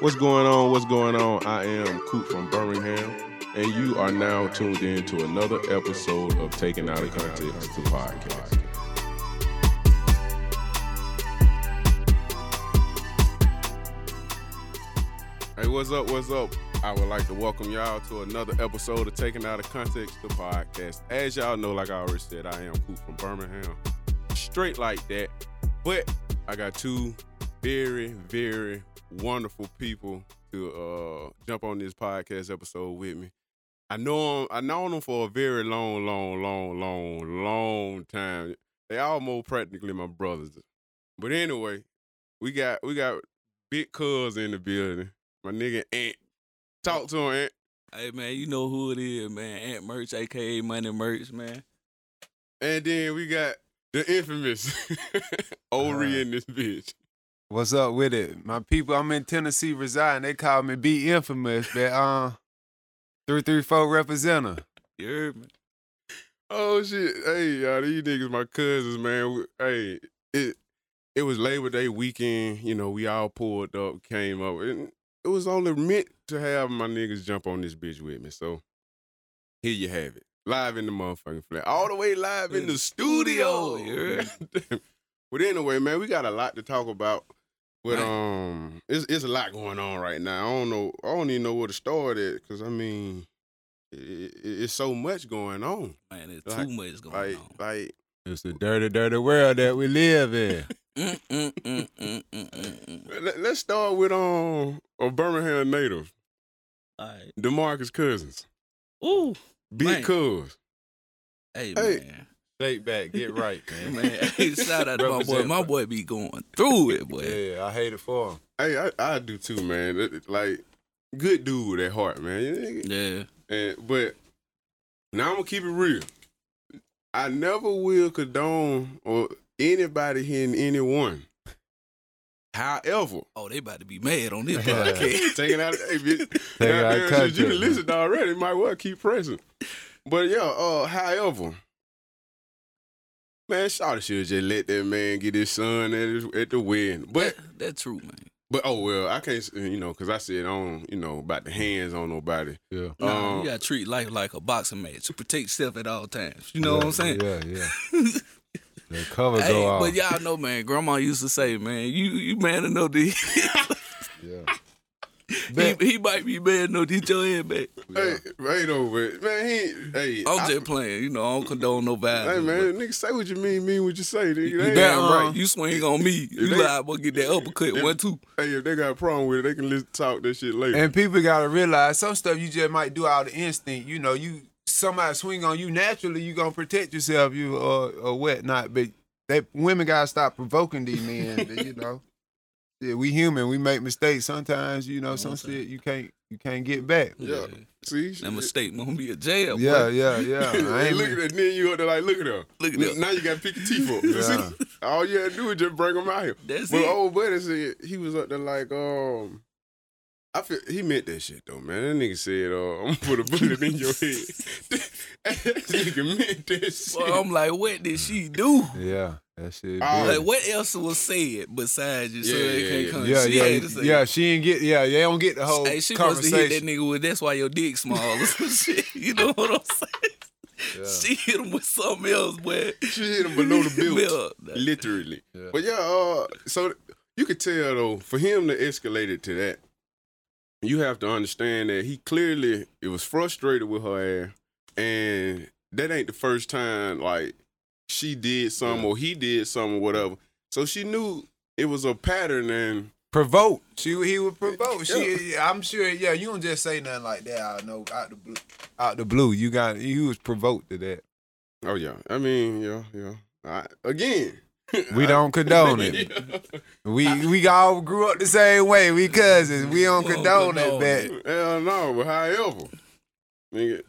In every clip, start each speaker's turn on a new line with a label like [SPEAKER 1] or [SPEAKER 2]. [SPEAKER 1] What's going on? What's going on? I am Coop from Birmingham, and you are now tuned in to another episode of Taking Out of Context the podcast. Hey, what's up? What's up? I would like to welcome y'all to another episode of Taking Out of Context the podcast. As y'all know, like I already said, I am Coop from Birmingham, straight like that. But I got two very, very wonderful people to uh jump on this podcast episode with me. I know them, I known them for a very long, long, long, long, long time. They almost practically my brothers. But anyway, we got we got big cuz in the building. My nigga Ant. Talk to him, Ant.
[SPEAKER 2] Hey man, you know who it is, man. Ant Merch, aka Money Merch, man.
[SPEAKER 1] And then we got the infamous Ori in this bitch.
[SPEAKER 3] What's up with it? My people, I'm in Tennessee residing. They call me B infamous, but uh three three four representative.
[SPEAKER 2] You heard me?
[SPEAKER 1] Oh shit! Hey, y'all, these niggas, my cousins, man. We- Hey, it it was Labor Day weekend. You know, we all pulled up, came up, and it was only meant to have my niggas jump on this bitch with me. So here you have it, live in the motherfucking flat, all the way live in the studio.
[SPEAKER 2] You heard me?
[SPEAKER 1] But anyway, man, we got a lot to talk about. But
[SPEAKER 2] Right.
[SPEAKER 1] um, it's it's a lot going on right now. I don't know. I don't even know where to start at because I mean, i i it's so much going on.
[SPEAKER 2] Man, there's
[SPEAKER 1] Like-
[SPEAKER 2] too much going
[SPEAKER 1] Like
[SPEAKER 2] on.
[SPEAKER 1] like
[SPEAKER 3] It's the dirty, dirty world that we live in.
[SPEAKER 2] Mm, mm, mm, mm, mm, mm, mm.
[SPEAKER 1] let, us start with um a Birmingham native,
[SPEAKER 2] All right.
[SPEAKER 1] Demarcus Cousins,
[SPEAKER 2] Ooh. Man.
[SPEAKER 1] big Cuz.
[SPEAKER 2] Hey,
[SPEAKER 1] Hey.
[SPEAKER 3] Shake back, get right,
[SPEAKER 2] man. Man, hey, shout out to my boy.
[SPEAKER 3] Represent,
[SPEAKER 2] My
[SPEAKER 3] bro.
[SPEAKER 2] boy be going through it, boy.
[SPEAKER 3] Yeah, I hate it for him.
[SPEAKER 1] Hey, I, I do too, man. It- it- Like good dude at heart, man.
[SPEAKER 2] Yeah.
[SPEAKER 1] And, but now I'm gonna keep it real. I never will condone or anybody hitting anyone. However,
[SPEAKER 2] Oh, they about to be mad on this
[SPEAKER 3] Yeah.
[SPEAKER 2] podcast.
[SPEAKER 1] taking out, hey, bitch,
[SPEAKER 3] Take it out
[SPEAKER 1] goddamn, since you
[SPEAKER 3] of context.
[SPEAKER 1] can listen already. Might well keep pressing. But yeah, uh, however, man, Shawty should just let that man get his son at, his, at the wedding. But
[SPEAKER 2] That- that's true, man.
[SPEAKER 1] but oh well, I can't s- you know because I said on you know about the hands on nobody.
[SPEAKER 3] Yeah.
[SPEAKER 2] Nah,
[SPEAKER 1] Um,
[SPEAKER 2] you gotta treat life like a boxing match. You protect yourself at all times. You know what I'm saying?
[SPEAKER 3] Yeah, yeah. The cover
[SPEAKER 2] Hey,
[SPEAKER 3] go off.
[SPEAKER 2] but y'all know, man. Grandma used to say, "Man, you you man enough to
[SPEAKER 3] yeah.
[SPEAKER 2] he,
[SPEAKER 3] But,
[SPEAKER 2] he might be man enough to hit your head back."
[SPEAKER 1] Hey, right over it, man. He hey,
[SPEAKER 2] I'm
[SPEAKER 1] I-
[SPEAKER 2] just playing. You know, I don't condone no violence.
[SPEAKER 1] hey
[SPEAKER 2] but
[SPEAKER 1] man, nigga, say what you mean, mean what you say. Nigga.
[SPEAKER 2] You,
[SPEAKER 1] They
[SPEAKER 2] you
[SPEAKER 1] ain't-
[SPEAKER 2] damn
[SPEAKER 3] uh,
[SPEAKER 2] right. You swing on me. You
[SPEAKER 1] they-
[SPEAKER 2] lie, boy. Get that uppercut.
[SPEAKER 1] if-
[SPEAKER 2] one, two.
[SPEAKER 1] Hey, if they got a problem with it, they can listen, talk that shit later.
[SPEAKER 3] and people gotta realize some stuff you just might do out of instinct. You know, you somebody swing on you naturally, you gonna protect yourself, you or or whatnot. But they women gotta stop provoking these men. but, you know, yeah, we human, we make mistakes sometimes. You know, some shit you can't you can't get back.
[SPEAKER 1] yeah, see,
[SPEAKER 2] That mistake gonna be a jail. boy.
[SPEAKER 3] Yeah, yeah, yeah. I
[SPEAKER 1] Hey,
[SPEAKER 3] ain't
[SPEAKER 1] look at
[SPEAKER 3] mean-
[SPEAKER 1] that. Then you up there like, look at her.
[SPEAKER 2] Look at
[SPEAKER 1] N-
[SPEAKER 2] her.
[SPEAKER 1] Now you got to pick your teeth up. See? All you had to do is just bring them out here.
[SPEAKER 2] That's
[SPEAKER 1] but oh,
[SPEAKER 2] it.
[SPEAKER 1] old buddy said he was up there like, um, I feel he meant that shit though, man. That nigga said, uh, I'm gonna put a bullet in your head. that nigga meant that shit.
[SPEAKER 2] Boy, I'm like, what did she do?
[SPEAKER 3] yeah, that shit.
[SPEAKER 1] Oh,
[SPEAKER 3] big.
[SPEAKER 2] Like, what else was said besides you? so
[SPEAKER 1] Yeah,
[SPEAKER 2] it
[SPEAKER 1] yeah,
[SPEAKER 2] can't
[SPEAKER 1] yeah.
[SPEAKER 2] come.
[SPEAKER 3] yeah,
[SPEAKER 2] she
[SPEAKER 3] yeah,
[SPEAKER 2] had to say-
[SPEAKER 3] yeah. She ain't get. Yeah, they don't get the whole
[SPEAKER 2] Hey, she must have hit that
[SPEAKER 3] conversation.
[SPEAKER 2] nigga with. That's why your dick small or some shit. You know what I'm saying? She hit him with something else, boy.
[SPEAKER 1] She hit him below the belt.
[SPEAKER 2] Belt.
[SPEAKER 1] literally.
[SPEAKER 3] Yeah.
[SPEAKER 1] But yeah, uh, so you could tell though, for him to escalate it to that, you have to understand that he clearly it was frustrated with her ass, and that ain't the first time like she did something or he did something or whatever. So she knew it was a pattern, and
[SPEAKER 3] Provoke. She he would provoke. She I'm sure. Yeah, you don't just say nothing like that. out no out the blue. Out the blue, you got you was provoked to that.
[SPEAKER 1] oh yeah, I mean yeah, yeah. I, again,
[SPEAKER 3] We don't condone it. We we all grew up the same way. We cousins. We don't
[SPEAKER 2] Don't
[SPEAKER 3] condone
[SPEAKER 2] condone
[SPEAKER 3] it,
[SPEAKER 1] Hell no, but however, nigga,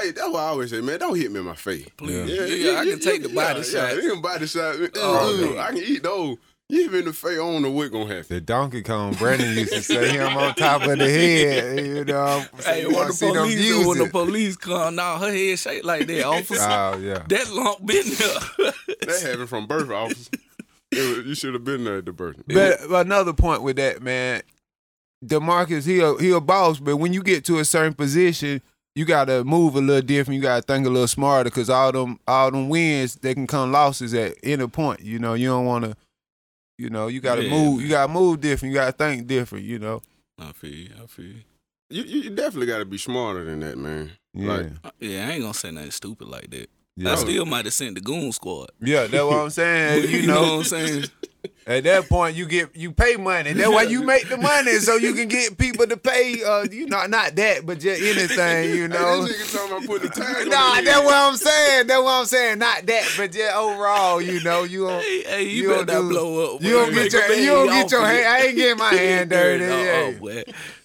[SPEAKER 1] hey, that's what I always say, man. Don't hit me in my face.
[SPEAKER 2] Please.
[SPEAKER 1] Yeah,
[SPEAKER 2] Yeah, I
[SPEAKER 1] you-
[SPEAKER 2] can take the
[SPEAKER 1] you-
[SPEAKER 2] body
[SPEAKER 1] yeah,
[SPEAKER 2] shot.
[SPEAKER 1] Yeah, them body shots.
[SPEAKER 2] Oh,
[SPEAKER 1] Ooh, I can eat those. You even the face on the what gonna
[SPEAKER 3] but
[SPEAKER 1] happen.
[SPEAKER 3] the Donkey Kong Brandon used to say him on top of the head. You know, so
[SPEAKER 2] Hey,
[SPEAKER 3] you
[SPEAKER 2] when
[SPEAKER 3] wanna
[SPEAKER 2] the
[SPEAKER 3] see them
[SPEAKER 2] police
[SPEAKER 3] use
[SPEAKER 2] when the
[SPEAKER 3] it.
[SPEAKER 2] police come, now her head shaped like that, officer.
[SPEAKER 3] Oh yeah,
[SPEAKER 2] that lump been there.
[SPEAKER 1] That happened from birth, officer. It was- you should have been there at the birth.
[SPEAKER 3] but, but another point with that man, Demarcus, he a, he a boss, but when you get to a certain position, you gotta move a little different. You gotta think a little smarter, cause all them all them wins they can come losses at any point. You know, you don't want to. You know, you gotta
[SPEAKER 2] Yeah.
[SPEAKER 3] move. You gotta move different. You gotta think different. You know.
[SPEAKER 2] I feel you. I feel you.
[SPEAKER 1] You, you you definitely got to be smarter than that, man.
[SPEAKER 3] Yeah,
[SPEAKER 1] Like-
[SPEAKER 2] Uh, Yeah, I ain't gonna say nothing stupid like that.
[SPEAKER 3] yeah.
[SPEAKER 2] I still might have sent the goon squad.
[SPEAKER 3] yeah, that's what I'm saying. You know,
[SPEAKER 2] what I'm saying?
[SPEAKER 3] At that point, you get you pay money. That's why you make the money, so you can get people to pay. Uh, you know, not that, but just anything. You know.
[SPEAKER 1] Hey, this nigga talking about putting a tag on
[SPEAKER 3] Nah,
[SPEAKER 1] the
[SPEAKER 3] that's
[SPEAKER 1] head.
[SPEAKER 3] what I'm saying. That's what I'm saying. Not that, but just overall, you know, you don't.
[SPEAKER 2] Hey, hey, you,
[SPEAKER 3] You
[SPEAKER 2] better
[SPEAKER 3] don't
[SPEAKER 2] not
[SPEAKER 3] do-
[SPEAKER 2] blow up.
[SPEAKER 3] You don't
[SPEAKER 2] boy.
[SPEAKER 3] get your you don't get your hand. I ain't getting my hand dirty.
[SPEAKER 2] No,
[SPEAKER 3] yeah.
[SPEAKER 2] oh, boy.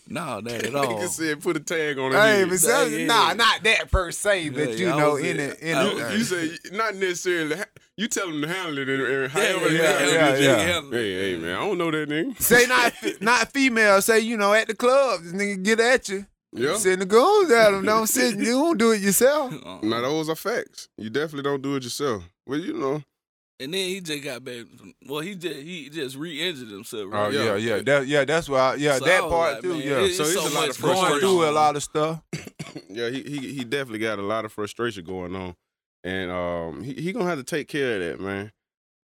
[SPEAKER 2] no, not at all.
[SPEAKER 1] Nigga said put a tag on it.
[SPEAKER 3] Hey, but so,
[SPEAKER 2] Yeah.
[SPEAKER 3] nah, not that per se, but
[SPEAKER 2] Yeah,
[SPEAKER 3] you
[SPEAKER 2] yeah, I
[SPEAKER 3] know,
[SPEAKER 2] was in-
[SPEAKER 3] in it, in
[SPEAKER 2] I
[SPEAKER 1] You, you say not necessarily. ha- You tell him to handle it in, in however. they
[SPEAKER 3] yeah,
[SPEAKER 1] handle it.
[SPEAKER 3] yeah, yeah.
[SPEAKER 1] Hey, hey, man, I don't know that nigga.
[SPEAKER 3] Say not fe- not female. Say you know at the club, this nigga get at you.
[SPEAKER 1] Yeah,
[SPEAKER 3] Send the goons at them. Don't sit. You don't do it yourself.
[SPEAKER 2] Uh-uh.
[SPEAKER 1] now those are facts. You definitely don't do it yourself. Well, you know,
[SPEAKER 2] And then he just got back. from- Well, he just he just re-injured himself.
[SPEAKER 3] Oh
[SPEAKER 2] Right?
[SPEAKER 3] yeah, yeah, that, yeah. That's why, I, yeah,
[SPEAKER 2] So I
[SPEAKER 3] that
[SPEAKER 2] was
[SPEAKER 3] part
[SPEAKER 2] like,
[SPEAKER 3] too.
[SPEAKER 2] man,
[SPEAKER 3] yeah,
[SPEAKER 2] it's
[SPEAKER 1] So
[SPEAKER 2] so,
[SPEAKER 1] it's a lot
[SPEAKER 2] much
[SPEAKER 1] of
[SPEAKER 3] going
[SPEAKER 1] frustration.
[SPEAKER 3] through a lot of stuff.
[SPEAKER 1] yeah, he, he he definitely got a lot of frustration going on, and um, he he gonna have to take care of that, man.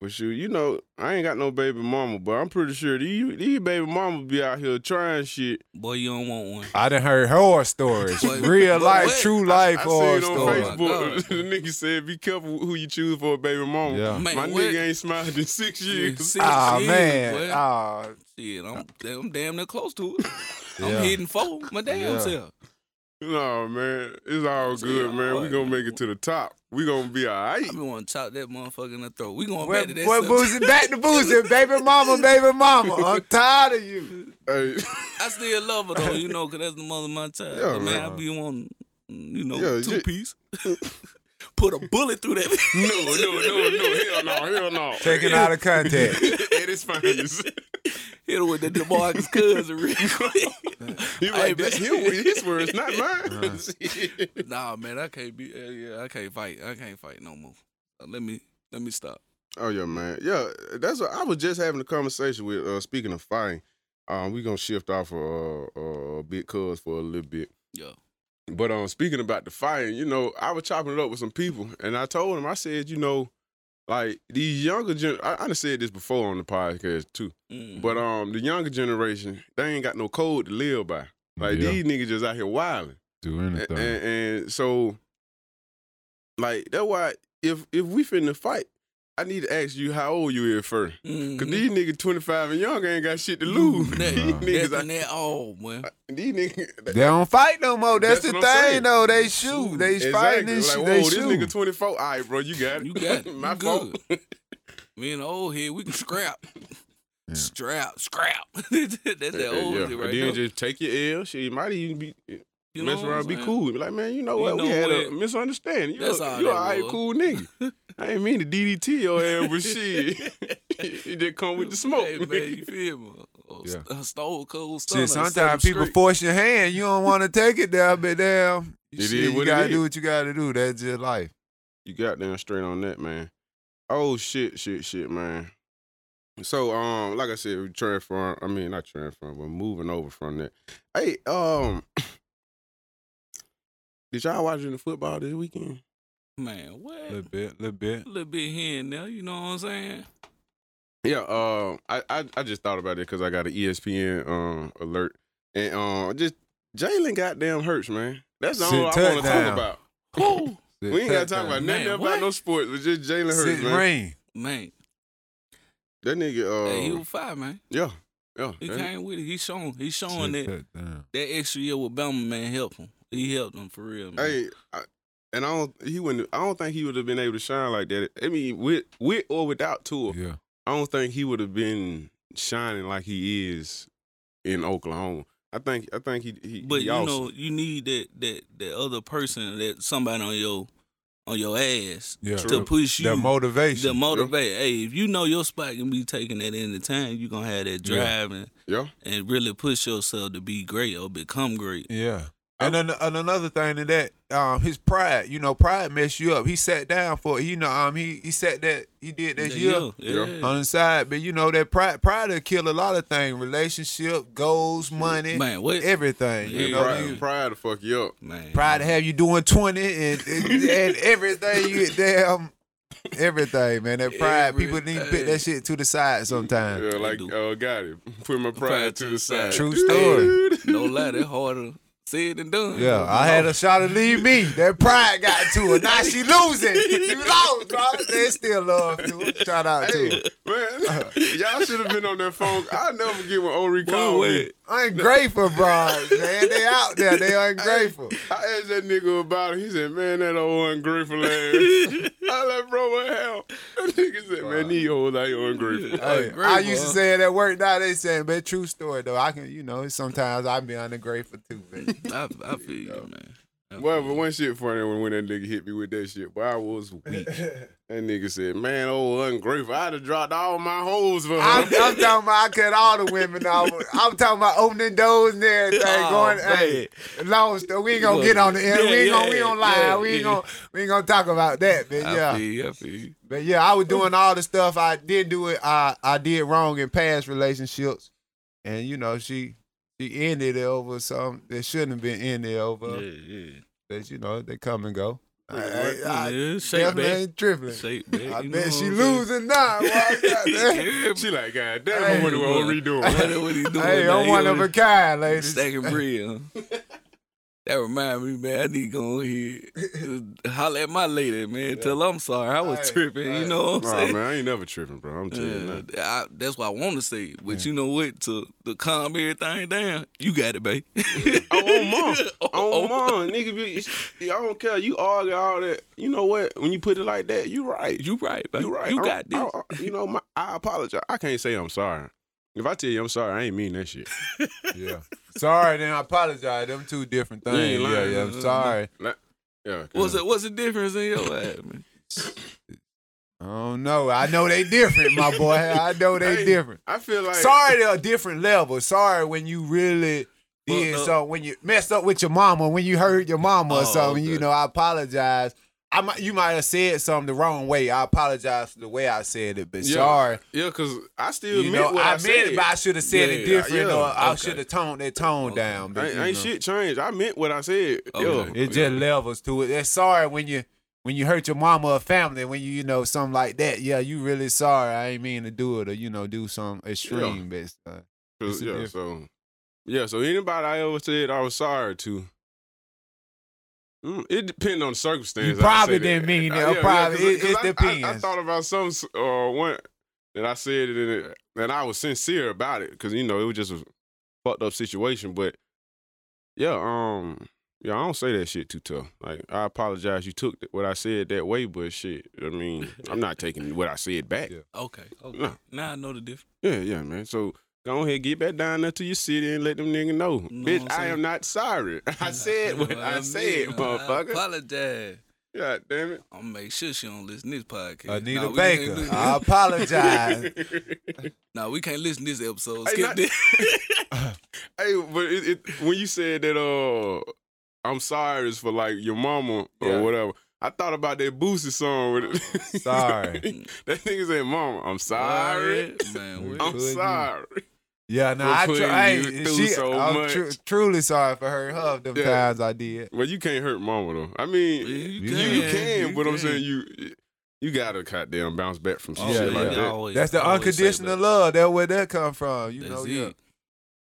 [SPEAKER 1] But you, you know, I ain't got no baby mama, but I'm pretty sure these these baby mama be out here trying shit.
[SPEAKER 2] Boy, you don't want one.
[SPEAKER 3] I done heard horror stories,
[SPEAKER 2] Wait,
[SPEAKER 3] real
[SPEAKER 2] what-
[SPEAKER 3] life,
[SPEAKER 2] what?
[SPEAKER 3] true life
[SPEAKER 1] I
[SPEAKER 3] horror
[SPEAKER 1] seen on
[SPEAKER 3] stories.
[SPEAKER 2] story. Oh,
[SPEAKER 1] Facebook
[SPEAKER 2] my
[SPEAKER 1] the nigga said, "Be careful who you choose for a baby mama."
[SPEAKER 3] Yeah.
[SPEAKER 2] Man,
[SPEAKER 1] My
[SPEAKER 2] what?
[SPEAKER 1] nigga ain't smiled in six years.
[SPEAKER 2] Six
[SPEAKER 3] Ah
[SPEAKER 2] years, boy.
[SPEAKER 3] man, ah,
[SPEAKER 2] Shit, I'm, I'm damn near close to it.
[SPEAKER 3] Yeah.
[SPEAKER 2] I'm hitting four, my damn
[SPEAKER 3] Yeah.
[SPEAKER 2] self.
[SPEAKER 1] No man, it's all
[SPEAKER 2] See,
[SPEAKER 1] good, man.
[SPEAKER 2] all
[SPEAKER 1] We
[SPEAKER 2] right,
[SPEAKER 1] gonna
[SPEAKER 2] man.
[SPEAKER 1] make it to the top. We gonna be all right.
[SPEAKER 2] I been want to chop that motherfucker in the throat. We going
[SPEAKER 3] Well,
[SPEAKER 2] back to that
[SPEAKER 3] well,
[SPEAKER 2] subject.
[SPEAKER 3] Boosie, back to Boosie, baby mama, baby mama. I'm tired of you.
[SPEAKER 1] Hey,
[SPEAKER 2] I still love her though, you know, because that's the mother of my child.
[SPEAKER 1] Yeah,
[SPEAKER 2] But, man,
[SPEAKER 1] man.
[SPEAKER 2] I be wanting, you know,
[SPEAKER 1] Yeah,
[SPEAKER 2] two
[SPEAKER 1] you-
[SPEAKER 2] piece. Put a bullet through that.
[SPEAKER 1] no, no, no, no, hell no, hell no.
[SPEAKER 3] Take it out of context.
[SPEAKER 1] it is fine.
[SPEAKER 2] Hit her with the DeMarcus cousin real quick.
[SPEAKER 1] He
[SPEAKER 2] Hey,
[SPEAKER 1] like this.
[SPEAKER 2] man.
[SPEAKER 1] His, his words, not mine.
[SPEAKER 2] nah, man, I can't be. Uh, yeah, I can't fight. I can't fight no more. Uh, let me let me stop.
[SPEAKER 1] Oh yeah, man. Yeah, that's what I was just having a conversation with. Uh, speaking of fighting, um, we gonna shift off of uh, uh, big cuz for a little bit.
[SPEAKER 2] Yeah.
[SPEAKER 1] But um, speaking about the fighting, you know, I was chopping it up with some people, and I told them, I said, you know, like these younger gen. I, I done said this before on the podcast too.
[SPEAKER 2] Mm.
[SPEAKER 1] But um, the younger generation, they ain't got no code to live by. Like these Eh, niggas just out here wilding.
[SPEAKER 3] do
[SPEAKER 1] And, and so, like that's why if if we finna fight, I need to ask you how old you is first.
[SPEAKER 2] Mhm.
[SPEAKER 1] Cause these niggas twenty five and young ain't got shit to lose.
[SPEAKER 2] That,
[SPEAKER 1] these niggas,
[SPEAKER 2] that,
[SPEAKER 1] out-
[SPEAKER 2] that all, man.
[SPEAKER 1] these niggas.
[SPEAKER 3] They don't fight no more. That's,
[SPEAKER 1] That's
[SPEAKER 3] the
[SPEAKER 1] what I'm
[SPEAKER 3] thing,
[SPEAKER 1] saying.
[SPEAKER 3] though. They shoot. They fighting
[SPEAKER 1] Exactly.
[SPEAKER 3] and
[SPEAKER 1] Like,
[SPEAKER 3] shoot.
[SPEAKER 1] whoa,
[SPEAKER 3] they
[SPEAKER 1] this nigga
[SPEAKER 3] shoot.
[SPEAKER 1] 24. All right, bro, you got it.
[SPEAKER 2] You got it.
[SPEAKER 1] My
[SPEAKER 2] You
[SPEAKER 1] fault.
[SPEAKER 2] Me and the old head, we can scrap.
[SPEAKER 3] Yeah.
[SPEAKER 2] Scrap, scrap. That's that old
[SPEAKER 1] Yeah,
[SPEAKER 2] shit
[SPEAKER 1] and
[SPEAKER 2] right
[SPEAKER 1] then
[SPEAKER 2] there.
[SPEAKER 1] just take your L. Shit, you might even be
[SPEAKER 2] You know
[SPEAKER 1] mess
[SPEAKER 2] what I'm
[SPEAKER 1] around, be
[SPEAKER 2] saying?
[SPEAKER 1] cool. Be like, man, you know
[SPEAKER 2] You
[SPEAKER 1] what? we
[SPEAKER 2] know
[SPEAKER 1] had a
[SPEAKER 2] what?
[SPEAKER 1] misunderstanding. You,
[SPEAKER 2] That's
[SPEAKER 1] a,
[SPEAKER 2] all
[SPEAKER 1] you
[SPEAKER 2] that
[SPEAKER 1] a alright,
[SPEAKER 2] was.
[SPEAKER 1] cool nigga. I ain't mean to DDT your ass, but shit, it did come with the smoke.
[SPEAKER 2] Hey, man, you feel me? Oh,
[SPEAKER 1] Yeah.
[SPEAKER 2] st- Stole cold
[SPEAKER 3] Shit,
[SPEAKER 2] stunner.
[SPEAKER 3] sometimes people force your hand. You don't want to take it there, but damn,
[SPEAKER 1] It is
[SPEAKER 3] shit, you
[SPEAKER 1] what it
[SPEAKER 3] gotta
[SPEAKER 1] is.
[SPEAKER 3] do what you gotta do. That's just life.
[SPEAKER 1] You got down straight on that, man. Oh shit, shit, shit, man. So, um, like I said, we transfer. I mean, not transfer, but moving over from that. Hey, um, did y'all watch any football this weekend?
[SPEAKER 2] Man, what? A
[SPEAKER 3] bit, little bit.
[SPEAKER 2] little bit here and there, you know what I'm saying?
[SPEAKER 1] Yeah, um, I, I I just thought about it because I got E an ESPN um alert, and um, just Jalen goddamn hurts, man. That's all
[SPEAKER 3] Shit,
[SPEAKER 1] I want to talk
[SPEAKER 3] touchdown.
[SPEAKER 1] about.
[SPEAKER 2] Who?
[SPEAKER 1] We ain't got to talk about
[SPEAKER 2] Man,
[SPEAKER 1] nothing about
[SPEAKER 2] what?
[SPEAKER 1] no sports, but just Jalen hurts,
[SPEAKER 3] Sit
[SPEAKER 1] man.
[SPEAKER 3] rain.
[SPEAKER 2] man,
[SPEAKER 1] That nigga, uh,
[SPEAKER 2] hey, he was five, man.
[SPEAKER 1] yeah, yeah.
[SPEAKER 2] He
[SPEAKER 1] that-
[SPEAKER 2] came with it. He showing, he showing that that extra year with Bama man helped him. He helped him for real, man.
[SPEAKER 1] Hey, I, and I don't. He wouldn't. I don't think he would have been able to shine like that. I mean, with with or without Tua,
[SPEAKER 3] Yeah.
[SPEAKER 1] I don't think he would have been shining like he is in Oklahoma. I think. I think he. he
[SPEAKER 2] but
[SPEAKER 1] he
[SPEAKER 2] you
[SPEAKER 1] awesome.
[SPEAKER 2] know, you need that that that other person, that somebody on your on your ass
[SPEAKER 3] Yeah.
[SPEAKER 2] to push you.
[SPEAKER 3] The
[SPEAKER 2] The
[SPEAKER 3] motivation.
[SPEAKER 2] motivate. Hey, if you know your spot can be taken at any time, you gonna have that
[SPEAKER 3] Yeah.
[SPEAKER 2] drive and,
[SPEAKER 1] yeah.
[SPEAKER 2] and really push yourself to be great or become great.
[SPEAKER 3] yeah. And, an, and another thing to that, um, his pride, you know, pride messed you up. He sat down for, you know, um, he he sat that, he did that year
[SPEAKER 2] Yeah, yeah.
[SPEAKER 3] on the side, but you know that pride, pride will kill a lot of things, relationship, goals, money,
[SPEAKER 2] Man, what-
[SPEAKER 3] everything.
[SPEAKER 2] Yeah,
[SPEAKER 3] You know,
[SPEAKER 1] Pride,
[SPEAKER 3] you,
[SPEAKER 1] pride to fuck you up.
[SPEAKER 2] Man.
[SPEAKER 3] pride to have you doing twenty and and, and everything. You damn everything, man. That pride, people need to put that shit to the side sometimes.
[SPEAKER 1] Yeah, like
[SPEAKER 2] do.
[SPEAKER 1] uh, got it. Put my pride to the side.
[SPEAKER 3] True story.
[SPEAKER 2] No lie, that harder said than done.
[SPEAKER 3] Yeah, I had a shot to leave me. That pride got to her. Now she losing. You lost, bro. They still love you. Shout out to her.
[SPEAKER 1] Man, y'all should have been on that phone. I never get when Ori
[SPEAKER 2] Boy,
[SPEAKER 1] called me.
[SPEAKER 2] wait.
[SPEAKER 3] Ungrateful, bro. Man, they out there. They ungrateful.
[SPEAKER 1] I asked that nigga about it. He said, "Man, that old ungrateful ass." I like, bro, what the hell? That nigga said, "Man, these hoes out here ungrateful."
[SPEAKER 3] Hey,
[SPEAKER 2] Ungrateful,
[SPEAKER 3] I used to
[SPEAKER 2] huh?
[SPEAKER 3] say it at work. Now they saying, but true story though. I can, you know, sometimes I be ungrateful too. Man.
[SPEAKER 2] I, I feel you, man. I feel
[SPEAKER 1] Well, but
[SPEAKER 2] you.
[SPEAKER 1] one shit funny when, when that nigga hit me with that shit, but I was weak. That nigga said, "Man, old ungrateful." I'd have dropped all my hoes for her.
[SPEAKER 3] I'm, I'm talking about I cut all the women off. I'm talking about opening doors and everything.
[SPEAKER 2] Oh,
[SPEAKER 3] going,
[SPEAKER 2] man.
[SPEAKER 3] hey, long story. We ain't gonna get on the air. we
[SPEAKER 2] Yeah,
[SPEAKER 3] ain't gonna, we
[SPEAKER 2] yeah,
[SPEAKER 3] don't lie.
[SPEAKER 2] yeah,
[SPEAKER 3] we ain't
[SPEAKER 2] yeah.
[SPEAKER 3] gonna, we ain't gonna talk about that. But
[SPEAKER 2] I
[SPEAKER 3] yeah,
[SPEAKER 2] feel you, I feel you.
[SPEAKER 3] But yeah, I was doing all the stuff I did do it. I I did wrong in past relationships, and you know she she ended it over some that shouldn't have been ended over.
[SPEAKER 2] yeah,
[SPEAKER 3] But you know they come and go. I,
[SPEAKER 2] yeah.
[SPEAKER 3] I, I
[SPEAKER 2] yeah shake
[SPEAKER 3] definitely
[SPEAKER 2] back.
[SPEAKER 3] ain't tripping.
[SPEAKER 2] Shake back.
[SPEAKER 3] I
[SPEAKER 2] you
[SPEAKER 3] bet
[SPEAKER 2] know
[SPEAKER 3] she
[SPEAKER 2] what I'm saying?
[SPEAKER 3] losing now. boy. Goddamn.
[SPEAKER 2] Yeah,
[SPEAKER 1] she like, "God damn,
[SPEAKER 3] Hey,
[SPEAKER 1] I wonder what Ori doing."
[SPEAKER 2] I know what he doing.
[SPEAKER 3] Hey,
[SPEAKER 2] now.
[SPEAKER 3] I'm
[SPEAKER 2] He
[SPEAKER 3] one
[SPEAKER 2] on
[SPEAKER 3] of
[SPEAKER 2] the-
[SPEAKER 3] a kind, ladies.
[SPEAKER 2] Stacking bread. huh? That remind me, man. I need to go on here, holler at my lady, man. Tell her I'm sorry. I was
[SPEAKER 3] Right,
[SPEAKER 2] tripping. You
[SPEAKER 3] right.
[SPEAKER 2] know what I'm
[SPEAKER 1] Oh
[SPEAKER 2] saying?
[SPEAKER 1] man, I ain't never tripping, bro. I'm telling you.
[SPEAKER 2] Yeah,
[SPEAKER 1] now.
[SPEAKER 2] Uh, I, that's what I want to say. But you know what? To to calm everything down, you got it, babe.
[SPEAKER 1] Oh, on mom.
[SPEAKER 2] Oh,
[SPEAKER 1] Oh, mom. Nigga, be- I don't care. You argue all that. You know what? When you put it like that, you right.
[SPEAKER 2] you right, babe.
[SPEAKER 1] You right. Oh,
[SPEAKER 2] You
[SPEAKER 1] I'm-
[SPEAKER 2] got this.
[SPEAKER 1] I- I- you know, my, I apologize. I can't say I'm sorry. If I tell you I'm sorry, I ain't mean that shit.
[SPEAKER 3] Yeah. Sorry, then I apologize. Them two different
[SPEAKER 1] You ain't
[SPEAKER 3] things. Yeah,
[SPEAKER 1] lying.
[SPEAKER 3] yeah. I'm sorry.
[SPEAKER 1] Like, yeah.
[SPEAKER 2] What's the, what's the difference in your life, man?
[SPEAKER 3] I don't know. I know they different, my boy. I know they
[SPEAKER 1] Hey,
[SPEAKER 3] different.
[SPEAKER 1] I feel like
[SPEAKER 3] sorry to a different level. Sorry when you really did
[SPEAKER 2] Fucked up.
[SPEAKER 3] so when you messed up with your mama, when you hurt your mama
[SPEAKER 2] Oh,
[SPEAKER 3] or something,
[SPEAKER 2] okay.
[SPEAKER 3] you know, I apologize. I might you might have said something the wrong way. I apologize for the way I said it, but
[SPEAKER 1] Yeah.
[SPEAKER 3] sorry.
[SPEAKER 1] Yeah, cause I still
[SPEAKER 3] You
[SPEAKER 1] meant
[SPEAKER 3] know,
[SPEAKER 1] what
[SPEAKER 3] I,
[SPEAKER 1] I,
[SPEAKER 3] meant
[SPEAKER 1] said.
[SPEAKER 3] it, but I should have said
[SPEAKER 2] Yeah,
[SPEAKER 3] it different
[SPEAKER 1] yeah,
[SPEAKER 3] or I
[SPEAKER 2] okay.
[SPEAKER 3] should have toned that tone
[SPEAKER 2] Okay.
[SPEAKER 3] down. But
[SPEAKER 1] ain't,
[SPEAKER 3] you
[SPEAKER 1] ain't
[SPEAKER 3] know,
[SPEAKER 1] shit changed. I meant what I said.
[SPEAKER 2] Okay.
[SPEAKER 1] Yeah.
[SPEAKER 3] It's just levels to it. That's sorry when you when you hurt your mama or family, when you, you know, something like that. Yeah, you really sorry. I ain't mean to do it or, you know, do something extreme, but uh,
[SPEAKER 1] Cause,
[SPEAKER 3] It's a
[SPEAKER 1] yeah,
[SPEAKER 3] difference.
[SPEAKER 1] so yeah, so anybody I ever said I was sorry to, mm, it depends on the circumstance. I
[SPEAKER 3] probably
[SPEAKER 1] say that.
[SPEAKER 3] didn't mean
[SPEAKER 1] Uh,
[SPEAKER 3] that. Probably.
[SPEAKER 1] 'cause-
[SPEAKER 3] It-
[SPEAKER 1] 'cause
[SPEAKER 3] it
[SPEAKER 1] I- I- I,
[SPEAKER 3] depends.
[SPEAKER 1] thought about some s- uh, one that I said it and, it and I was sincere about it because you know it was just a fucked up situation. But yeah, um, yeah, I don't say that shit too tough. Like I apologize, you took what I said that way, but shit, I mean, I'm not taking what I said back.
[SPEAKER 2] Okay, okay.
[SPEAKER 1] No.
[SPEAKER 2] Now I know the difference.
[SPEAKER 1] Yeah, yeah, man. So go ahead, get back down there to your city and let them nigga know.
[SPEAKER 2] Know
[SPEAKER 1] Bitch,
[SPEAKER 2] what I'm
[SPEAKER 1] I
[SPEAKER 2] saying?
[SPEAKER 1] am not sorry. I said what I, said,
[SPEAKER 2] mean. I
[SPEAKER 1] motherfucker.
[SPEAKER 2] apologize.
[SPEAKER 1] God damn it.
[SPEAKER 2] I'm gonna make sure she don't listen to this podcast.
[SPEAKER 3] Anita
[SPEAKER 2] Nah, we can't
[SPEAKER 3] Baker.
[SPEAKER 2] listen-
[SPEAKER 3] I apologize.
[SPEAKER 2] nah, we can't listen to this episode.
[SPEAKER 1] Hey,
[SPEAKER 2] Skip
[SPEAKER 1] not-
[SPEAKER 2] this.
[SPEAKER 1] Hey, but it, it, when you said that uh I'm sorry is for like your mama or
[SPEAKER 2] Yeah.
[SPEAKER 1] whatever. I thought about that Boosie song with it.
[SPEAKER 3] Sorry.
[SPEAKER 1] that nigga said, Mama, I'm sorry.
[SPEAKER 2] man.
[SPEAKER 3] Sorry.
[SPEAKER 2] what-
[SPEAKER 1] I'm
[SPEAKER 3] Could you-
[SPEAKER 1] sorry.
[SPEAKER 3] yeah, no,
[SPEAKER 1] For
[SPEAKER 3] I
[SPEAKER 1] putting
[SPEAKER 3] try.
[SPEAKER 1] you
[SPEAKER 3] Hey,
[SPEAKER 1] through
[SPEAKER 3] she,
[SPEAKER 1] so
[SPEAKER 3] I'm
[SPEAKER 1] much.
[SPEAKER 3] tru- truly sorry for her. Huh, them
[SPEAKER 1] Yeah.
[SPEAKER 3] times I did.
[SPEAKER 1] Well, you can't hurt mama though. I mean,
[SPEAKER 2] Yeah, you
[SPEAKER 1] you,
[SPEAKER 2] can.
[SPEAKER 1] you can,
[SPEAKER 2] You
[SPEAKER 1] but I'm
[SPEAKER 2] can.
[SPEAKER 1] saying you you gotta goddamn bounce back from some
[SPEAKER 3] Oh,
[SPEAKER 1] shit
[SPEAKER 3] yeah,
[SPEAKER 1] like
[SPEAKER 3] yeah.
[SPEAKER 1] that.
[SPEAKER 2] Always-
[SPEAKER 3] That's the
[SPEAKER 2] always say
[SPEAKER 3] unconditional
[SPEAKER 2] that.
[SPEAKER 3] love. That where that come from. You
[SPEAKER 2] That's
[SPEAKER 3] know,
[SPEAKER 2] it.
[SPEAKER 3] yeah.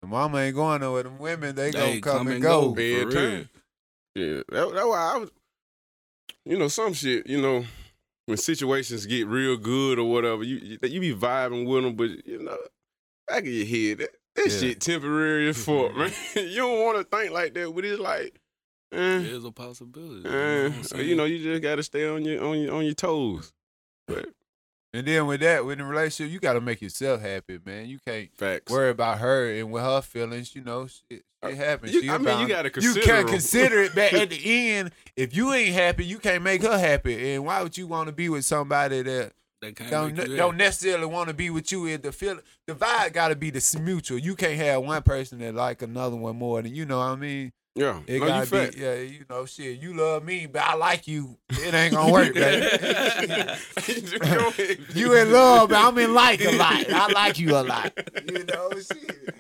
[SPEAKER 3] The mama ain't going nowhere. Them women, they,
[SPEAKER 2] They
[SPEAKER 3] gonna come, and go.
[SPEAKER 2] for
[SPEAKER 1] Bad
[SPEAKER 2] real.
[SPEAKER 1] time. Yeah, that, that why I was, you know, some shit, you know, when situations get real good or whatever, you you, you be vibing with them, but you know, back of your head, that, that
[SPEAKER 3] Yeah. Mm-hmm.
[SPEAKER 1] shit temporary as fuck, man. you don't want to think like that, but it's like, eh,
[SPEAKER 2] There's a possibility.
[SPEAKER 1] eh,
[SPEAKER 3] Mm-hmm.
[SPEAKER 2] what I'm
[SPEAKER 1] you know, you just gotta stay on your on your on your toes.
[SPEAKER 3] And then with that, with the relationship, you got to make yourself happy, man. You can't
[SPEAKER 1] Facts.
[SPEAKER 3] worry about her and with her feelings. You know, shit,
[SPEAKER 1] Uh,
[SPEAKER 3] shit happens.
[SPEAKER 1] you-
[SPEAKER 3] She
[SPEAKER 1] I mean,
[SPEAKER 3] bound-
[SPEAKER 1] you gotta
[SPEAKER 3] You
[SPEAKER 1] consider.
[SPEAKER 3] can't
[SPEAKER 1] 'em.
[SPEAKER 3] consider it, but at the end, if you ain't happy, you can't make her happy. And why would you want to be with somebody that
[SPEAKER 2] That can't
[SPEAKER 3] don't
[SPEAKER 2] make you
[SPEAKER 3] don't
[SPEAKER 2] happy.
[SPEAKER 3] necessarily want to be with you? If the feel the vibe got to be the s- mutual. You can't have one person that like another one more than you know. what I mean,
[SPEAKER 1] Yeah.
[SPEAKER 3] It
[SPEAKER 1] no, you
[SPEAKER 3] gotta
[SPEAKER 1] fat.
[SPEAKER 3] be, yeah, you know, shit. You love me, but I like you. It ain't gonna work, baby.
[SPEAKER 1] Go ahead.
[SPEAKER 3] You in love, but I'm in like a lot. I like you a lot. You know, shit.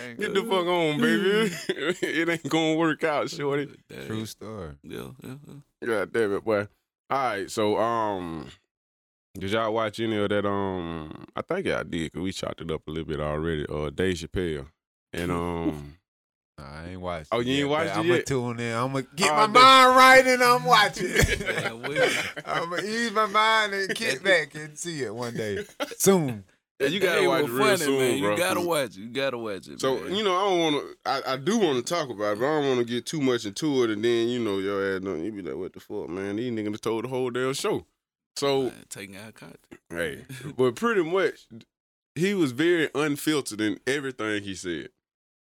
[SPEAKER 3] Ain't
[SPEAKER 1] Get
[SPEAKER 3] good.
[SPEAKER 1] the fuck on, baby.
[SPEAKER 3] Mm.
[SPEAKER 1] it ain't gonna work out, shorty.
[SPEAKER 2] That-
[SPEAKER 3] True story.
[SPEAKER 2] Yeah, yeah, yeah.
[SPEAKER 1] God damn it, boy. All right, so um, did y'all watch any of that? Um, I think y'all did, cause we chopped it up a little bit already. Uh, Dave Chappelle, and um,
[SPEAKER 3] Nah, I ain't watched.
[SPEAKER 1] Oh, you ain't watched it
[SPEAKER 3] I'm
[SPEAKER 1] yet?
[SPEAKER 3] gonna tune in. I'm gonna get
[SPEAKER 1] Oh,
[SPEAKER 3] my
[SPEAKER 1] dude.
[SPEAKER 3] mind right, and I'm watching.
[SPEAKER 2] Man, wait.
[SPEAKER 3] I'm gonna ease my mind and kick back and see it one day soon.
[SPEAKER 1] yeah, you
[SPEAKER 2] That
[SPEAKER 1] gotta
[SPEAKER 2] ain't
[SPEAKER 1] watch
[SPEAKER 2] what
[SPEAKER 1] it real
[SPEAKER 2] funny,
[SPEAKER 1] soon,
[SPEAKER 2] man.
[SPEAKER 1] bro,
[SPEAKER 2] You gotta
[SPEAKER 1] 'cause-
[SPEAKER 2] watch it. You gotta watch it.
[SPEAKER 1] So
[SPEAKER 2] man.
[SPEAKER 1] you know, I don't want to. I, I do want to talk about it, but I don't want to get too much into it, and then you know, your ass don't. You be like, what the fuck, man? These niggas told the whole damn show. So
[SPEAKER 2] Man, Uh, taking out content.
[SPEAKER 1] hey, but pretty much, he was very unfiltered in everything he said,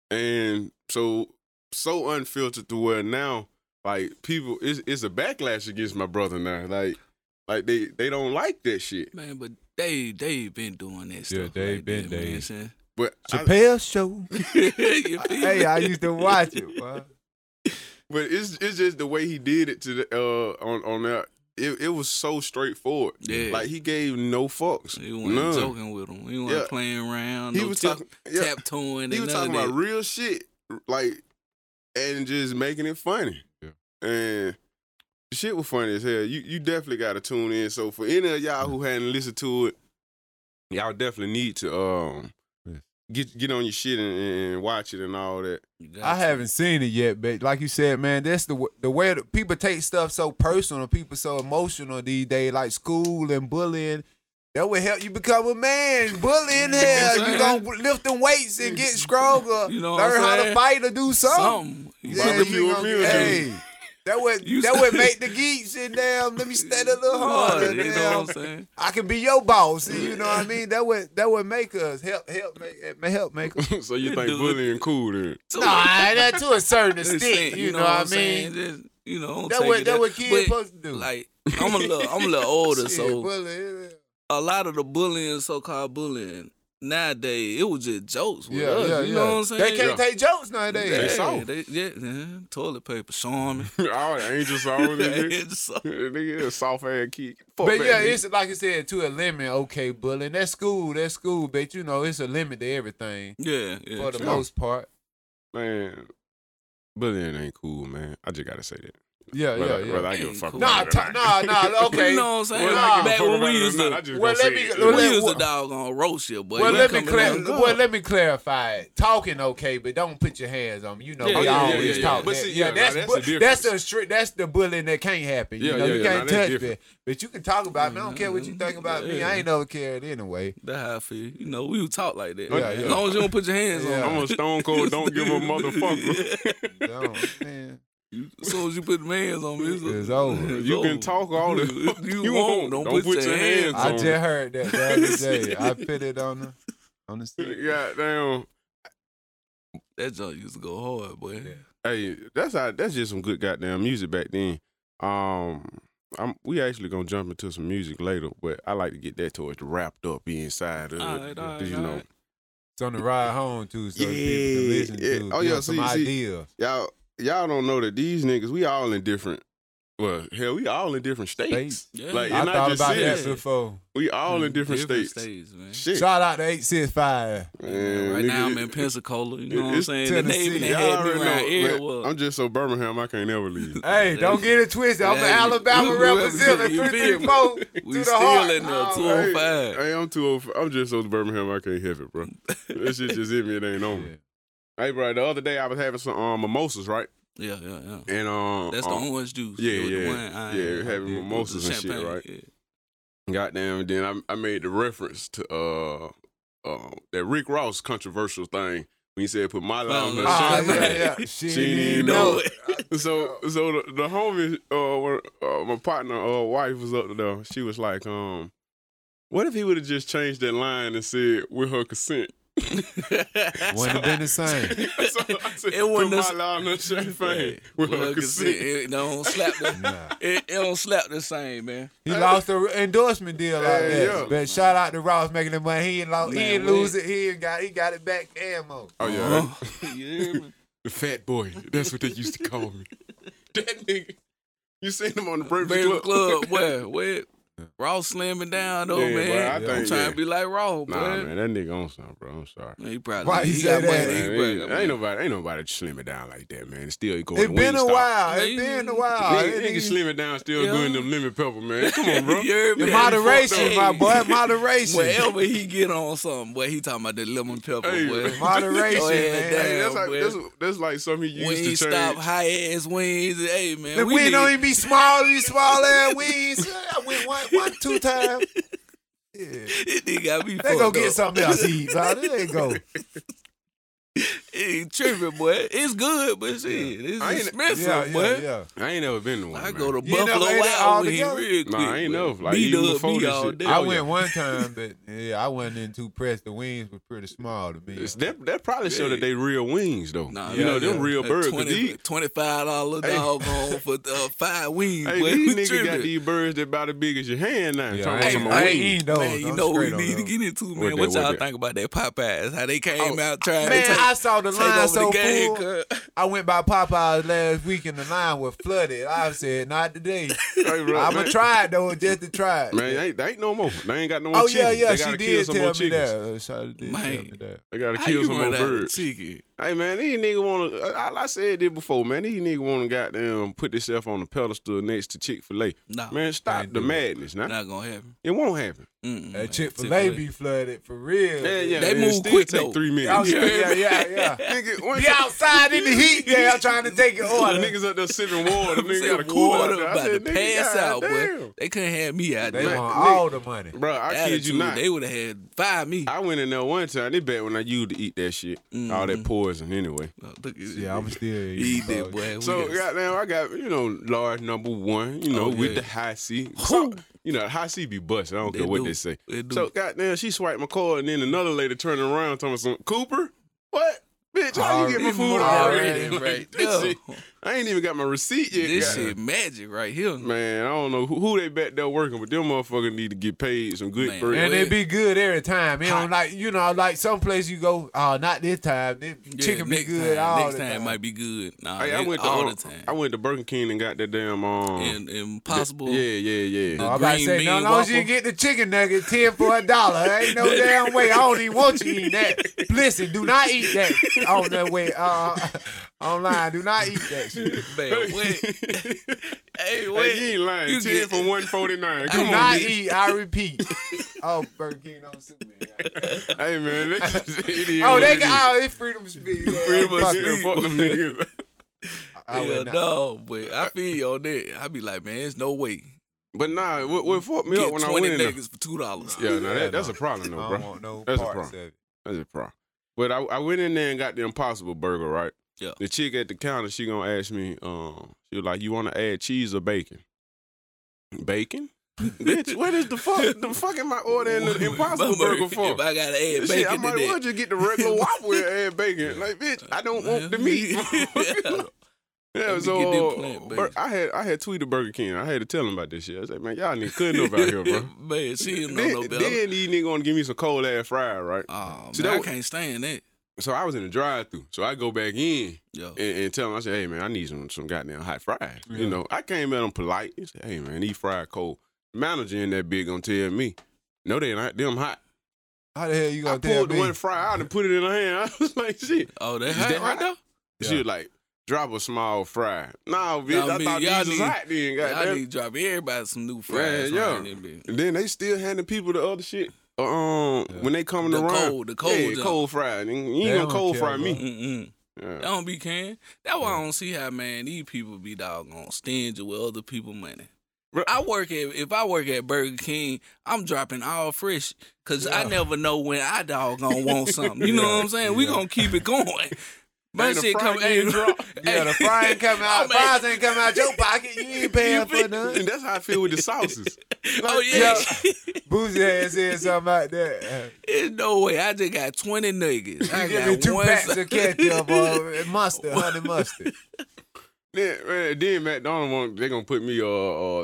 [SPEAKER 1] and so so unfiltered to where now, like people, it's it's a backlash against my brother now. Like like they they don't like that shit.
[SPEAKER 2] Man, but they they been doing that stuff.
[SPEAKER 4] Yeah, they
[SPEAKER 2] like
[SPEAKER 4] been
[SPEAKER 2] that, man,
[SPEAKER 4] they-
[SPEAKER 2] son.
[SPEAKER 1] But I,
[SPEAKER 3] Chappelle show.
[SPEAKER 2] You feel
[SPEAKER 3] hey,
[SPEAKER 2] me?
[SPEAKER 3] I used to watch it. Bro.
[SPEAKER 1] But it's it's just the way he did it to the uh on on that. It, it was so straightforward.
[SPEAKER 2] Yeah.
[SPEAKER 1] Like he gave no fucks.
[SPEAKER 2] He wasn't
[SPEAKER 1] None.
[SPEAKER 2] joking with him. He wasn't
[SPEAKER 1] Yeah.
[SPEAKER 2] playing around.
[SPEAKER 1] He
[SPEAKER 2] no
[SPEAKER 1] was
[SPEAKER 2] tip-
[SPEAKER 1] talking. Yeah,
[SPEAKER 2] tap toeing.
[SPEAKER 1] he
[SPEAKER 2] and
[SPEAKER 1] was
[SPEAKER 2] none
[SPEAKER 1] talking
[SPEAKER 2] of
[SPEAKER 1] about
[SPEAKER 2] that.
[SPEAKER 1] real shit, like, and just making it funny.
[SPEAKER 4] Yeah.
[SPEAKER 1] And the shit was funny as hell. You you definitely got to tune in. So for any of y'all who hadn't listened to it, y'all definitely need to um
[SPEAKER 4] Yes.
[SPEAKER 1] get get on your shit and, and watch it and all that.
[SPEAKER 2] You got
[SPEAKER 3] I
[SPEAKER 2] to.
[SPEAKER 3] haven't seen it yet, but like you said, man, that's the w- the way that people take stuff so personal. People so emotional these days, like school and bullying. That would help you become a man. Bullying
[SPEAKER 2] Yes,
[SPEAKER 3] hell, you
[SPEAKER 2] sir.
[SPEAKER 3] gonna lift them weights and get stronger.
[SPEAKER 2] You know what
[SPEAKER 3] learn
[SPEAKER 2] I'm
[SPEAKER 3] how to
[SPEAKER 2] saying?
[SPEAKER 3] fight or do something.
[SPEAKER 2] Something. You
[SPEAKER 1] Yeah,
[SPEAKER 2] feel me?
[SPEAKER 1] you you gonna- immune
[SPEAKER 3] hey, that would
[SPEAKER 2] You
[SPEAKER 3] that
[SPEAKER 2] s-
[SPEAKER 3] would make the geeks and damn. Let me study a little harder.
[SPEAKER 2] You know
[SPEAKER 3] damn.
[SPEAKER 2] what I'm saying?
[SPEAKER 3] I can be your boss. and You know what I mean? That would that would make us help help make help make us.
[SPEAKER 1] so you think
[SPEAKER 2] Dude.
[SPEAKER 1] bullying cool then?
[SPEAKER 3] No, I- that to a certain
[SPEAKER 2] Just
[SPEAKER 3] extent,
[SPEAKER 2] saying,
[SPEAKER 3] you, know, what I mean.
[SPEAKER 2] saying? Just, you know, don't
[SPEAKER 3] That
[SPEAKER 2] take
[SPEAKER 3] what
[SPEAKER 2] it
[SPEAKER 3] that what
[SPEAKER 2] there.
[SPEAKER 3] kids
[SPEAKER 2] But,
[SPEAKER 3] supposed to do.
[SPEAKER 2] Like, I'm a little, I'm a little older,
[SPEAKER 3] Shit,
[SPEAKER 2] so
[SPEAKER 3] bully,
[SPEAKER 2] a lot of the bullying, so-called bullying, nowadays it was just jokes with
[SPEAKER 3] yeah,
[SPEAKER 2] us.
[SPEAKER 3] yeah,
[SPEAKER 2] you
[SPEAKER 3] yeah.
[SPEAKER 2] know what I'm saying?
[SPEAKER 3] They can't
[SPEAKER 1] Yeah.
[SPEAKER 3] take jokes nowadays.
[SPEAKER 2] yeah,
[SPEAKER 1] They soft.
[SPEAKER 2] they- yeah, yeah, toilet paper, showing me.
[SPEAKER 1] all the angels all nigga.
[SPEAKER 2] So-
[SPEAKER 1] nigga, a soft ass kid. Fuck
[SPEAKER 3] But
[SPEAKER 1] that
[SPEAKER 3] yeah,
[SPEAKER 1] nigga.
[SPEAKER 3] it's like I said to a limit. Okay, bullying. That's cool. That's cool. But you know, it's a limit to everything
[SPEAKER 2] yeah, yeah.
[SPEAKER 3] for the
[SPEAKER 1] true.
[SPEAKER 3] most part.
[SPEAKER 1] man. Bullying ain't cool, man. I just gotta say that.
[SPEAKER 3] Yeah, yeah,
[SPEAKER 1] Whether,
[SPEAKER 3] yeah.
[SPEAKER 1] whether I give a fuck
[SPEAKER 2] Ain't cool.
[SPEAKER 3] Nah,
[SPEAKER 1] about it or
[SPEAKER 3] ta- nah,
[SPEAKER 1] not.
[SPEAKER 3] nah. Okay.
[SPEAKER 2] You know what I'm saying?
[SPEAKER 1] Whether
[SPEAKER 3] Nah.
[SPEAKER 1] I give a
[SPEAKER 2] Back
[SPEAKER 1] fuck
[SPEAKER 2] when
[SPEAKER 1] about
[SPEAKER 2] we
[SPEAKER 1] it or
[SPEAKER 2] used
[SPEAKER 1] not,
[SPEAKER 2] to-
[SPEAKER 1] I just
[SPEAKER 3] Well,
[SPEAKER 1] gonna
[SPEAKER 3] let
[SPEAKER 1] say
[SPEAKER 3] me-
[SPEAKER 1] it.
[SPEAKER 3] well,
[SPEAKER 2] we
[SPEAKER 3] let-
[SPEAKER 2] used
[SPEAKER 3] what-
[SPEAKER 2] to dog on roast you, but
[SPEAKER 3] Well,
[SPEAKER 2] you
[SPEAKER 3] let me
[SPEAKER 2] coming
[SPEAKER 3] clar-
[SPEAKER 2] in-
[SPEAKER 3] well, let me clarify. it. Talking okay, but don't put your hands on me. You know,
[SPEAKER 2] Yeah,
[SPEAKER 3] we
[SPEAKER 2] yeah, yeah,
[SPEAKER 3] always
[SPEAKER 2] yeah,
[SPEAKER 3] talk.
[SPEAKER 2] yeah.
[SPEAKER 1] But
[SPEAKER 3] that.
[SPEAKER 1] see,
[SPEAKER 3] yeah,
[SPEAKER 1] yeah, now
[SPEAKER 3] that's
[SPEAKER 1] that's
[SPEAKER 3] bu-
[SPEAKER 1] the difference.
[SPEAKER 3] that's the stri- that's the bullying that can't happen.
[SPEAKER 1] Yeah,
[SPEAKER 3] you know,
[SPEAKER 1] yeah,
[SPEAKER 3] you
[SPEAKER 1] yeah,
[SPEAKER 3] can't
[SPEAKER 1] now that's
[SPEAKER 3] touch me.
[SPEAKER 1] different.
[SPEAKER 3] But you can talk about me. I don't
[SPEAKER 2] Yeah,
[SPEAKER 3] care what you think about me.
[SPEAKER 2] yeah.
[SPEAKER 3] I ain't never cared anyway.
[SPEAKER 2] That's how I feel. You know, we would talk like that.
[SPEAKER 3] Yeah,
[SPEAKER 2] As
[SPEAKER 3] yeah.
[SPEAKER 2] long as you don't put your hands
[SPEAKER 3] Yeah.
[SPEAKER 2] on
[SPEAKER 1] I'm a stone cold. Don't give a motherfucker.
[SPEAKER 3] Don't, man.
[SPEAKER 2] You- As soon as you put your hands on me, it's,
[SPEAKER 3] It's over.
[SPEAKER 2] it's
[SPEAKER 1] You
[SPEAKER 2] over.
[SPEAKER 1] can talk all the fuck
[SPEAKER 2] You
[SPEAKER 1] you,
[SPEAKER 2] won't.
[SPEAKER 1] want.
[SPEAKER 2] Don't put your hands
[SPEAKER 3] I
[SPEAKER 1] on
[SPEAKER 3] just
[SPEAKER 1] me.
[SPEAKER 3] heard that the other day. I put it on the on the stick.
[SPEAKER 1] Goddamn.
[SPEAKER 2] That joint used to go hard, boy.
[SPEAKER 1] Hey, that's how, that's just some good goddamn music back then. Um, I'm we actually gonna jump into some music later, but I like to get that towards the wrapped up inside of it,
[SPEAKER 2] All right, all right,
[SPEAKER 1] you
[SPEAKER 2] all
[SPEAKER 1] know.
[SPEAKER 2] right.
[SPEAKER 3] It's on the ride home too, so that people
[SPEAKER 1] Yeah,
[SPEAKER 3] can listen
[SPEAKER 1] yeah.
[SPEAKER 3] to.
[SPEAKER 1] Oh,
[SPEAKER 3] give
[SPEAKER 1] yeah,
[SPEAKER 3] us some
[SPEAKER 1] see, see.
[SPEAKER 3] ideas.
[SPEAKER 1] y'all y'all don't know that these niggas we all in different well hell we all in different states,
[SPEAKER 3] States.
[SPEAKER 2] Yeah.
[SPEAKER 1] Like,
[SPEAKER 3] I
[SPEAKER 1] and I
[SPEAKER 3] thought
[SPEAKER 1] just
[SPEAKER 3] about
[SPEAKER 1] said
[SPEAKER 3] that
[SPEAKER 2] it.
[SPEAKER 3] before.
[SPEAKER 1] we all in different, states,
[SPEAKER 2] Mm, man.
[SPEAKER 1] shit
[SPEAKER 3] Shout out to eight six five.
[SPEAKER 1] Man,
[SPEAKER 2] right now
[SPEAKER 1] nigga,
[SPEAKER 2] I'm in Pensacola. You know what I'm
[SPEAKER 1] it's
[SPEAKER 2] saying? The
[SPEAKER 3] Tennessee.
[SPEAKER 2] name that
[SPEAKER 1] y'all
[SPEAKER 2] had me
[SPEAKER 1] already
[SPEAKER 2] around
[SPEAKER 1] know,
[SPEAKER 2] here
[SPEAKER 1] man,
[SPEAKER 2] was.
[SPEAKER 1] I'm just so Birmingham I can't ever leave
[SPEAKER 3] Hey, don't get it twisted. I'm an
[SPEAKER 2] Hey,
[SPEAKER 3] Alabama
[SPEAKER 2] you feel me?
[SPEAKER 3] representative.
[SPEAKER 2] You
[SPEAKER 3] Three,
[SPEAKER 2] feel
[SPEAKER 3] three,
[SPEAKER 2] me?
[SPEAKER 3] four.
[SPEAKER 2] We
[SPEAKER 3] the
[SPEAKER 2] still
[SPEAKER 3] heart.
[SPEAKER 2] in the
[SPEAKER 3] Oh,
[SPEAKER 1] hey,
[SPEAKER 2] 205.
[SPEAKER 1] hey I'm too old for, I'm just so Birmingham I can't help it bro this shit just hit me it ain't on me hey bro the other day I was having some um, mimosas right
[SPEAKER 2] Yeah, yeah, yeah.
[SPEAKER 1] and um
[SPEAKER 2] That's the
[SPEAKER 1] um,
[SPEAKER 2] orange juice.
[SPEAKER 1] yeah,
[SPEAKER 2] with the
[SPEAKER 1] yeah.
[SPEAKER 2] wine. I-
[SPEAKER 1] Yeah,
[SPEAKER 2] I
[SPEAKER 1] having
[SPEAKER 2] did. With
[SPEAKER 1] mimosas
[SPEAKER 2] the
[SPEAKER 1] and shit,
[SPEAKER 2] champagne,
[SPEAKER 1] right?
[SPEAKER 2] yeah.
[SPEAKER 1] goddamn then I, I made the reference to uh uh, that Rick Ross controversial thing when he said put my love on the
[SPEAKER 3] Ah,
[SPEAKER 2] Oh,
[SPEAKER 1] champagne.
[SPEAKER 3] yeah, yeah. She didn't even know it.
[SPEAKER 1] So so the, the homie uh, one- uh my partner uh wife was up there. She was like, um, what if he would have just changed that line and said with her consent?
[SPEAKER 3] Wouldn't have been the
[SPEAKER 1] so
[SPEAKER 3] same.
[SPEAKER 1] I said,
[SPEAKER 2] It
[SPEAKER 1] it
[SPEAKER 2] wouldn't
[SPEAKER 1] wouldn't
[SPEAKER 2] have-
[SPEAKER 1] put my line on champagne with
[SPEAKER 2] Well,
[SPEAKER 1] her
[SPEAKER 2] I can see
[SPEAKER 1] consent.
[SPEAKER 2] it, it don't slap the,
[SPEAKER 3] Nah.
[SPEAKER 2] it, it don't slap the same, man.
[SPEAKER 3] He lost the endorsement deal like
[SPEAKER 1] Hey,
[SPEAKER 3] that.
[SPEAKER 1] yeah.
[SPEAKER 3] But shout out to Ross making the money. He ain't lost.
[SPEAKER 2] Man,
[SPEAKER 3] he didn't
[SPEAKER 2] what?
[SPEAKER 3] lose it. He ain't got. He got it back ammo.
[SPEAKER 1] Oh yeah,
[SPEAKER 2] Uh-huh. You hear me?
[SPEAKER 1] The fat boy. That's what they used to call me. that nigga. You seen him on the Breakfast
[SPEAKER 2] Breakfast
[SPEAKER 1] Club?
[SPEAKER 2] Club, where, where, Raw slamming down though,
[SPEAKER 1] Yeah, boy, I
[SPEAKER 2] man. I'm
[SPEAKER 1] think-
[SPEAKER 2] trying
[SPEAKER 1] yeah.
[SPEAKER 2] to be like Raw, boy.
[SPEAKER 1] Nah, man, that nigga on something, bro. I'm sorry.
[SPEAKER 2] Man, He probably
[SPEAKER 3] Why
[SPEAKER 2] he
[SPEAKER 3] you
[SPEAKER 2] got
[SPEAKER 3] say
[SPEAKER 2] money.
[SPEAKER 3] that?
[SPEAKER 2] He
[SPEAKER 1] Man,
[SPEAKER 2] probably got
[SPEAKER 1] ain't,
[SPEAKER 2] money.
[SPEAKER 1] ain't nobody, ain't nobody slim it down like that, man. Still, you going
[SPEAKER 3] It been a
[SPEAKER 1] Wingstop.
[SPEAKER 3] while.
[SPEAKER 2] Man,
[SPEAKER 3] It been a
[SPEAKER 2] you-
[SPEAKER 3] while.
[SPEAKER 1] Nigga,
[SPEAKER 3] That
[SPEAKER 1] nigga
[SPEAKER 3] nigga-
[SPEAKER 1] slim it down, still
[SPEAKER 2] Yeah.
[SPEAKER 1] doing them lemon pepper, man. Come on, bro.
[SPEAKER 2] You heard me?
[SPEAKER 3] The moderation,
[SPEAKER 2] Hey,
[SPEAKER 3] my boy. Moderation.
[SPEAKER 2] Wherever he get on something, boy, he talking about the lemon pepper,
[SPEAKER 1] Hey,
[SPEAKER 2] boy.
[SPEAKER 3] Moderation,
[SPEAKER 2] Go ahead,
[SPEAKER 3] man.
[SPEAKER 1] Hey, that's,
[SPEAKER 2] down,
[SPEAKER 1] like,
[SPEAKER 2] boy.
[SPEAKER 1] that's, that's like something he used
[SPEAKER 2] Wings
[SPEAKER 1] to change.
[SPEAKER 2] stop high ass wings. Hey man,
[SPEAKER 3] The
[SPEAKER 2] we
[SPEAKER 3] wind
[SPEAKER 2] need-
[SPEAKER 3] don't even be small. These small ass wings. I went one, one, two times. Yeah.
[SPEAKER 2] It nigga got me
[SPEAKER 3] They go
[SPEAKER 2] fucked
[SPEAKER 3] get
[SPEAKER 2] up.
[SPEAKER 3] something else to eat, bro. They go.
[SPEAKER 2] Hey, tripping, boy. It's good, but shit, it's
[SPEAKER 1] I ain't-
[SPEAKER 2] expensive,
[SPEAKER 3] Yeah,
[SPEAKER 2] boy.
[SPEAKER 3] yeah, yeah.
[SPEAKER 1] I ain't never been to one.
[SPEAKER 2] I
[SPEAKER 1] man.
[SPEAKER 2] go to
[SPEAKER 3] You ain't never
[SPEAKER 2] Buffalo
[SPEAKER 3] ate it all
[SPEAKER 2] Wild Wings
[SPEAKER 3] together?
[SPEAKER 2] real quick.
[SPEAKER 1] Nah, I ain't
[SPEAKER 2] boy.
[SPEAKER 1] know. Like,
[SPEAKER 2] B-Dub,
[SPEAKER 1] even before
[SPEAKER 2] me
[SPEAKER 1] this
[SPEAKER 2] all
[SPEAKER 1] shit.
[SPEAKER 2] day.
[SPEAKER 3] I
[SPEAKER 1] yeah.
[SPEAKER 3] went one time, but yeah, I wasn't in too pressed. The wings were pretty small to me.
[SPEAKER 1] It's- that that probably show that
[SPEAKER 2] Yeah.
[SPEAKER 1] they real wings though.
[SPEAKER 2] Nah,
[SPEAKER 1] you know them real birds. 'cause these,
[SPEAKER 2] Twenty five dollar
[SPEAKER 1] Hey.
[SPEAKER 2] dog on for uh, five wings.
[SPEAKER 1] hey,
[SPEAKER 2] boy.
[SPEAKER 1] these
[SPEAKER 2] We
[SPEAKER 1] niggas
[SPEAKER 2] tripping.
[SPEAKER 1] got these birds that about as big as your hand now. Talking
[SPEAKER 3] Yeah,
[SPEAKER 1] about
[SPEAKER 2] ain't-
[SPEAKER 1] some
[SPEAKER 2] I ain't
[SPEAKER 1] wings.
[SPEAKER 3] eating those.
[SPEAKER 2] man, you
[SPEAKER 3] I'm
[SPEAKER 2] know what we
[SPEAKER 3] straight on
[SPEAKER 2] need to
[SPEAKER 3] those.
[SPEAKER 2] get into,
[SPEAKER 1] What
[SPEAKER 2] man. What
[SPEAKER 1] that- what
[SPEAKER 2] y'all
[SPEAKER 1] that-
[SPEAKER 2] think about that Popeyes? How they came
[SPEAKER 1] Oh,
[SPEAKER 2] out trying
[SPEAKER 3] Man,
[SPEAKER 2] to take,
[SPEAKER 3] I saw the
[SPEAKER 2] take over
[SPEAKER 3] line so
[SPEAKER 2] the game.
[SPEAKER 3] full.
[SPEAKER 2] cuz.
[SPEAKER 3] I went by Popeyes last week and the line was flooded. I said, not today.
[SPEAKER 1] Hey, bro,
[SPEAKER 3] I'ma
[SPEAKER 1] man.
[SPEAKER 3] try it though, just to try it.
[SPEAKER 1] Man, they ain't, they ain't no more. They ain't got no more
[SPEAKER 3] oh
[SPEAKER 1] chicken.
[SPEAKER 3] yeah, yeah,
[SPEAKER 1] They
[SPEAKER 3] she
[SPEAKER 1] gotta
[SPEAKER 3] did
[SPEAKER 1] kill some
[SPEAKER 3] tell
[SPEAKER 1] more
[SPEAKER 3] me
[SPEAKER 1] chickens.
[SPEAKER 3] that. She did tell
[SPEAKER 2] Man.
[SPEAKER 3] me that.
[SPEAKER 1] They gotta
[SPEAKER 2] How
[SPEAKER 1] kill
[SPEAKER 2] you
[SPEAKER 1] some
[SPEAKER 2] run
[SPEAKER 1] more
[SPEAKER 2] out of
[SPEAKER 1] birds.
[SPEAKER 2] chicken?
[SPEAKER 1] Hey man, these nigga wanna. I, I said this before, man. These nigga wanna goddamn put themselves on the pedestal next to Chick Fil A.
[SPEAKER 2] Nah,
[SPEAKER 1] Man, stop
[SPEAKER 3] Can't
[SPEAKER 1] the
[SPEAKER 3] do it.
[SPEAKER 1] madness now.
[SPEAKER 2] not gonna happen.
[SPEAKER 1] It won't happen.
[SPEAKER 2] Mm-mm, man.
[SPEAKER 3] That Chick Fil A be flooded for real.
[SPEAKER 1] Yeah, yeah.
[SPEAKER 2] They
[SPEAKER 1] it
[SPEAKER 2] move
[SPEAKER 1] still
[SPEAKER 2] quick,
[SPEAKER 1] Take
[SPEAKER 2] though.
[SPEAKER 1] three minutes.
[SPEAKER 3] Oh, yeah, yeah, yeah, yeah.
[SPEAKER 1] Nigga, one
[SPEAKER 3] Be outside in the heat, yeah, trying to take your
[SPEAKER 1] Oh,
[SPEAKER 3] order.
[SPEAKER 1] niggas up there sipping water. The nigga got a
[SPEAKER 2] Said,
[SPEAKER 1] cool out
[SPEAKER 2] water
[SPEAKER 1] there. I
[SPEAKER 2] about to
[SPEAKER 1] said, nigga,
[SPEAKER 2] pass
[SPEAKER 1] God
[SPEAKER 2] out, boy.
[SPEAKER 1] damn.
[SPEAKER 2] They couldn't have me out
[SPEAKER 3] They
[SPEAKER 2] there.
[SPEAKER 1] Man,
[SPEAKER 3] want
[SPEAKER 1] nigga.
[SPEAKER 3] all the money.
[SPEAKER 1] Bro, I kid you
[SPEAKER 2] Attitude,
[SPEAKER 1] not.
[SPEAKER 2] They would have had five me.
[SPEAKER 1] I went in there one time. They bet when I used to eat that shit. All
[SPEAKER 2] Mm-hmm.
[SPEAKER 1] that poison anyway.
[SPEAKER 2] Oh, look at
[SPEAKER 3] Yeah, I'm still
[SPEAKER 2] He did, boy. We
[SPEAKER 1] So
[SPEAKER 2] got-
[SPEAKER 1] goddamn, I got you know large number one. You know
[SPEAKER 2] Oh,
[SPEAKER 1] with
[SPEAKER 2] yeah.
[SPEAKER 1] the high C. So, you know the high C be busted. I don't
[SPEAKER 2] They
[SPEAKER 1] care what
[SPEAKER 2] do.
[SPEAKER 1] they say.
[SPEAKER 2] They do.
[SPEAKER 1] So goddamn, she swiped my card, and then another lady turned around, talking some Cooper. What? Bitch, how you get my
[SPEAKER 3] Already-
[SPEAKER 1] food already?
[SPEAKER 2] already,
[SPEAKER 1] Like,
[SPEAKER 2] right
[SPEAKER 1] this
[SPEAKER 2] there.
[SPEAKER 1] shit- I ain't even got my receipt yet.
[SPEAKER 2] This
[SPEAKER 1] goddamn.
[SPEAKER 2] shit magic right here.
[SPEAKER 1] Man, I don't know who, who they back there working, but them motherfuckers need to get paid some good
[SPEAKER 2] Man.
[SPEAKER 1] bread.
[SPEAKER 3] And
[SPEAKER 2] Well,
[SPEAKER 3] it be good every time. You know, like you know, like some place you go, oh, not this time. This
[SPEAKER 2] Yeah,
[SPEAKER 3] chicken be
[SPEAKER 2] next
[SPEAKER 3] good
[SPEAKER 2] time,
[SPEAKER 3] all
[SPEAKER 2] Next
[SPEAKER 3] the
[SPEAKER 2] time,
[SPEAKER 3] time.
[SPEAKER 2] might be good. Nah,
[SPEAKER 1] Hey, I
[SPEAKER 2] next-
[SPEAKER 1] went to
[SPEAKER 2] all
[SPEAKER 1] um,
[SPEAKER 2] the time.
[SPEAKER 1] I went to Burger King and got that damn um.
[SPEAKER 2] and impossible.
[SPEAKER 1] yeah, yeah,
[SPEAKER 3] Oh,
[SPEAKER 1] yeah.
[SPEAKER 3] I'm about to
[SPEAKER 2] green
[SPEAKER 3] say, no,
[SPEAKER 2] bean
[SPEAKER 3] no, you
[SPEAKER 2] waffle.
[SPEAKER 3] get the chicken nugget ten for a dollar. There Ain't no damn way. I don't even want you eating that. Listen, do not eat that on the way uh, online. Do not eat that shit.
[SPEAKER 2] Man, wait. hey,
[SPEAKER 1] Hey,
[SPEAKER 2] wait.
[SPEAKER 1] you ain't lying.
[SPEAKER 2] You
[SPEAKER 1] Ten
[SPEAKER 2] get-
[SPEAKER 1] for one forty nine.
[SPEAKER 3] Do
[SPEAKER 1] Come on,
[SPEAKER 3] not
[SPEAKER 1] bitch.
[SPEAKER 3] eat. I repeat. Oh, Burger King don't sue me.
[SPEAKER 1] hey man. They just, it is
[SPEAKER 3] Oh,
[SPEAKER 1] what
[SPEAKER 3] they
[SPEAKER 1] it is.
[SPEAKER 3] got oh, it's freedom of speech. Yeah,
[SPEAKER 1] Pretty much,
[SPEAKER 3] fuck
[SPEAKER 1] yeah,
[SPEAKER 3] it.
[SPEAKER 1] fuck them niggas.
[SPEAKER 3] I would
[SPEAKER 2] Hell
[SPEAKER 3] not.
[SPEAKER 2] no, but I feel you on that. I be like, man, there's no way.
[SPEAKER 1] But nah, what, what fucked me up
[SPEAKER 2] Get
[SPEAKER 1] when I
[SPEAKER 2] twenty
[SPEAKER 1] went in there?
[SPEAKER 2] niggas for two dollars.
[SPEAKER 1] Yeah, no,
[SPEAKER 3] Yeah,
[SPEAKER 1] that, that's
[SPEAKER 3] no.
[SPEAKER 1] a problem
[SPEAKER 3] I
[SPEAKER 1] though,
[SPEAKER 3] don't
[SPEAKER 1] bro.
[SPEAKER 3] want no
[SPEAKER 1] That's a
[SPEAKER 3] parts
[SPEAKER 1] problem.
[SPEAKER 3] of it.
[SPEAKER 1] That's a problem. But I, I went in there and got the Impossible Burger, right?
[SPEAKER 2] Yeah.
[SPEAKER 1] The chick at the counter, she gonna ask me, um, she was like, "You want to add cheese or bacon?" Bacon, bitch. What is the fuck? The fuck am I ordering the Impossible Burger for?
[SPEAKER 2] If I gotta
[SPEAKER 1] Shit,
[SPEAKER 2] add bacon
[SPEAKER 1] I
[SPEAKER 2] to
[SPEAKER 1] might as well
[SPEAKER 2] that,
[SPEAKER 1] just get the regular waffle and add bacon. Like, bitch, I don't want the meat.
[SPEAKER 2] Yeah.
[SPEAKER 1] Yeah,
[SPEAKER 2] Let me get
[SPEAKER 1] so
[SPEAKER 2] them plant
[SPEAKER 1] Bur-
[SPEAKER 2] based.
[SPEAKER 1] I had I had tweeted Burger King. I had to tell him about this shit. I said, man, y'all need cutting up out here, bro.
[SPEAKER 2] man, she didn't know
[SPEAKER 1] then,
[SPEAKER 2] no better.
[SPEAKER 1] then these niggas gonna give me some cold ass fried, right?
[SPEAKER 2] oh man,
[SPEAKER 1] See, that
[SPEAKER 2] I
[SPEAKER 1] was-
[SPEAKER 2] can't stand that.
[SPEAKER 1] So I was in the drive through. So I go back in
[SPEAKER 2] Yo,
[SPEAKER 1] and, and tell him, I said, hey man, I need some some goddamn hot fries. You know, I came at him polite. He said, hey man, these fried cold. Manager in that bitch gonna tell me, no, they not them hot.
[SPEAKER 3] How the hell you
[SPEAKER 1] I
[SPEAKER 3] gonna tell
[SPEAKER 1] pulled the
[SPEAKER 3] me?
[SPEAKER 1] one fry out and put it in her hand. I was like, shit.
[SPEAKER 2] oh that
[SPEAKER 1] Is
[SPEAKER 2] hot
[SPEAKER 1] that
[SPEAKER 2] right there.
[SPEAKER 1] She
[SPEAKER 3] Yeah.
[SPEAKER 1] was like, drop a small fry. Nah, bitch,
[SPEAKER 2] Nah,
[SPEAKER 1] I
[SPEAKER 2] man,
[SPEAKER 1] thought these
[SPEAKER 2] y'all
[SPEAKER 1] was
[SPEAKER 2] need-
[SPEAKER 1] hot then,
[SPEAKER 2] I
[SPEAKER 1] goddamn.
[SPEAKER 2] need to drop everybody some new fries.
[SPEAKER 1] yeah.
[SPEAKER 2] right in there, bitch.
[SPEAKER 1] And then they still handing people the other shit. uh, Um, when they coming
[SPEAKER 2] The
[SPEAKER 1] around,
[SPEAKER 2] cold- the cold
[SPEAKER 1] yeah,
[SPEAKER 2] jump.
[SPEAKER 1] cold fried. You ain't
[SPEAKER 3] They
[SPEAKER 1] gonna
[SPEAKER 3] don't
[SPEAKER 1] cold
[SPEAKER 3] care,
[SPEAKER 1] fry
[SPEAKER 3] bro.
[SPEAKER 1] me.
[SPEAKER 2] Mm-mm. That
[SPEAKER 1] Yeah.
[SPEAKER 2] don't be can. That's why I don't see how man these people be doggone stingy with other people money.
[SPEAKER 1] Bro-
[SPEAKER 2] I work at if I work at Burger King, I'm dropping all fresh because I never know when I doggone want something. You know what I'm saying? We gonna keep it going.
[SPEAKER 1] Ain't
[SPEAKER 2] Man,
[SPEAKER 1] a
[SPEAKER 2] shit
[SPEAKER 1] fry
[SPEAKER 2] come. oh,
[SPEAKER 1] getting
[SPEAKER 2] ain't-
[SPEAKER 1] dropped.
[SPEAKER 3] Yeah, the fry ain't coming out.
[SPEAKER 2] I'm at-
[SPEAKER 3] Fries ain't coming out your pocket. You ain't paying for none.
[SPEAKER 1] And that's how I feel with the sauces.
[SPEAKER 2] Oh yeah,
[SPEAKER 3] Boozy ass said something like that.
[SPEAKER 2] there's no way. I just got twenty niggas. I
[SPEAKER 3] You give me
[SPEAKER 2] got
[SPEAKER 3] two
[SPEAKER 2] one.
[SPEAKER 3] packs
[SPEAKER 2] side-
[SPEAKER 3] of ketchup or mustard, honey mustard.
[SPEAKER 1] Then, man, then McDonald's want they gonna put me uh,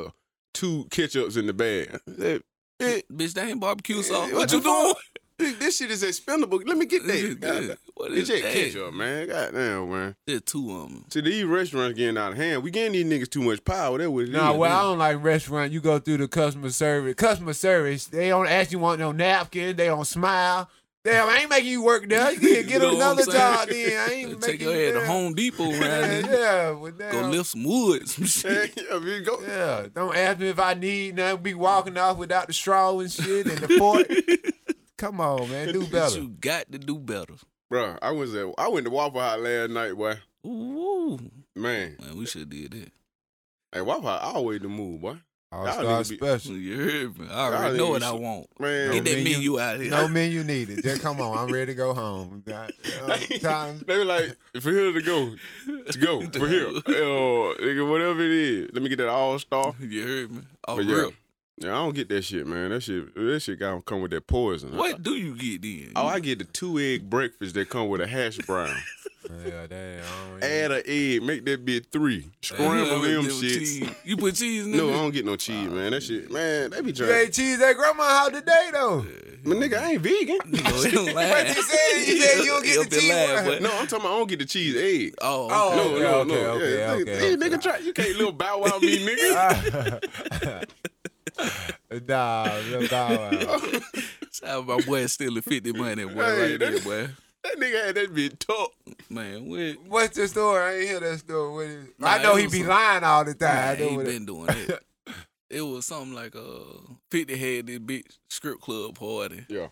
[SPEAKER 1] uh two ketchups in the bag. I said, "Bitch,
[SPEAKER 2] Bitch, that ain't barbecue sauce.
[SPEAKER 1] What
[SPEAKER 2] What
[SPEAKER 1] the
[SPEAKER 2] you doing?
[SPEAKER 1] This, this shit is expendable. Let me get
[SPEAKER 2] This is
[SPEAKER 1] that.
[SPEAKER 2] good.
[SPEAKER 1] God,
[SPEAKER 2] What
[SPEAKER 1] It
[SPEAKER 2] is
[SPEAKER 1] just catch
[SPEAKER 2] that?
[SPEAKER 1] up, man. Goddamn, man.
[SPEAKER 2] There's two of them.
[SPEAKER 1] See, these restaurants getting out of hand. We getting these niggas too much power. That was
[SPEAKER 3] Nah, well, I don't like restaurant. You go through the customer service. Customer service, they don't ask you want no napkin. They don't smile. Damn, I ain't making you work there. You can
[SPEAKER 2] You
[SPEAKER 3] get
[SPEAKER 2] know what
[SPEAKER 3] another
[SPEAKER 2] I'm
[SPEAKER 3] job
[SPEAKER 2] saying?
[SPEAKER 3] then. I ain't
[SPEAKER 2] Take
[SPEAKER 3] making
[SPEAKER 2] your
[SPEAKER 3] you
[SPEAKER 2] head to
[SPEAKER 3] there.
[SPEAKER 2] Home Depot
[SPEAKER 3] Yeah,
[SPEAKER 2] around here.
[SPEAKER 3] yeah, well,
[SPEAKER 2] Go
[SPEAKER 3] damn.
[SPEAKER 2] lift some wood, some shit.
[SPEAKER 1] I mean, go.
[SPEAKER 3] Yeah, don't ask me if I need nothing. Be walking off without the straw and shit and the fork. Come on, man, do
[SPEAKER 2] But
[SPEAKER 3] better.
[SPEAKER 2] you got to do better.
[SPEAKER 1] Bro, I was at I went to Waffle House last night, boy.
[SPEAKER 2] Ooh,
[SPEAKER 1] Man,
[SPEAKER 2] man, we should did that.
[SPEAKER 1] hey, Waffle House always the move, boy.
[SPEAKER 3] All
[SPEAKER 1] Y'all
[SPEAKER 3] star
[SPEAKER 1] niggas be-
[SPEAKER 3] special.
[SPEAKER 2] You heard me. I
[SPEAKER 1] Y'all
[SPEAKER 2] already know what
[SPEAKER 1] niggas-
[SPEAKER 2] I want.
[SPEAKER 1] Man,
[SPEAKER 2] Get that
[SPEAKER 3] menu.
[SPEAKER 2] menu out here.
[SPEAKER 3] No menu needed. Just come on, I'm ready to go home. That- uh, time-
[SPEAKER 1] they were like, for here to go, to go for here. Oh, nigga, whatever it is, let me get that all star.
[SPEAKER 2] You heard me. Oh,
[SPEAKER 1] But yeah,
[SPEAKER 2] real.
[SPEAKER 1] yeah, I don't get that shit, man. That shit, that shit got to come with that poison.
[SPEAKER 2] What do you get then?
[SPEAKER 1] Oh, I get the two egg breakfast that come with a hash brown.
[SPEAKER 3] Yeah, damn. I don't even-
[SPEAKER 1] Add an egg, make that be three. Scramble them shits.
[SPEAKER 2] Cheese. You put cheese in
[SPEAKER 1] No, I
[SPEAKER 2] there?
[SPEAKER 1] don't get no cheese, man. That shit, man, they be
[SPEAKER 3] You
[SPEAKER 1] trying.
[SPEAKER 3] ate cheese at grandma's house today though.
[SPEAKER 1] But nigga, I ain't vegan.
[SPEAKER 2] don't laugh.
[SPEAKER 3] you said- you said you don't get the
[SPEAKER 2] You'll be
[SPEAKER 3] cheese
[SPEAKER 2] laugh,
[SPEAKER 3] one.
[SPEAKER 2] but-
[SPEAKER 1] No, I'm talking about I don't get the cheese egg.
[SPEAKER 2] Oh,
[SPEAKER 3] Oh,
[SPEAKER 2] okay.
[SPEAKER 1] No,
[SPEAKER 3] okay,
[SPEAKER 1] no,
[SPEAKER 3] okay,
[SPEAKER 1] no.
[SPEAKER 3] okay,
[SPEAKER 1] yeah,
[SPEAKER 3] okay,
[SPEAKER 1] nigga, hey,
[SPEAKER 3] okay.
[SPEAKER 1] nigga, try. You can't little bow wow me, nigga.
[SPEAKER 3] nah, no, nah,
[SPEAKER 2] Ah.
[SPEAKER 3] nah.
[SPEAKER 2] Shout out my boy still at 50 money,
[SPEAKER 1] Hey,
[SPEAKER 2] boy,
[SPEAKER 1] that-
[SPEAKER 2] right there, boy.
[SPEAKER 1] That nigga had that bitch tough.
[SPEAKER 2] Man, what?
[SPEAKER 3] What's the story? I ain't hear that story. What is,
[SPEAKER 2] Nah,
[SPEAKER 3] I know
[SPEAKER 2] it
[SPEAKER 3] he
[SPEAKER 2] was
[SPEAKER 3] be
[SPEAKER 2] a-
[SPEAKER 3] lying all the time.
[SPEAKER 2] Nah,
[SPEAKER 3] I
[SPEAKER 2] he
[SPEAKER 3] know
[SPEAKER 2] ain't
[SPEAKER 3] what it-
[SPEAKER 2] been doing that. It was something like uh, 50 had this big strip club party
[SPEAKER 1] Yeah.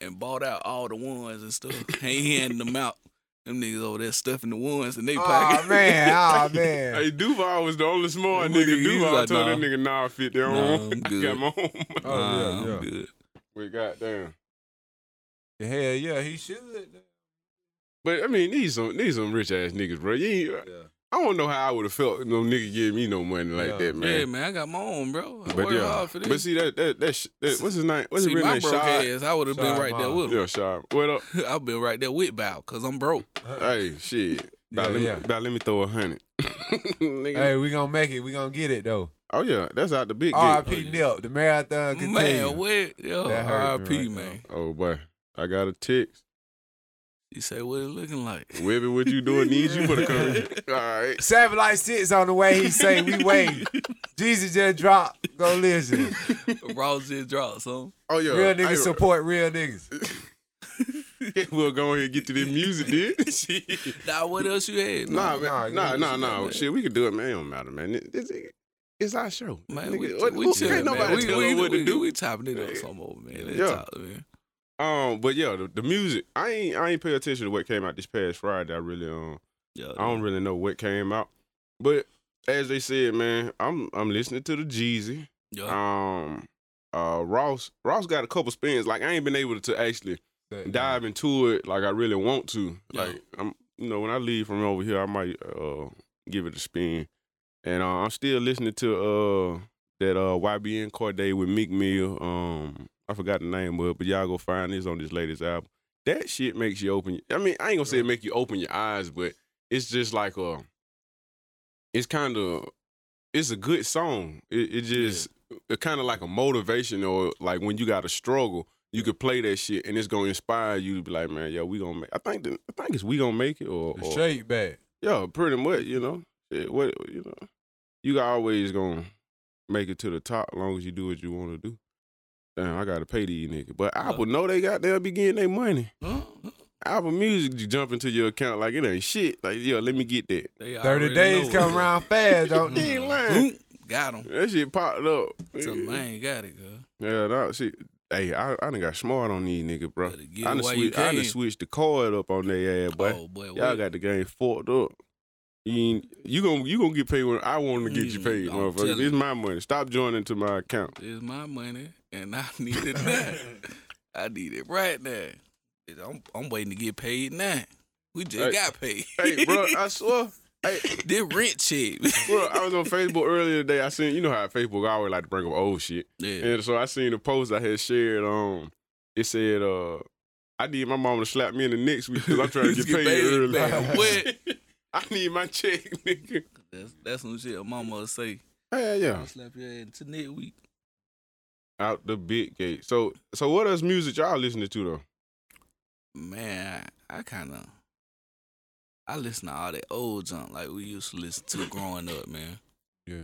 [SPEAKER 2] and bought out all the ones and stuff. and he handing them out. Them niggas over there stuffing the ones in their
[SPEAKER 3] Oh
[SPEAKER 2] pocket.
[SPEAKER 3] man, oh man.
[SPEAKER 1] Hey, Duval was the only small
[SPEAKER 2] What
[SPEAKER 1] nigga.
[SPEAKER 2] he- he was
[SPEAKER 1] Duval
[SPEAKER 2] like,
[SPEAKER 1] told that
[SPEAKER 2] nah.
[SPEAKER 1] nigga, nah, I fit their
[SPEAKER 2] Nah,
[SPEAKER 1] own.
[SPEAKER 2] I'm
[SPEAKER 1] I
[SPEAKER 2] good.
[SPEAKER 1] got my own.
[SPEAKER 3] Oh, yeah,
[SPEAKER 2] Nah, I'm
[SPEAKER 3] yeah.
[SPEAKER 2] good.
[SPEAKER 1] we got down.
[SPEAKER 3] Hell yeah, he should.
[SPEAKER 1] But I mean, these some these some rich ass niggas, bro. You ain't,
[SPEAKER 3] Yeah.
[SPEAKER 1] I don't know how I would have felt if no nigga gave me no money like
[SPEAKER 3] Yeah.
[SPEAKER 1] that,
[SPEAKER 2] Yeah,
[SPEAKER 1] man.
[SPEAKER 2] man, I got my own, bro. I
[SPEAKER 1] but
[SPEAKER 2] worked
[SPEAKER 1] yeah,
[SPEAKER 2] hard for this.
[SPEAKER 1] but see that that that, sh- that what's his name? What's
[SPEAKER 2] See,
[SPEAKER 1] his real
[SPEAKER 2] my
[SPEAKER 1] name?
[SPEAKER 2] broke
[SPEAKER 1] Shy.
[SPEAKER 2] ass, I would have been
[SPEAKER 3] Shy
[SPEAKER 2] right there
[SPEAKER 3] Ma.
[SPEAKER 2] with him.
[SPEAKER 1] Yeah, Shy. What up?
[SPEAKER 2] I've been right there with Bow because I'm broke.
[SPEAKER 1] hey, shit. Bow,
[SPEAKER 3] Yeah,
[SPEAKER 1] let, me,
[SPEAKER 3] yeah.
[SPEAKER 1] bow, let me throw a hundred. Nigga.
[SPEAKER 3] Hey, we gonna make it. We gonna get it though.
[SPEAKER 1] Oh yeah, that's out the big gate.
[SPEAKER 3] R.I.P. Nip. The marathon
[SPEAKER 2] Man,
[SPEAKER 3] continues.
[SPEAKER 2] what? Yo,
[SPEAKER 3] That hurt
[SPEAKER 2] RIP,
[SPEAKER 3] me right
[SPEAKER 2] man.
[SPEAKER 1] Oh boy, I got a text.
[SPEAKER 2] You say, what it looking like?
[SPEAKER 1] Webby, what you doing? Needs you for the curry. All right.
[SPEAKER 3] Savage Life sits on the way. He say we wait. Jesus just dropped. Go listen.
[SPEAKER 2] Ross just dropped some.
[SPEAKER 1] Oh yeah,
[SPEAKER 3] Real niggas
[SPEAKER 1] Hey,
[SPEAKER 3] support real niggas.
[SPEAKER 1] We'll go ahead and get to this music, dude. Shit.
[SPEAKER 2] Nah, what else you had?
[SPEAKER 1] Nah,
[SPEAKER 3] No, no,
[SPEAKER 1] man.
[SPEAKER 3] you
[SPEAKER 1] Nah,
[SPEAKER 3] don't
[SPEAKER 1] nah,
[SPEAKER 2] do
[SPEAKER 1] nah.
[SPEAKER 2] that, man.
[SPEAKER 1] Shit, we can do it, man. It don't matter, man. It- It's, it's our show.
[SPEAKER 2] Man,
[SPEAKER 1] Nigga,
[SPEAKER 2] we,
[SPEAKER 1] what-
[SPEAKER 2] we
[SPEAKER 1] who-
[SPEAKER 2] chill,
[SPEAKER 1] can't nobody
[SPEAKER 2] man. We,
[SPEAKER 1] tell
[SPEAKER 2] we,
[SPEAKER 1] us what
[SPEAKER 2] we,
[SPEAKER 1] to do.
[SPEAKER 2] We topping it up some more, man. Let's
[SPEAKER 1] Yeah.
[SPEAKER 2] talk, man.
[SPEAKER 1] Um, but yeah, the, the music. I ain't I ain't pay attention to what came out this past Friday. I really um
[SPEAKER 2] Yeah,
[SPEAKER 1] I don't really know what came out. But as they said, man, I'm I'm listening to the Jeezy.
[SPEAKER 2] yeah.
[SPEAKER 1] Um uh Ross Ross got a couple spins. Like I ain't been able to actually dive into it like I really want to.
[SPEAKER 2] Yeah.
[SPEAKER 1] Like I'm, you know, when I leave from over here, I might uh give it a spin. And uh, I'm still listening to uh that uh YBN Corday with Meek Mill. Um, I forgot the name of, it, but y'all go find this on this latest album. That shit makes you open. I mean, I ain't gonna say it make you open your eyes, but it's just like a. It's kind of, it's a good song. It, it just it's kind of like a motivation or like when you got to struggle you could play that shit and it's gonna inspire you to be like, man, yo, we gonna make. I think the, I think it's we gonna make it or,
[SPEAKER 3] The
[SPEAKER 1] or
[SPEAKER 3] straight back.
[SPEAKER 1] yeah, pretty much, you know. Shit, what you know, you always gonna make it to the top as long as you do what you want to do. Damn, I gotta pay these niggas, but Apple know they got they'll be getting their money.
[SPEAKER 2] Huh?
[SPEAKER 1] Apple Music you jump into your account like it ain't shit. Like yo, let me get that.
[SPEAKER 2] They already
[SPEAKER 3] Thirty days
[SPEAKER 2] know
[SPEAKER 3] come
[SPEAKER 2] it.
[SPEAKER 3] around fast, don't
[SPEAKER 1] He
[SPEAKER 3] they?
[SPEAKER 1] ain't lying.
[SPEAKER 2] Boom, Got him.
[SPEAKER 1] That shit popped up.
[SPEAKER 2] Tell 'em I ain't got it, girl.
[SPEAKER 1] Yeah, no, see, hey, I, I done got smart on these niggas, bro.
[SPEAKER 2] Better get
[SPEAKER 1] I done,
[SPEAKER 2] it while you
[SPEAKER 1] switch, I done
[SPEAKER 2] can.
[SPEAKER 1] switched the card up on their ass, boy.
[SPEAKER 2] Oh, boy.
[SPEAKER 1] Y'all
[SPEAKER 2] what?
[SPEAKER 1] got the game fucked up. You ain't- you gonna you gonna get paid when I want to get you
[SPEAKER 2] Mm,
[SPEAKER 1] paid,
[SPEAKER 2] I'm
[SPEAKER 1] motherfucker.
[SPEAKER 2] telling
[SPEAKER 1] It's
[SPEAKER 2] you.
[SPEAKER 1] my money. Stop joining to my account.
[SPEAKER 2] It's my money, and I need it now. I need it right now. Bitch, I'm, I'm waiting to get paid now. We just
[SPEAKER 1] Hey.
[SPEAKER 2] got paid.
[SPEAKER 1] Hey, bro, I swear. Hey,
[SPEAKER 2] this rent check.
[SPEAKER 1] bro, I was on Facebook earlier today. I seen you know how Facebook I always like to bring up old shit,
[SPEAKER 2] yeah.
[SPEAKER 1] and so I seen a post I had shared. Um, it said, uh, I need my mama to slap me in the next week because I'm trying to get,
[SPEAKER 2] Get
[SPEAKER 1] paid,
[SPEAKER 2] paid,
[SPEAKER 1] early.
[SPEAKER 2] man. What?
[SPEAKER 1] I need my check, nigga.
[SPEAKER 2] That's, that's some shit mama would say.
[SPEAKER 1] Yeah, yeah.
[SPEAKER 2] I slap your ass to next week.
[SPEAKER 1] Out the big gate. So, so what else music y'all listening to though?
[SPEAKER 2] man, I kind of I listen to all that old junk like we used to listen to growing up, man.
[SPEAKER 1] Yeah.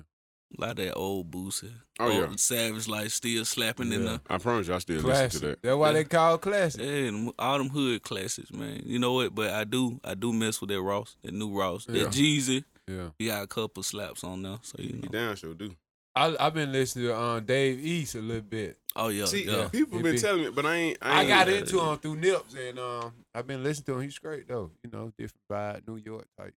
[SPEAKER 2] A lot of that old Boosie.
[SPEAKER 1] Oh, yeah.
[SPEAKER 2] Old Savage like still slapping in
[SPEAKER 5] Yeah.
[SPEAKER 2] the
[SPEAKER 1] I promise you, I still listen
[SPEAKER 3] Classic.
[SPEAKER 1] to that.
[SPEAKER 3] That's why they call classic.
[SPEAKER 2] yeah, them- all them hood classics, man. You know what? But I do I do mess with that Ross, that new Ross,
[SPEAKER 1] Yeah.
[SPEAKER 2] that Jeezy.
[SPEAKER 1] Yeah,
[SPEAKER 2] He got a couple slaps on there, so you
[SPEAKER 1] he
[SPEAKER 2] know.
[SPEAKER 1] down sure do.
[SPEAKER 3] I, I've been listening to um, Dave East a little bit.
[SPEAKER 2] Oh yeah,
[SPEAKER 1] See,
[SPEAKER 2] yeah.
[SPEAKER 1] people
[SPEAKER 3] he
[SPEAKER 1] been
[SPEAKER 3] be-
[SPEAKER 1] telling me, but I ain't. I,
[SPEAKER 3] I
[SPEAKER 1] ain't
[SPEAKER 3] got
[SPEAKER 2] Yeah.
[SPEAKER 3] into him through Nips, and um, I've been listening to him. He's great though. You know, different vibe, New York type.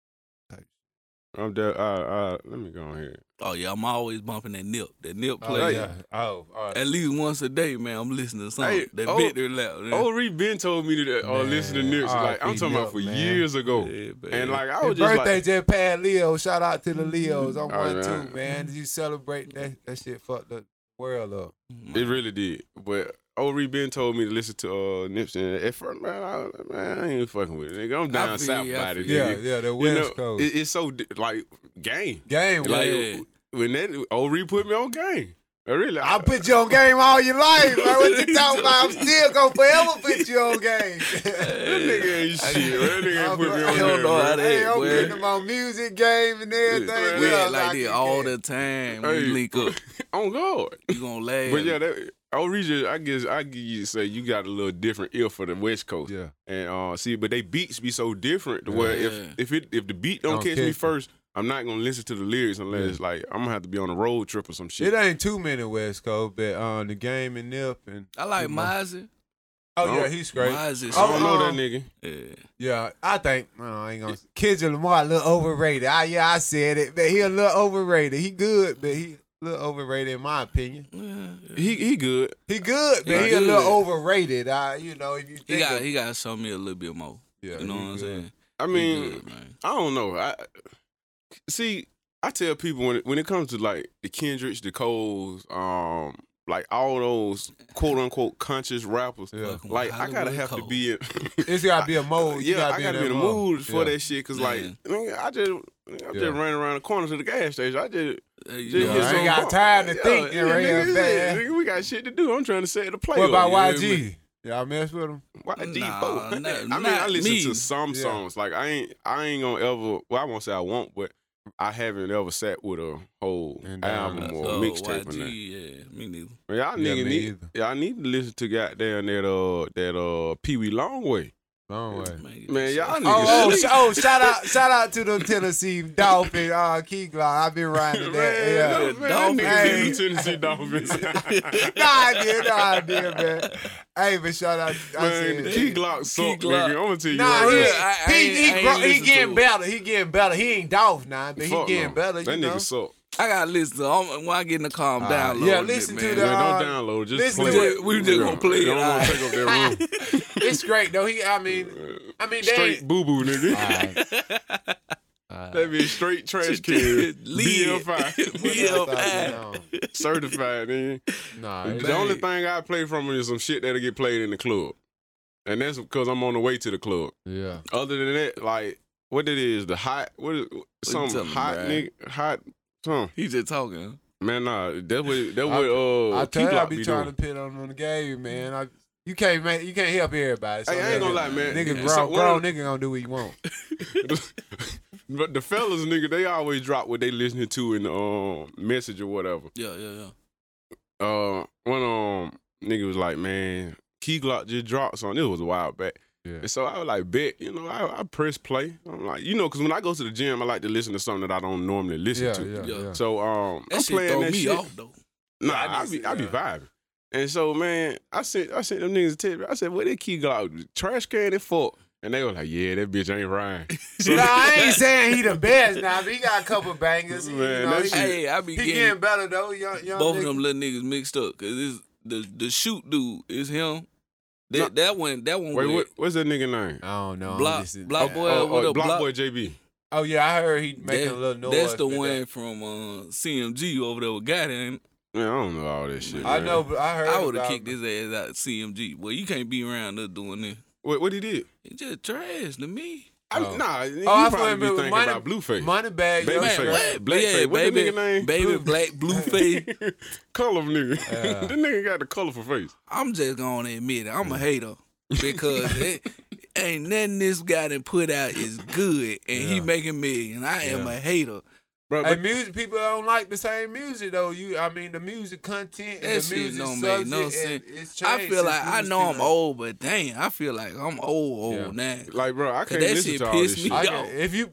[SPEAKER 1] I'm there. Uh, uh, let me go on here.
[SPEAKER 2] Oh yeah, I'm always bumping that nip, that nip
[SPEAKER 3] Oh,
[SPEAKER 2] play.
[SPEAKER 3] yeah. Oh, all right.
[SPEAKER 2] At least once a day, man. I'm listening to something.
[SPEAKER 1] Hey,
[SPEAKER 2] that
[SPEAKER 1] oh-
[SPEAKER 2] victory lap. man.
[SPEAKER 1] Old Reed been told me that or
[SPEAKER 3] Man,
[SPEAKER 1] listen to Nips. Like I'm
[SPEAKER 3] R.I.P.
[SPEAKER 1] talking about for
[SPEAKER 3] Nip, man.
[SPEAKER 1] years ago,
[SPEAKER 2] Yeah, man.
[SPEAKER 1] and like I
[SPEAKER 3] His
[SPEAKER 1] was just
[SPEAKER 3] birthday
[SPEAKER 1] like,
[SPEAKER 3] just Mm-hmm. passed Leo. Shout out to the Leos. I'm
[SPEAKER 1] Oh,
[SPEAKER 3] one
[SPEAKER 1] man.
[SPEAKER 3] too, man. You celebrate that that shit fucked the world up.
[SPEAKER 2] Mm,
[SPEAKER 1] it really did. But old Reed been told me to listen to uh, Nips, and at first, man, I, man, I ain't fucking with it. Nigga, I'm down
[SPEAKER 2] feel
[SPEAKER 1] south
[SPEAKER 2] you, I
[SPEAKER 1] by it.
[SPEAKER 2] feel
[SPEAKER 3] Yeah,
[SPEAKER 1] nigga.
[SPEAKER 3] yeah, the
[SPEAKER 1] You
[SPEAKER 3] West
[SPEAKER 1] know,
[SPEAKER 3] Coast.
[SPEAKER 1] it- it's so di- like game.
[SPEAKER 3] game.
[SPEAKER 1] Like
[SPEAKER 2] Yeah.
[SPEAKER 1] when that old Reed put me on game. Really,
[SPEAKER 3] I'll put you on game all your life, bro. What you talking about? I'm still gonna forever put you on game.
[SPEAKER 1] That nigga ain't shit. bro. That nigga ain't put me on
[SPEAKER 2] I don't
[SPEAKER 1] there,
[SPEAKER 2] know
[SPEAKER 1] bro.
[SPEAKER 2] how
[SPEAKER 3] Hey,
[SPEAKER 2] that,
[SPEAKER 3] I'm
[SPEAKER 2] boy.
[SPEAKER 3] putting them on music game and everything.
[SPEAKER 1] Yeah.
[SPEAKER 2] We
[SPEAKER 1] Yeah,
[SPEAKER 2] act like
[SPEAKER 3] this
[SPEAKER 2] that all the time. We
[SPEAKER 1] Hey.
[SPEAKER 2] link up.
[SPEAKER 1] On God.
[SPEAKER 2] You gonna laugh?
[SPEAKER 1] But yeah, that old Reed, I guess I give you say you got a little different ear for the West Coast.
[SPEAKER 3] Yeah.
[SPEAKER 1] And uh see, but they beats be so different to where
[SPEAKER 2] Yeah.
[SPEAKER 1] if if it if the beat don't,
[SPEAKER 3] Don't
[SPEAKER 1] catch,
[SPEAKER 3] catch
[SPEAKER 1] me
[SPEAKER 3] you.
[SPEAKER 1] first, I'm not gonna listen to the lyrics unless like I'm gonna have to be on a road trip or some shit.
[SPEAKER 3] It ain't too many West Coast, but um, the game and Nip and
[SPEAKER 2] I like
[SPEAKER 3] my.
[SPEAKER 2] Mizey.
[SPEAKER 3] Oh
[SPEAKER 1] No.
[SPEAKER 3] yeah, he's great.
[SPEAKER 2] Mizey.
[SPEAKER 1] I don't
[SPEAKER 3] Oh,
[SPEAKER 1] know that
[SPEAKER 3] um,
[SPEAKER 1] nigga.
[SPEAKER 2] yeah.
[SPEAKER 3] Yeah, I think no, I ain't gonna. Kendrick Lamar a little overrated. I, yeah, I said it, but he a little overrated. He good, but he a little overrated in my opinion.
[SPEAKER 2] Yeah.
[SPEAKER 1] He he good.
[SPEAKER 3] He good, but
[SPEAKER 2] He
[SPEAKER 3] he, a little
[SPEAKER 2] good.
[SPEAKER 3] overrated. I, you know, if you think
[SPEAKER 2] He got
[SPEAKER 3] of-
[SPEAKER 2] he got to show me a little bit more.
[SPEAKER 3] yeah,
[SPEAKER 2] You know what
[SPEAKER 3] he
[SPEAKER 2] I'm
[SPEAKER 3] good.
[SPEAKER 2] saying?
[SPEAKER 1] I
[SPEAKER 2] He
[SPEAKER 1] mean,
[SPEAKER 2] good, man.
[SPEAKER 1] I don't know. I see. I tell people when it, when it comes to like the Kendricks, the Coles, um, like all those quote unquote conscious rappers,
[SPEAKER 3] Yeah.
[SPEAKER 2] Fucking
[SPEAKER 1] like I gotta
[SPEAKER 2] Hollywood
[SPEAKER 1] have to
[SPEAKER 2] Cole.
[SPEAKER 1] be in.
[SPEAKER 3] It's gotta be a mold. You
[SPEAKER 1] yeah, I gotta be in
[SPEAKER 3] that
[SPEAKER 1] the mood for
[SPEAKER 3] Yeah.
[SPEAKER 1] that shit. Cause like,
[SPEAKER 2] Man.
[SPEAKER 1] nigga, I just. I just
[SPEAKER 3] Yeah.
[SPEAKER 1] ran around the corner to the gas station. I just,
[SPEAKER 2] Hey, you
[SPEAKER 1] just
[SPEAKER 2] know,
[SPEAKER 3] Yeah,
[SPEAKER 1] hit
[SPEAKER 3] I
[SPEAKER 1] some
[SPEAKER 3] ain't got
[SPEAKER 1] bump.
[SPEAKER 3] time to
[SPEAKER 1] Yeah,
[SPEAKER 3] think and
[SPEAKER 1] yeah,
[SPEAKER 3] ran
[SPEAKER 1] nigga, it's
[SPEAKER 3] back.
[SPEAKER 1] it. Nigga, we got shit to do. I'm trying to set the play.
[SPEAKER 3] What
[SPEAKER 1] up,
[SPEAKER 3] about
[SPEAKER 1] you hear me?
[SPEAKER 3] YG? Y'all mess with him?
[SPEAKER 1] Why
[SPEAKER 2] Nah,
[SPEAKER 1] D four?
[SPEAKER 2] nah,
[SPEAKER 1] I mean, I
[SPEAKER 2] not
[SPEAKER 1] listen
[SPEAKER 2] me.
[SPEAKER 1] to some
[SPEAKER 3] Yeah.
[SPEAKER 1] songs. Like I ain't, I ain't gonna ever. Well, I won't say I won't, but I haven't ever sat with a whole
[SPEAKER 3] And, uh,
[SPEAKER 1] album or
[SPEAKER 2] uh,
[SPEAKER 1] mixtape. or
[SPEAKER 2] YG,
[SPEAKER 1] nothing.
[SPEAKER 2] Yeah, me neither.
[SPEAKER 1] Man, Y'all
[SPEAKER 3] Yeah,
[SPEAKER 1] nigga
[SPEAKER 3] me
[SPEAKER 1] need,
[SPEAKER 3] either.
[SPEAKER 1] y'all need to listen to goddamn that uh that uh Pee Wee Longway.
[SPEAKER 3] Long way.
[SPEAKER 2] Man, get
[SPEAKER 1] Man,
[SPEAKER 2] yourself-
[SPEAKER 1] y'all niggas.
[SPEAKER 3] Oh, oh,
[SPEAKER 1] sleep.
[SPEAKER 3] sh- oh, shout out, shout out to them Tennessee Dolphin, uh, Key Glock. I've been riding
[SPEAKER 1] man,
[SPEAKER 3] that.
[SPEAKER 1] yeah.
[SPEAKER 3] Yeah.
[SPEAKER 1] man,
[SPEAKER 2] Dolphins.
[SPEAKER 1] that nigga beat the Tennessee Dolphins.
[SPEAKER 3] nah, I did. Nah, I did, man. Hey, but shout out. I
[SPEAKER 1] Man,
[SPEAKER 3] said,
[SPEAKER 1] Key Glock suck, nigga.
[SPEAKER 2] Glock.
[SPEAKER 1] I'm gonna tell you
[SPEAKER 3] Nah, he,
[SPEAKER 1] right
[SPEAKER 2] Yeah,
[SPEAKER 1] now.
[SPEAKER 2] I- I
[SPEAKER 3] he,
[SPEAKER 2] ain't-
[SPEAKER 3] he,
[SPEAKER 2] I ain't
[SPEAKER 3] grow- he
[SPEAKER 2] listened to
[SPEAKER 3] getting
[SPEAKER 2] it.
[SPEAKER 3] better. He getting better. He ain't Dolph now, but
[SPEAKER 1] Fuck
[SPEAKER 3] he getting
[SPEAKER 1] no.
[SPEAKER 3] better. You
[SPEAKER 1] That
[SPEAKER 3] know?
[SPEAKER 1] nigga suck.
[SPEAKER 2] I gotta listen to. I'm, when I get in the car, I'm
[SPEAKER 3] Uh,
[SPEAKER 2] down.
[SPEAKER 3] yeah,
[SPEAKER 2] low on
[SPEAKER 3] listen
[SPEAKER 2] it,
[SPEAKER 3] to
[SPEAKER 2] man.
[SPEAKER 3] the-
[SPEAKER 1] Man,
[SPEAKER 3] uh,
[SPEAKER 1] don't download. Just
[SPEAKER 3] listen
[SPEAKER 1] play.
[SPEAKER 3] to
[SPEAKER 1] it.
[SPEAKER 2] it. We just gonna play it,
[SPEAKER 1] Don't wanna
[SPEAKER 2] alright.
[SPEAKER 1] take up that room.
[SPEAKER 3] it's great though. He, I mean, I mean, they.
[SPEAKER 1] Straight boo boo, nigga. That bitch straight trash kid.
[SPEAKER 2] Lead.
[SPEAKER 1] BFI. Certified, nigga.
[SPEAKER 3] Nah,
[SPEAKER 1] The
[SPEAKER 3] it's-
[SPEAKER 1] only thing I play from it is some shit that'll get played in the club. And that's because I'm on the way to the club.
[SPEAKER 3] yeah.
[SPEAKER 1] Other than that, like, what it is, the hot, what is, some
[SPEAKER 2] telling me,
[SPEAKER 1] hot
[SPEAKER 2] bruh?
[SPEAKER 1] nigga, hot, some.
[SPEAKER 2] He just talking.
[SPEAKER 1] Man, nah, that what, that
[SPEAKER 3] I-
[SPEAKER 1] what, uh,
[SPEAKER 3] I tell you, I
[SPEAKER 1] P-Glock
[SPEAKER 3] be
[SPEAKER 1] be
[SPEAKER 3] trying to
[SPEAKER 1] doing.
[SPEAKER 3] pit on on the game, man. I, you can't make, you can't help everybody. So
[SPEAKER 1] Hey, I ain't gonna lie, man.
[SPEAKER 3] Nigga,
[SPEAKER 1] So
[SPEAKER 3] grown,
[SPEAKER 1] one
[SPEAKER 3] grown
[SPEAKER 1] of
[SPEAKER 3] nigga gonna do what you want.
[SPEAKER 1] But the fellas, nigga, they always drop what they listening to in the um, message or whatever.
[SPEAKER 2] Yeah, yeah, yeah.
[SPEAKER 1] uh one um nigga was like, man, Key Glock just dropped something. This was a while back.
[SPEAKER 3] Yeah.
[SPEAKER 1] And so I was like, bet, you know, I, I press play. I'm like, you know, because when I go to the gym, I like to listen to something that I don't normally listen to.
[SPEAKER 2] yeah.
[SPEAKER 1] So um,
[SPEAKER 2] That
[SPEAKER 1] I'm
[SPEAKER 2] shit
[SPEAKER 1] playing
[SPEAKER 2] throw
[SPEAKER 1] that
[SPEAKER 2] me
[SPEAKER 1] shit.
[SPEAKER 2] off though.
[SPEAKER 1] Nah,
[SPEAKER 3] I
[SPEAKER 1] I,
[SPEAKER 3] just-
[SPEAKER 1] be I be
[SPEAKER 3] yeah.
[SPEAKER 1] vibing. And so man, I sent I sent them niggas a tip. I said, what that Key Glock trash can it for? And they were like, yeah, that bitch ain't Ryan.
[SPEAKER 3] Nah, I ain't saying he the best now, but he got a couple bangers. you
[SPEAKER 1] Man,
[SPEAKER 3] know,
[SPEAKER 1] that
[SPEAKER 3] he,
[SPEAKER 1] shit-
[SPEAKER 2] Hey, I be
[SPEAKER 3] he
[SPEAKER 2] getting
[SPEAKER 3] getting better though. Young, young
[SPEAKER 2] both
[SPEAKER 3] nigga.
[SPEAKER 2] of them little niggas mixed up because it's the the shoot dude is him. That
[SPEAKER 1] No.
[SPEAKER 2] that one that one
[SPEAKER 1] Wait,
[SPEAKER 2] with
[SPEAKER 1] what, what's that nigga name?
[SPEAKER 3] I don't know.
[SPEAKER 2] Block-
[SPEAKER 3] This is-
[SPEAKER 2] Block Boy.
[SPEAKER 1] oh,
[SPEAKER 2] what
[SPEAKER 1] oh,
[SPEAKER 2] up,
[SPEAKER 1] Block
[SPEAKER 2] Block?
[SPEAKER 1] Boy JB.
[SPEAKER 3] Oh yeah, I heard he making
[SPEAKER 2] that-
[SPEAKER 3] a little noise.
[SPEAKER 2] That's the
[SPEAKER 3] but that-
[SPEAKER 2] one from uh, CMG over there with Gotti. ain't it?
[SPEAKER 1] Man, I don't know all this shit.
[SPEAKER 3] I
[SPEAKER 1] man.
[SPEAKER 3] know, but I heard.
[SPEAKER 2] I would have
[SPEAKER 3] about
[SPEAKER 2] kicked
[SPEAKER 3] him.
[SPEAKER 2] his ass out of CMG. Well, you can't be around there doing this.
[SPEAKER 1] What what he did?
[SPEAKER 2] He just trash to me.
[SPEAKER 1] I,
[SPEAKER 3] Oh.
[SPEAKER 1] Nah, oh, you
[SPEAKER 3] Oh, I
[SPEAKER 1] probably
[SPEAKER 3] feel
[SPEAKER 1] be
[SPEAKER 3] it, but
[SPEAKER 1] thinking
[SPEAKER 3] Money-
[SPEAKER 1] about Blueface.
[SPEAKER 3] Moneybag,
[SPEAKER 1] Baby
[SPEAKER 3] young
[SPEAKER 1] face.
[SPEAKER 2] Man,
[SPEAKER 3] girl.
[SPEAKER 2] what?
[SPEAKER 1] Blackface.
[SPEAKER 2] Yeah,
[SPEAKER 1] What the
[SPEAKER 2] baby,
[SPEAKER 1] nigga name?
[SPEAKER 2] baby,
[SPEAKER 3] Blue-
[SPEAKER 2] black, blue face.
[SPEAKER 1] color of nigga.
[SPEAKER 3] Yeah.
[SPEAKER 1] the nigga got the colorful face.
[SPEAKER 2] I'm just gonna admit it. I'm a hater because it, ain't nothing this guy done put out is good, and he
[SPEAKER 3] Yeah.
[SPEAKER 2] making million. I am a hater.
[SPEAKER 1] Bro,
[SPEAKER 3] Hey,
[SPEAKER 1] but
[SPEAKER 3] music people don't like the same music though. You, I mean, the music content
[SPEAKER 2] That
[SPEAKER 3] and the
[SPEAKER 2] shit
[SPEAKER 3] music
[SPEAKER 2] don't make
[SPEAKER 3] subject,
[SPEAKER 2] no
[SPEAKER 3] it-
[SPEAKER 2] sense.
[SPEAKER 3] It's
[SPEAKER 2] I
[SPEAKER 3] changed
[SPEAKER 2] feel
[SPEAKER 3] since
[SPEAKER 2] like I
[SPEAKER 3] we
[SPEAKER 2] know
[SPEAKER 3] was
[SPEAKER 2] I'm
[SPEAKER 3] still-
[SPEAKER 2] old, but dang, I feel like I'm old, old now.
[SPEAKER 3] oh,
[SPEAKER 1] like, bro, I can't
[SPEAKER 2] that
[SPEAKER 1] listen
[SPEAKER 2] shit
[SPEAKER 1] to all
[SPEAKER 2] pissed
[SPEAKER 1] this
[SPEAKER 2] me
[SPEAKER 1] shit.
[SPEAKER 2] off.
[SPEAKER 3] I
[SPEAKER 2] Yo.
[SPEAKER 3] can- if you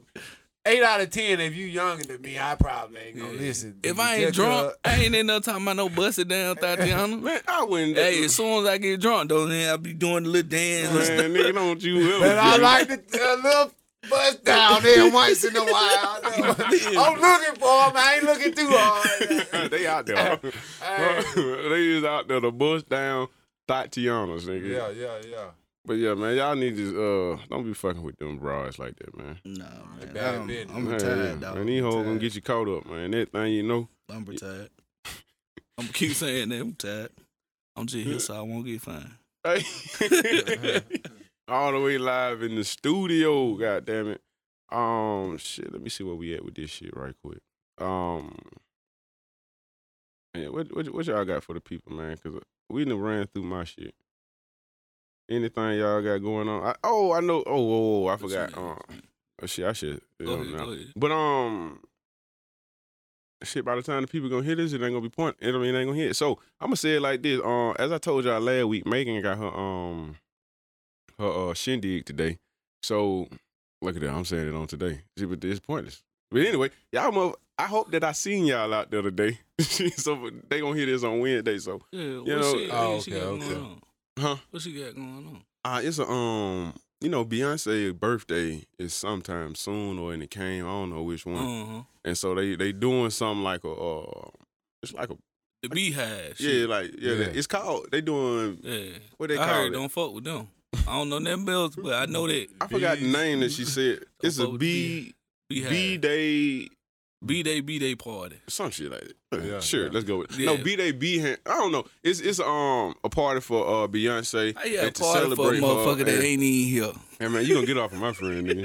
[SPEAKER 3] eight out of ten, if you younger than me, I probably ain't gonna listen.
[SPEAKER 2] If I ain't
[SPEAKER 3] Just
[SPEAKER 2] drunk,
[SPEAKER 3] 'cause-
[SPEAKER 2] I ain't in no time about no busted down Tatiana.
[SPEAKER 1] Man, I wouldn't.
[SPEAKER 2] hey, as soon as I get drunk, though, then I'll be doing the little dance. and stuff.
[SPEAKER 1] man, nigga, don't you ever.
[SPEAKER 3] but I like the a little bust down there once in a while. I'm looking for him. I ain't looking too hard.
[SPEAKER 1] they out there. Bro, they is out there to bush down Tatianas, nigga.
[SPEAKER 3] Yeah, yeah, yeah.
[SPEAKER 1] But yeah, man, y'all need to uh, don't be fucking with them broads like that, man.
[SPEAKER 2] Nah, man.
[SPEAKER 3] bad
[SPEAKER 2] I'm,
[SPEAKER 3] business.
[SPEAKER 2] I'm
[SPEAKER 1] Man,
[SPEAKER 2] retired,
[SPEAKER 1] yeah.
[SPEAKER 2] dog.
[SPEAKER 1] Man, these hoes gonna
[SPEAKER 3] tired.
[SPEAKER 1] get you caught up, man. That thing you know.
[SPEAKER 2] I'm retired. I'm keep saying that. I'm tired. I'm just here so I won't get fined.
[SPEAKER 1] Hey. All the way live in the studio, god damn it. Um shit, let me see where we at with this shit right quick. Um Yeah, what what, what y'all got for the people, man? Cause we done ran through my shit. Anything y'all got going on? I, oh, I know. Oh, whoa, whoa, I forgot. Um, oh, shit, I should. I
[SPEAKER 2] Go
[SPEAKER 1] don't
[SPEAKER 2] ahead,
[SPEAKER 1] know.
[SPEAKER 2] go ahead.
[SPEAKER 1] But um, shit. By the time the people gonna hear this, it ain't gonna be point. It ain't gonna hit. So I'm gonna say it like this. Um, as I told y'all last week, Megan got her um her uh shindig today. So look at that. I'm saying it on today. Shit, but it's pointless. But anyway, y'all. Mother- I hope that I seen y'all out there today. so they gonna hear this on Wednesday. So
[SPEAKER 2] Yeah, what
[SPEAKER 1] You know-
[SPEAKER 2] she,
[SPEAKER 3] Oh,
[SPEAKER 2] she
[SPEAKER 3] okay,
[SPEAKER 2] got
[SPEAKER 3] okay.
[SPEAKER 2] going on?
[SPEAKER 1] huh?
[SPEAKER 2] What she got going on?
[SPEAKER 1] Uh, it's a um. You know, Beyonce birthday is sometime soon, or and it came. I don't know which one.
[SPEAKER 2] Uh-huh.
[SPEAKER 1] and so they they doing something like a uh, it's like a
[SPEAKER 2] The beehive.
[SPEAKER 1] yeah
[SPEAKER 2] shit.
[SPEAKER 1] like yeah,
[SPEAKER 3] Yeah.
[SPEAKER 1] it's called they doing
[SPEAKER 2] yeah.
[SPEAKER 1] what they
[SPEAKER 2] I
[SPEAKER 1] call
[SPEAKER 2] heard
[SPEAKER 1] it.
[SPEAKER 2] don't fuck with them. I don't know nothing else, but I know that
[SPEAKER 1] I forgot the
[SPEAKER 3] Bees.
[SPEAKER 1] name that she said. It's a
[SPEAKER 2] fuck with
[SPEAKER 1] B B
[SPEAKER 2] beehive.
[SPEAKER 1] day
[SPEAKER 2] B day B day party.
[SPEAKER 1] some shit like that.
[SPEAKER 3] Yeah,
[SPEAKER 1] sure,
[SPEAKER 3] yeah.
[SPEAKER 1] let's go with no
[SPEAKER 2] Yeah.
[SPEAKER 1] B day B. I don't know. It's it's um a party for uh Beyonce.
[SPEAKER 2] I yeah,
[SPEAKER 1] and to
[SPEAKER 2] party for a
[SPEAKER 1] celebrate her,
[SPEAKER 2] motherfucker that
[SPEAKER 1] and-
[SPEAKER 2] ain't even
[SPEAKER 1] Hey man, you gonna get off of my friend, nigga.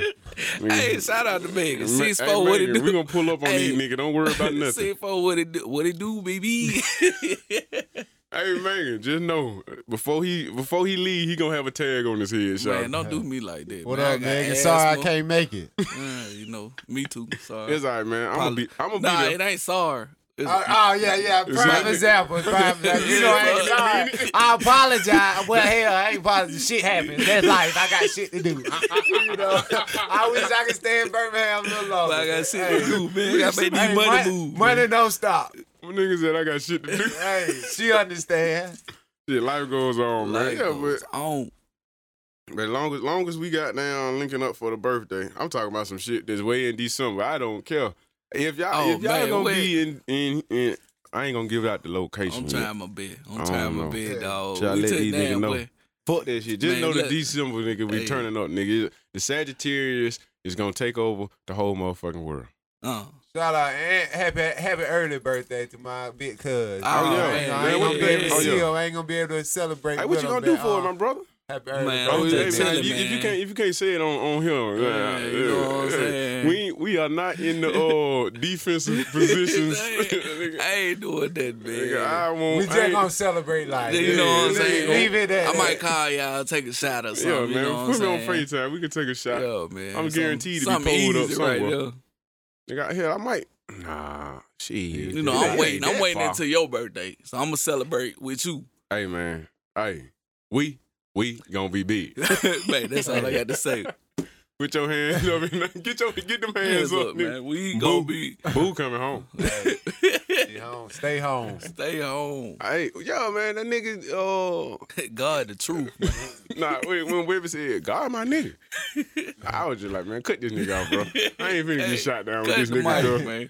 [SPEAKER 2] here. Hey, shout out to Megan.
[SPEAKER 1] Ma-
[SPEAKER 2] Six
[SPEAKER 1] hey,
[SPEAKER 2] four, what it
[SPEAKER 1] Megan, We
[SPEAKER 2] do?
[SPEAKER 1] gonna pull up on
[SPEAKER 2] Hey.
[SPEAKER 1] these nigga. Don't worry about nothing.
[SPEAKER 2] Six four, what it do? What it do, baby?
[SPEAKER 1] hey Megan, just know before he before he leave, he gonna have a tag on his head. Shawty.
[SPEAKER 2] Man, don't do me like that.
[SPEAKER 3] What
[SPEAKER 2] man. I
[SPEAKER 3] up,
[SPEAKER 2] got
[SPEAKER 3] man? Sorry I Oh,
[SPEAKER 2] asthma.
[SPEAKER 3] can't make it.
[SPEAKER 2] Uh, you know, me too. Sorry.
[SPEAKER 1] It's all right, man. I'm gonna be. I'm gonna
[SPEAKER 2] nah,
[SPEAKER 1] be
[SPEAKER 2] it ain't sorry. It's,
[SPEAKER 3] Oh, oh, yeah, yeah.
[SPEAKER 1] It's
[SPEAKER 3] Prime
[SPEAKER 1] like-
[SPEAKER 3] example. Prime example. You know, I ain't sorry. I apologize. Well, hell, I ain't apologize. Shit happens. That's life. I got shit to do. you know, I wish I could stay in Birmingham a little longer.
[SPEAKER 2] I got shit
[SPEAKER 3] Hey,
[SPEAKER 2] to do, man. I gotta make
[SPEAKER 3] hey,
[SPEAKER 2] these money,
[SPEAKER 3] mon-
[SPEAKER 2] move. man.
[SPEAKER 3] Money don't stop.
[SPEAKER 1] there. Niggas said I got shit to do.
[SPEAKER 3] Hey, she understand.
[SPEAKER 1] Shit, life goes on, man.
[SPEAKER 2] Life
[SPEAKER 1] yeah,
[SPEAKER 2] goes on.
[SPEAKER 1] but but long as long as we got down linking up for the birthday, I'm talking about some shit that's way in December. I don't care if y'all
[SPEAKER 2] Oh,
[SPEAKER 1] if y'all
[SPEAKER 2] man,
[SPEAKER 1] gonna
[SPEAKER 2] wait.
[SPEAKER 1] be in, in in. I ain't gonna give out the location.
[SPEAKER 2] I'm
[SPEAKER 1] yet.
[SPEAKER 2] trying my bed. I'm
[SPEAKER 1] I
[SPEAKER 2] trying
[SPEAKER 1] don't
[SPEAKER 2] my
[SPEAKER 1] know.
[SPEAKER 2] bed,
[SPEAKER 3] Yeah.
[SPEAKER 2] dog.
[SPEAKER 1] Should I
[SPEAKER 2] We
[SPEAKER 1] let
[SPEAKER 2] took
[SPEAKER 1] these
[SPEAKER 2] that
[SPEAKER 1] niggas know?
[SPEAKER 2] way.
[SPEAKER 1] Fuck that shit. Just
[SPEAKER 2] Man,
[SPEAKER 1] know that
[SPEAKER 2] look.
[SPEAKER 1] December nigga we
[SPEAKER 2] Hey.
[SPEAKER 1] turning up, nigga. The Sagittarius is gonna take over the whole motherfucking world.
[SPEAKER 2] Uh,
[SPEAKER 3] Shout out and happy happy early birthday to my big cuz.
[SPEAKER 2] Oh,
[SPEAKER 1] yeah.
[SPEAKER 3] I ain't,
[SPEAKER 1] Man,
[SPEAKER 3] gonna
[SPEAKER 1] what-
[SPEAKER 3] be able to
[SPEAKER 1] oh,
[SPEAKER 3] see
[SPEAKER 1] yeah.
[SPEAKER 3] him. I ain't gonna be able to celebrate.
[SPEAKER 1] Hey, what
[SPEAKER 3] with
[SPEAKER 1] you
[SPEAKER 3] him,
[SPEAKER 1] gonna do
[SPEAKER 3] but,
[SPEAKER 1] for it, my
[SPEAKER 3] uh,
[SPEAKER 1] brother?
[SPEAKER 3] Happy early
[SPEAKER 2] Man,
[SPEAKER 3] birthday.
[SPEAKER 1] Oh,
[SPEAKER 2] I'm
[SPEAKER 1] hey,
[SPEAKER 2] just
[SPEAKER 1] man,
[SPEAKER 2] telling,
[SPEAKER 1] you, If you
[SPEAKER 2] man.
[SPEAKER 1] can't, if you can't say it on on him,
[SPEAKER 2] Yeah,
[SPEAKER 1] yeah,
[SPEAKER 2] you know
[SPEAKER 1] yeah,
[SPEAKER 2] what I'm
[SPEAKER 1] yeah.
[SPEAKER 2] saying.
[SPEAKER 1] We we are not in the uh, defensive positions.
[SPEAKER 2] I ain't- I ain't doing that,
[SPEAKER 1] Nigga,
[SPEAKER 2] man.
[SPEAKER 1] I won't.
[SPEAKER 3] We
[SPEAKER 1] I
[SPEAKER 3] just
[SPEAKER 1] ain't-
[SPEAKER 3] gonna celebrate life.
[SPEAKER 2] You know what I'm
[SPEAKER 1] Yeah,
[SPEAKER 2] saying?
[SPEAKER 3] Leave it at
[SPEAKER 2] I might
[SPEAKER 3] that.
[SPEAKER 2] call y'all, take a shot or
[SPEAKER 1] yeah,
[SPEAKER 2] something.
[SPEAKER 1] man.
[SPEAKER 2] you know what I'm
[SPEAKER 1] put me on
[SPEAKER 2] saying?
[SPEAKER 1] FaceTime. We can take a shot.
[SPEAKER 2] Yo, man.
[SPEAKER 1] I'm
[SPEAKER 2] something-
[SPEAKER 1] guaranteed to be
[SPEAKER 2] something
[SPEAKER 1] pulled up
[SPEAKER 2] easy right
[SPEAKER 1] somewhere.
[SPEAKER 2] there.
[SPEAKER 1] Nigga, hell, I might. Nah, shit.
[SPEAKER 2] You know,
[SPEAKER 1] It
[SPEAKER 2] I'm
[SPEAKER 1] ain't
[SPEAKER 2] waiting.
[SPEAKER 1] that
[SPEAKER 2] I'm waiting
[SPEAKER 1] far.
[SPEAKER 2] until your birthday. So I'm gonna celebrate with you.
[SPEAKER 1] Hey, man. Hey, we we gonna be big.
[SPEAKER 2] man, that's all I got to say.
[SPEAKER 1] Put your hands up. and- Get your get them hands
[SPEAKER 2] Hands
[SPEAKER 1] up, nigga.
[SPEAKER 2] up, man. We
[SPEAKER 1] Boo.
[SPEAKER 2] gonna be
[SPEAKER 1] Boo coming home.
[SPEAKER 3] Stay home. Stay home.
[SPEAKER 2] stay home.
[SPEAKER 1] hey, yo, man. That nigga. Oh,
[SPEAKER 2] God, the truth. man.
[SPEAKER 1] nah, wait, when Webber said, God, my nigga. I was just like, man, cut this nigga out, bro. I ain't finna
[SPEAKER 2] Hey,
[SPEAKER 1] get shot down with
[SPEAKER 2] Cut
[SPEAKER 1] this
[SPEAKER 2] the
[SPEAKER 1] nigga,
[SPEAKER 2] mic,
[SPEAKER 1] bro.
[SPEAKER 2] man.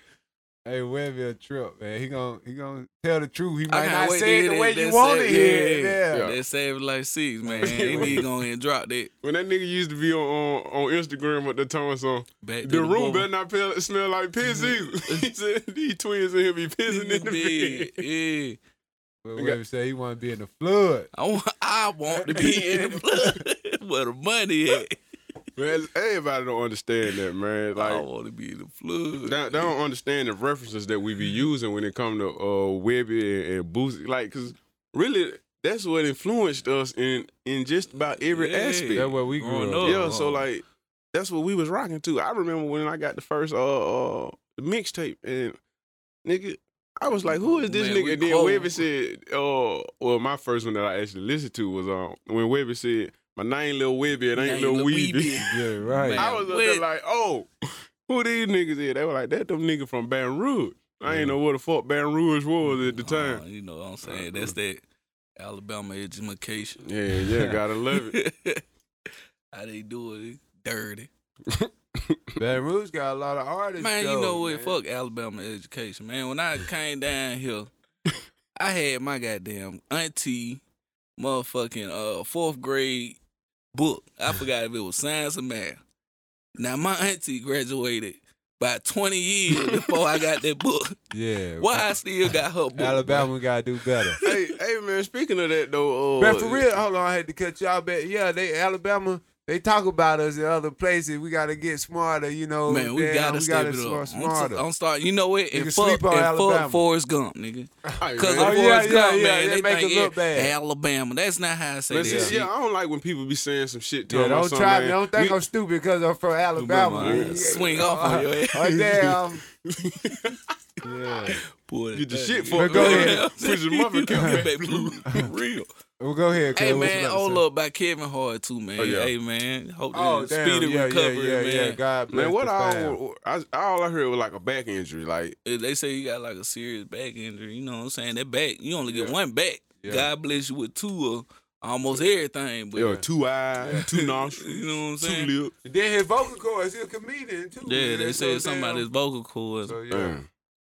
[SPEAKER 3] Hey, Webby a trip, man. He gonna he gonna tell the truth. He
[SPEAKER 2] I
[SPEAKER 3] might
[SPEAKER 2] can't
[SPEAKER 3] not
[SPEAKER 2] wait to
[SPEAKER 3] say it
[SPEAKER 2] hear
[SPEAKER 3] the
[SPEAKER 2] that-
[SPEAKER 3] way
[SPEAKER 2] that
[SPEAKER 3] you want to
[SPEAKER 2] save-
[SPEAKER 3] hear it.
[SPEAKER 2] yeah, yeah,
[SPEAKER 3] Yeah.
[SPEAKER 1] Yeah.
[SPEAKER 2] That saved like six, man. They need to go ahead and drop that
[SPEAKER 1] When that nigga used to be on on, on Instagram with the tone song,
[SPEAKER 2] back to
[SPEAKER 1] the room better
[SPEAKER 2] bubble. Mm-hmm.
[SPEAKER 1] not feel, smell like piss either. he said, these twins in here be pissing in the bed.
[SPEAKER 2] Yeah,
[SPEAKER 3] But
[SPEAKER 1] We
[SPEAKER 3] Webby said he want to be in the flood.
[SPEAKER 2] I want, I want to be in the flood where the money at.
[SPEAKER 1] Man, everybody don't understand that, man.
[SPEAKER 2] I
[SPEAKER 1] Like,
[SPEAKER 2] want to be in the flood.
[SPEAKER 1] they, they don't understand the references that we be using when it come to uh, Webby and, and Boosie. Like, because really, that's what influenced us in in just about every
[SPEAKER 2] Yeah.
[SPEAKER 1] aspect.
[SPEAKER 2] That's
[SPEAKER 1] Yeah,
[SPEAKER 2] what
[SPEAKER 3] where we
[SPEAKER 2] Growing up.
[SPEAKER 1] so like that's what we was rocking to. I remember when I got the first uh, uh mixtape and nigga. I was like, "Who is this
[SPEAKER 2] Man, we
[SPEAKER 1] nigga?" And then
[SPEAKER 2] cold.
[SPEAKER 1] Webby said, "Oh, well, my first one that I actually listened to was um when Webby said, my name Lil Webby, it ain't
[SPEAKER 2] Name
[SPEAKER 1] Lil,
[SPEAKER 2] Lil
[SPEAKER 1] Weeby.
[SPEAKER 2] Weeby.
[SPEAKER 3] Yeah, right.
[SPEAKER 2] Man.
[SPEAKER 1] I was up
[SPEAKER 2] Wait.
[SPEAKER 1] there like, oh, who these niggas is? They were like, that them nigga from Baton Rouge. I ain't know what the fuck Baton Rouge was at the
[SPEAKER 2] Uh,
[SPEAKER 1] time.
[SPEAKER 2] you know what I'm saying? That's that Alabama education.
[SPEAKER 1] Yeah, yeah, gotta love it.
[SPEAKER 2] How they do it? Dirty.
[SPEAKER 3] Baton Rouge got a lot of artists.
[SPEAKER 2] Man, you
[SPEAKER 3] though,
[SPEAKER 2] know what?
[SPEAKER 3] man.
[SPEAKER 2] Fuck Alabama education, man. When I came down here, I had my goddamn auntie, motherfucking uh fourth grade book. I forgot if it was science or math. Now my auntie graduated by twenty years before I got that book.
[SPEAKER 3] Yeah.
[SPEAKER 2] Why I still got her book?
[SPEAKER 3] Alabama gotta do better.
[SPEAKER 1] hey, hey, man, speaking of that though,
[SPEAKER 2] Oh,
[SPEAKER 1] uh,
[SPEAKER 3] But for real, hold on, I had to cut y'all back. Yeah, they Alabama, they talk about us in other places. We gotta get smarter, you know.
[SPEAKER 2] Man, we
[SPEAKER 3] Damn,
[SPEAKER 2] gotta step it
[SPEAKER 3] smart-
[SPEAKER 2] up. I'm,
[SPEAKER 3] smarter.
[SPEAKER 2] t- I'm starting. You know what?
[SPEAKER 3] Nigga,
[SPEAKER 2] And
[SPEAKER 3] sleep
[SPEAKER 2] fuck,
[SPEAKER 3] on
[SPEAKER 2] and
[SPEAKER 3] Alabama.
[SPEAKER 2] fuck Forrest Gump, nigga.
[SPEAKER 1] hey,
[SPEAKER 2] Because
[SPEAKER 1] man,
[SPEAKER 2] of
[SPEAKER 3] Oh, yeah,
[SPEAKER 2] Forrest
[SPEAKER 3] yeah,
[SPEAKER 2] Gump,
[SPEAKER 3] yeah,
[SPEAKER 2] man.
[SPEAKER 3] they
[SPEAKER 2] They,
[SPEAKER 3] make
[SPEAKER 2] think
[SPEAKER 3] it look
[SPEAKER 2] it-
[SPEAKER 3] bad.
[SPEAKER 2] Alabama. That's not how I say
[SPEAKER 1] listen,
[SPEAKER 2] that.
[SPEAKER 1] yeah,
[SPEAKER 2] shit.
[SPEAKER 1] I don't like when people be saying some shit to
[SPEAKER 3] yeah,
[SPEAKER 1] them or
[SPEAKER 3] don't
[SPEAKER 1] something,
[SPEAKER 3] try
[SPEAKER 1] man.
[SPEAKER 3] me. Don't think
[SPEAKER 1] We-
[SPEAKER 3] I'm stupid because I'm from Alabama.
[SPEAKER 2] Remember, I swing off on your ass.
[SPEAKER 3] Oh, damn. yeah.
[SPEAKER 2] Boy,
[SPEAKER 1] Get the
[SPEAKER 2] that-
[SPEAKER 1] shit for
[SPEAKER 3] But go
[SPEAKER 2] ahead.
[SPEAKER 1] Put your mother
[SPEAKER 2] Yeah,
[SPEAKER 1] count back.
[SPEAKER 2] baby, real.
[SPEAKER 3] Well, go ahead, Clay.
[SPEAKER 2] Hey
[SPEAKER 3] What you
[SPEAKER 2] man,
[SPEAKER 3] about to
[SPEAKER 2] all
[SPEAKER 3] say?
[SPEAKER 2] up by Kevin Hart too, man.
[SPEAKER 1] Oh, yeah.
[SPEAKER 2] Hey man, hope
[SPEAKER 3] Oh,
[SPEAKER 2] oh,
[SPEAKER 3] damn.
[SPEAKER 2] speedy
[SPEAKER 3] yeah,
[SPEAKER 2] recovery,
[SPEAKER 3] yeah, yeah, Yeah,
[SPEAKER 2] man.
[SPEAKER 3] God bless
[SPEAKER 1] Man, what
[SPEAKER 3] the fam.
[SPEAKER 1] all I, all I heard was like a back injury. Like,
[SPEAKER 2] If They say you got like a serious back injury. You know what I'm saying? That back, you only get
[SPEAKER 1] Yeah.
[SPEAKER 2] one back.
[SPEAKER 3] Yeah.
[SPEAKER 2] God bless you with two of almost everything. But
[SPEAKER 1] yo, two eyes, two nostrils,
[SPEAKER 2] you know what
[SPEAKER 1] two
[SPEAKER 2] I'm saying?
[SPEAKER 1] lips.
[SPEAKER 3] And then his vocal cords, he's a comedian too.
[SPEAKER 2] Yeah, they
[SPEAKER 3] so damn-
[SPEAKER 2] said somebody's vocal cords.
[SPEAKER 3] So, yeah.
[SPEAKER 2] Mm.
[SPEAKER 1] Man,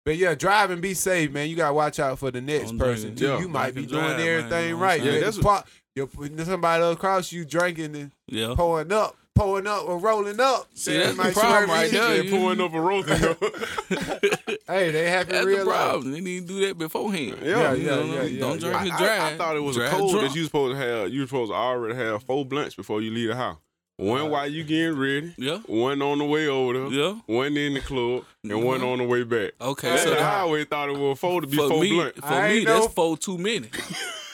[SPEAKER 3] But yeah, drive and be safe, man. You gotta watch out for the next
[SPEAKER 2] Don't
[SPEAKER 3] person.
[SPEAKER 2] drink.
[SPEAKER 3] too.
[SPEAKER 1] Yeah.
[SPEAKER 3] You might
[SPEAKER 2] Drink
[SPEAKER 3] be
[SPEAKER 2] and
[SPEAKER 3] doing
[SPEAKER 2] drive, man.
[SPEAKER 3] everything
[SPEAKER 2] You know what I'm
[SPEAKER 3] right.
[SPEAKER 2] saying?
[SPEAKER 3] Yeah,
[SPEAKER 1] Yeah,
[SPEAKER 3] that's
[SPEAKER 1] that's
[SPEAKER 3] part. You're putting somebody else across you drinking and
[SPEAKER 2] Yeah.
[SPEAKER 3] pouring up, pouring up or rolling up.
[SPEAKER 2] See,
[SPEAKER 3] They
[SPEAKER 2] that's the
[SPEAKER 3] might
[SPEAKER 2] problem
[SPEAKER 3] swerve
[SPEAKER 2] right
[SPEAKER 3] you.
[SPEAKER 2] there.
[SPEAKER 1] They're pulling up a rope. yo.
[SPEAKER 3] Hey, they happen
[SPEAKER 2] That's
[SPEAKER 3] real
[SPEAKER 2] the
[SPEAKER 3] life.
[SPEAKER 2] problem. They need to do that beforehand.
[SPEAKER 1] Yeah,
[SPEAKER 3] yeah,
[SPEAKER 2] You know,
[SPEAKER 3] yeah, yeah,
[SPEAKER 2] don't
[SPEAKER 3] yeah.
[SPEAKER 2] drink
[SPEAKER 1] I,
[SPEAKER 2] and
[SPEAKER 1] I-
[SPEAKER 2] drive.
[SPEAKER 1] I thought it was
[SPEAKER 2] Drive
[SPEAKER 1] a code
[SPEAKER 2] drunk.
[SPEAKER 1] that you supposed to have. You supposed to already have four blunts before you leave the house. One while you getting ready,
[SPEAKER 2] Yeah.
[SPEAKER 1] one on the way over, there,
[SPEAKER 2] Yeah.
[SPEAKER 1] one in the club, and
[SPEAKER 2] Mhm.
[SPEAKER 1] one on the way back.
[SPEAKER 2] Okay,
[SPEAKER 1] That's
[SPEAKER 2] so
[SPEAKER 1] what I
[SPEAKER 2] that-
[SPEAKER 1] always thought it was four to be
[SPEAKER 2] for
[SPEAKER 1] four
[SPEAKER 2] me,
[SPEAKER 1] blunt.
[SPEAKER 2] for
[SPEAKER 3] I
[SPEAKER 2] me,
[SPEAKER 3] ain't know-
[SPEAKER 2] that's four too many.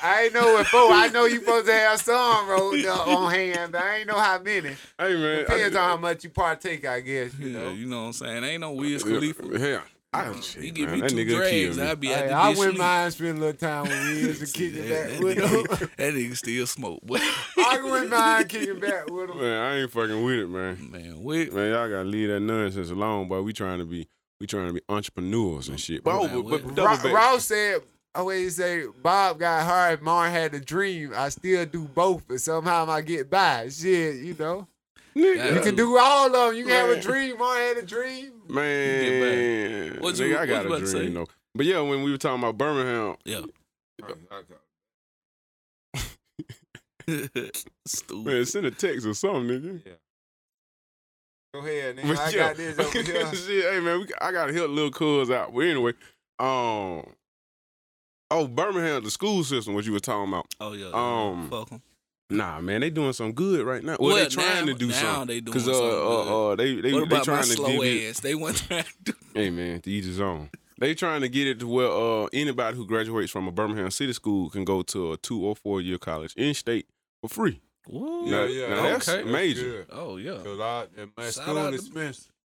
[SPEAKER 3] I ain't know what for. I know you supposed to have some rolled up on hand, but I ain't know how many.
[SPEAKER 1] Hey man,
[SPEAKER 3] Depends on how much you partake, I guess. You
[SPEAKER 2] Yeah,
[SPEAKER 3] know.
[SPEAKER 2] you know what I'm saying? Ain't no Wiz Khalifa.
[SPEAKER 1] yeah, yeah. I,
[SPEAKER 2] He
[SPEAKER 1] shit,
[SPEAKER 2] give
[SPEAKER 1] man,
[SPEAKER 2] me
[SPEAKER 1] that
[SPEAKER 2] two
[SPEAKER 1] nigga
[SPEAKER 2] drags,
[SPEAKER 1] killed me.
[SPEAKER 2] I'd be out
[SPEAKER 3] Hey,
[SPEAKER 2] the
[SPEAKER 3] I
[SPEAKER 2] bitch
[SPEAKER 3] wouldn't
[SPEAKER 2] sleep.
[SPEAKER 3] mind spending a little time with we is and
[SPEAKER 2] that,
[SPEAKER 3] kicking back
[SPEAKER 2] that
[SPEAKER 3] with them.
[SPEAKER 2] nigga, that nigga still smoke. But
[SPEAKER 3] I wouldn't mind kicking back with them.
[SPEAKER 1] Man, I ain't fucking with it, man.
[SPEAKER 2] man, wait.
[SPEAKER 1] Man, y'all gotta leave that nonsense alone, boy. We trying to be, we trying to be entrepreneurs and shit. But,
[SPEAKER 2] Man,
[SPEAKER 1] oh, but, but
[SPEAKER 2] what-
[SPEAKER 1] double
[SPEAKER 3] Ra-
[SPEAKER 1] back.
[SPEAKER 3] Ross said, I always say, Bob got hard, Mar had a dream. I still do both, but somehow I get by. Shit, you know.
[SPEAKER 1] Nigga.
[SPEAKER 3] You can do all of them. You can have a
[SPEAKER 1] Man.
[SPEAKER 3] dream. Mar had a dream.
[SPEAKER 1] Man,
[SPEAKER 2] What
[SPEAKER 1] nigga,
[SPEAKER 2] you-
[SPEAKER 1] I
[SPEAKER 2] what
[SPEAKER 1] got
[SPEAKER 2] you
[SPEAKER 1] a
[SPEAKER 2] about to
[SPEAKER 1] dream
[SPEAKER 2] say?
[SPEAKER 1] though. But yeah, when we were talking about Birmingham,
[SPEAKER 2] Yeah.
[SPEAKER 1] man,
[SPEAKER 2] Stupid.
[SPEAKER 1] send a text or something, nigga.
[SPEAKER 3] Go ahead, nigga.
[SPEAKER 1] But
[SPEAKER 3] I
[SPEAKER 1] yeah.
[SPEAKER 3] got this over here.
[SPEAKER 1] Shit, hey man, we, I gotta help little cuz out. But anyway, um, oh Birmingham, the school system, what you were talking about?
[SPEAKER 2] Oh, yeah.
[SPEAKER 1] Um,
[SPEAKER 2] Fuck 'em.
[SPEAKER 1] Nah, man, they doing some good right now. Well, they
[SPEAKER 2] Well,
[SPEAKER 1] trying
[SPEAKER 2] now-
[SPEAKER 1] to do
[SPEAKER 2] now
[SPEAKER 1] something.
[SPEAKER 2] they doing
[SPEAKER 1] uh,
[SPEAKER 2] something
[SPEAKER 1] uh, uh, they they,
[SPEAKER 2] What
[SPEAKER 1] they
[SPEAKER 2] about my
[SPEAKER 1] trying to
[SPEAKER 2] slow
[SPEAKER 1] give it.
[SPEAKER 2] ass? They weren't trying to do
[SPEAKER 1] Hey man, to each his own. They trying to get it to where uh, anybody who graduates from a Birmingham City school can go to a two or four year college in state for free. Now-
[SPEAKER 2] Whoa.
[SPEAKER 1] now that's
[SPEAKER 2] okay.
[SPEAKER 1] major,
[SPEAKER 2] Oh, yeah.
[SPEAKER 3] my
[SPEAKER 2] Shout school out is to-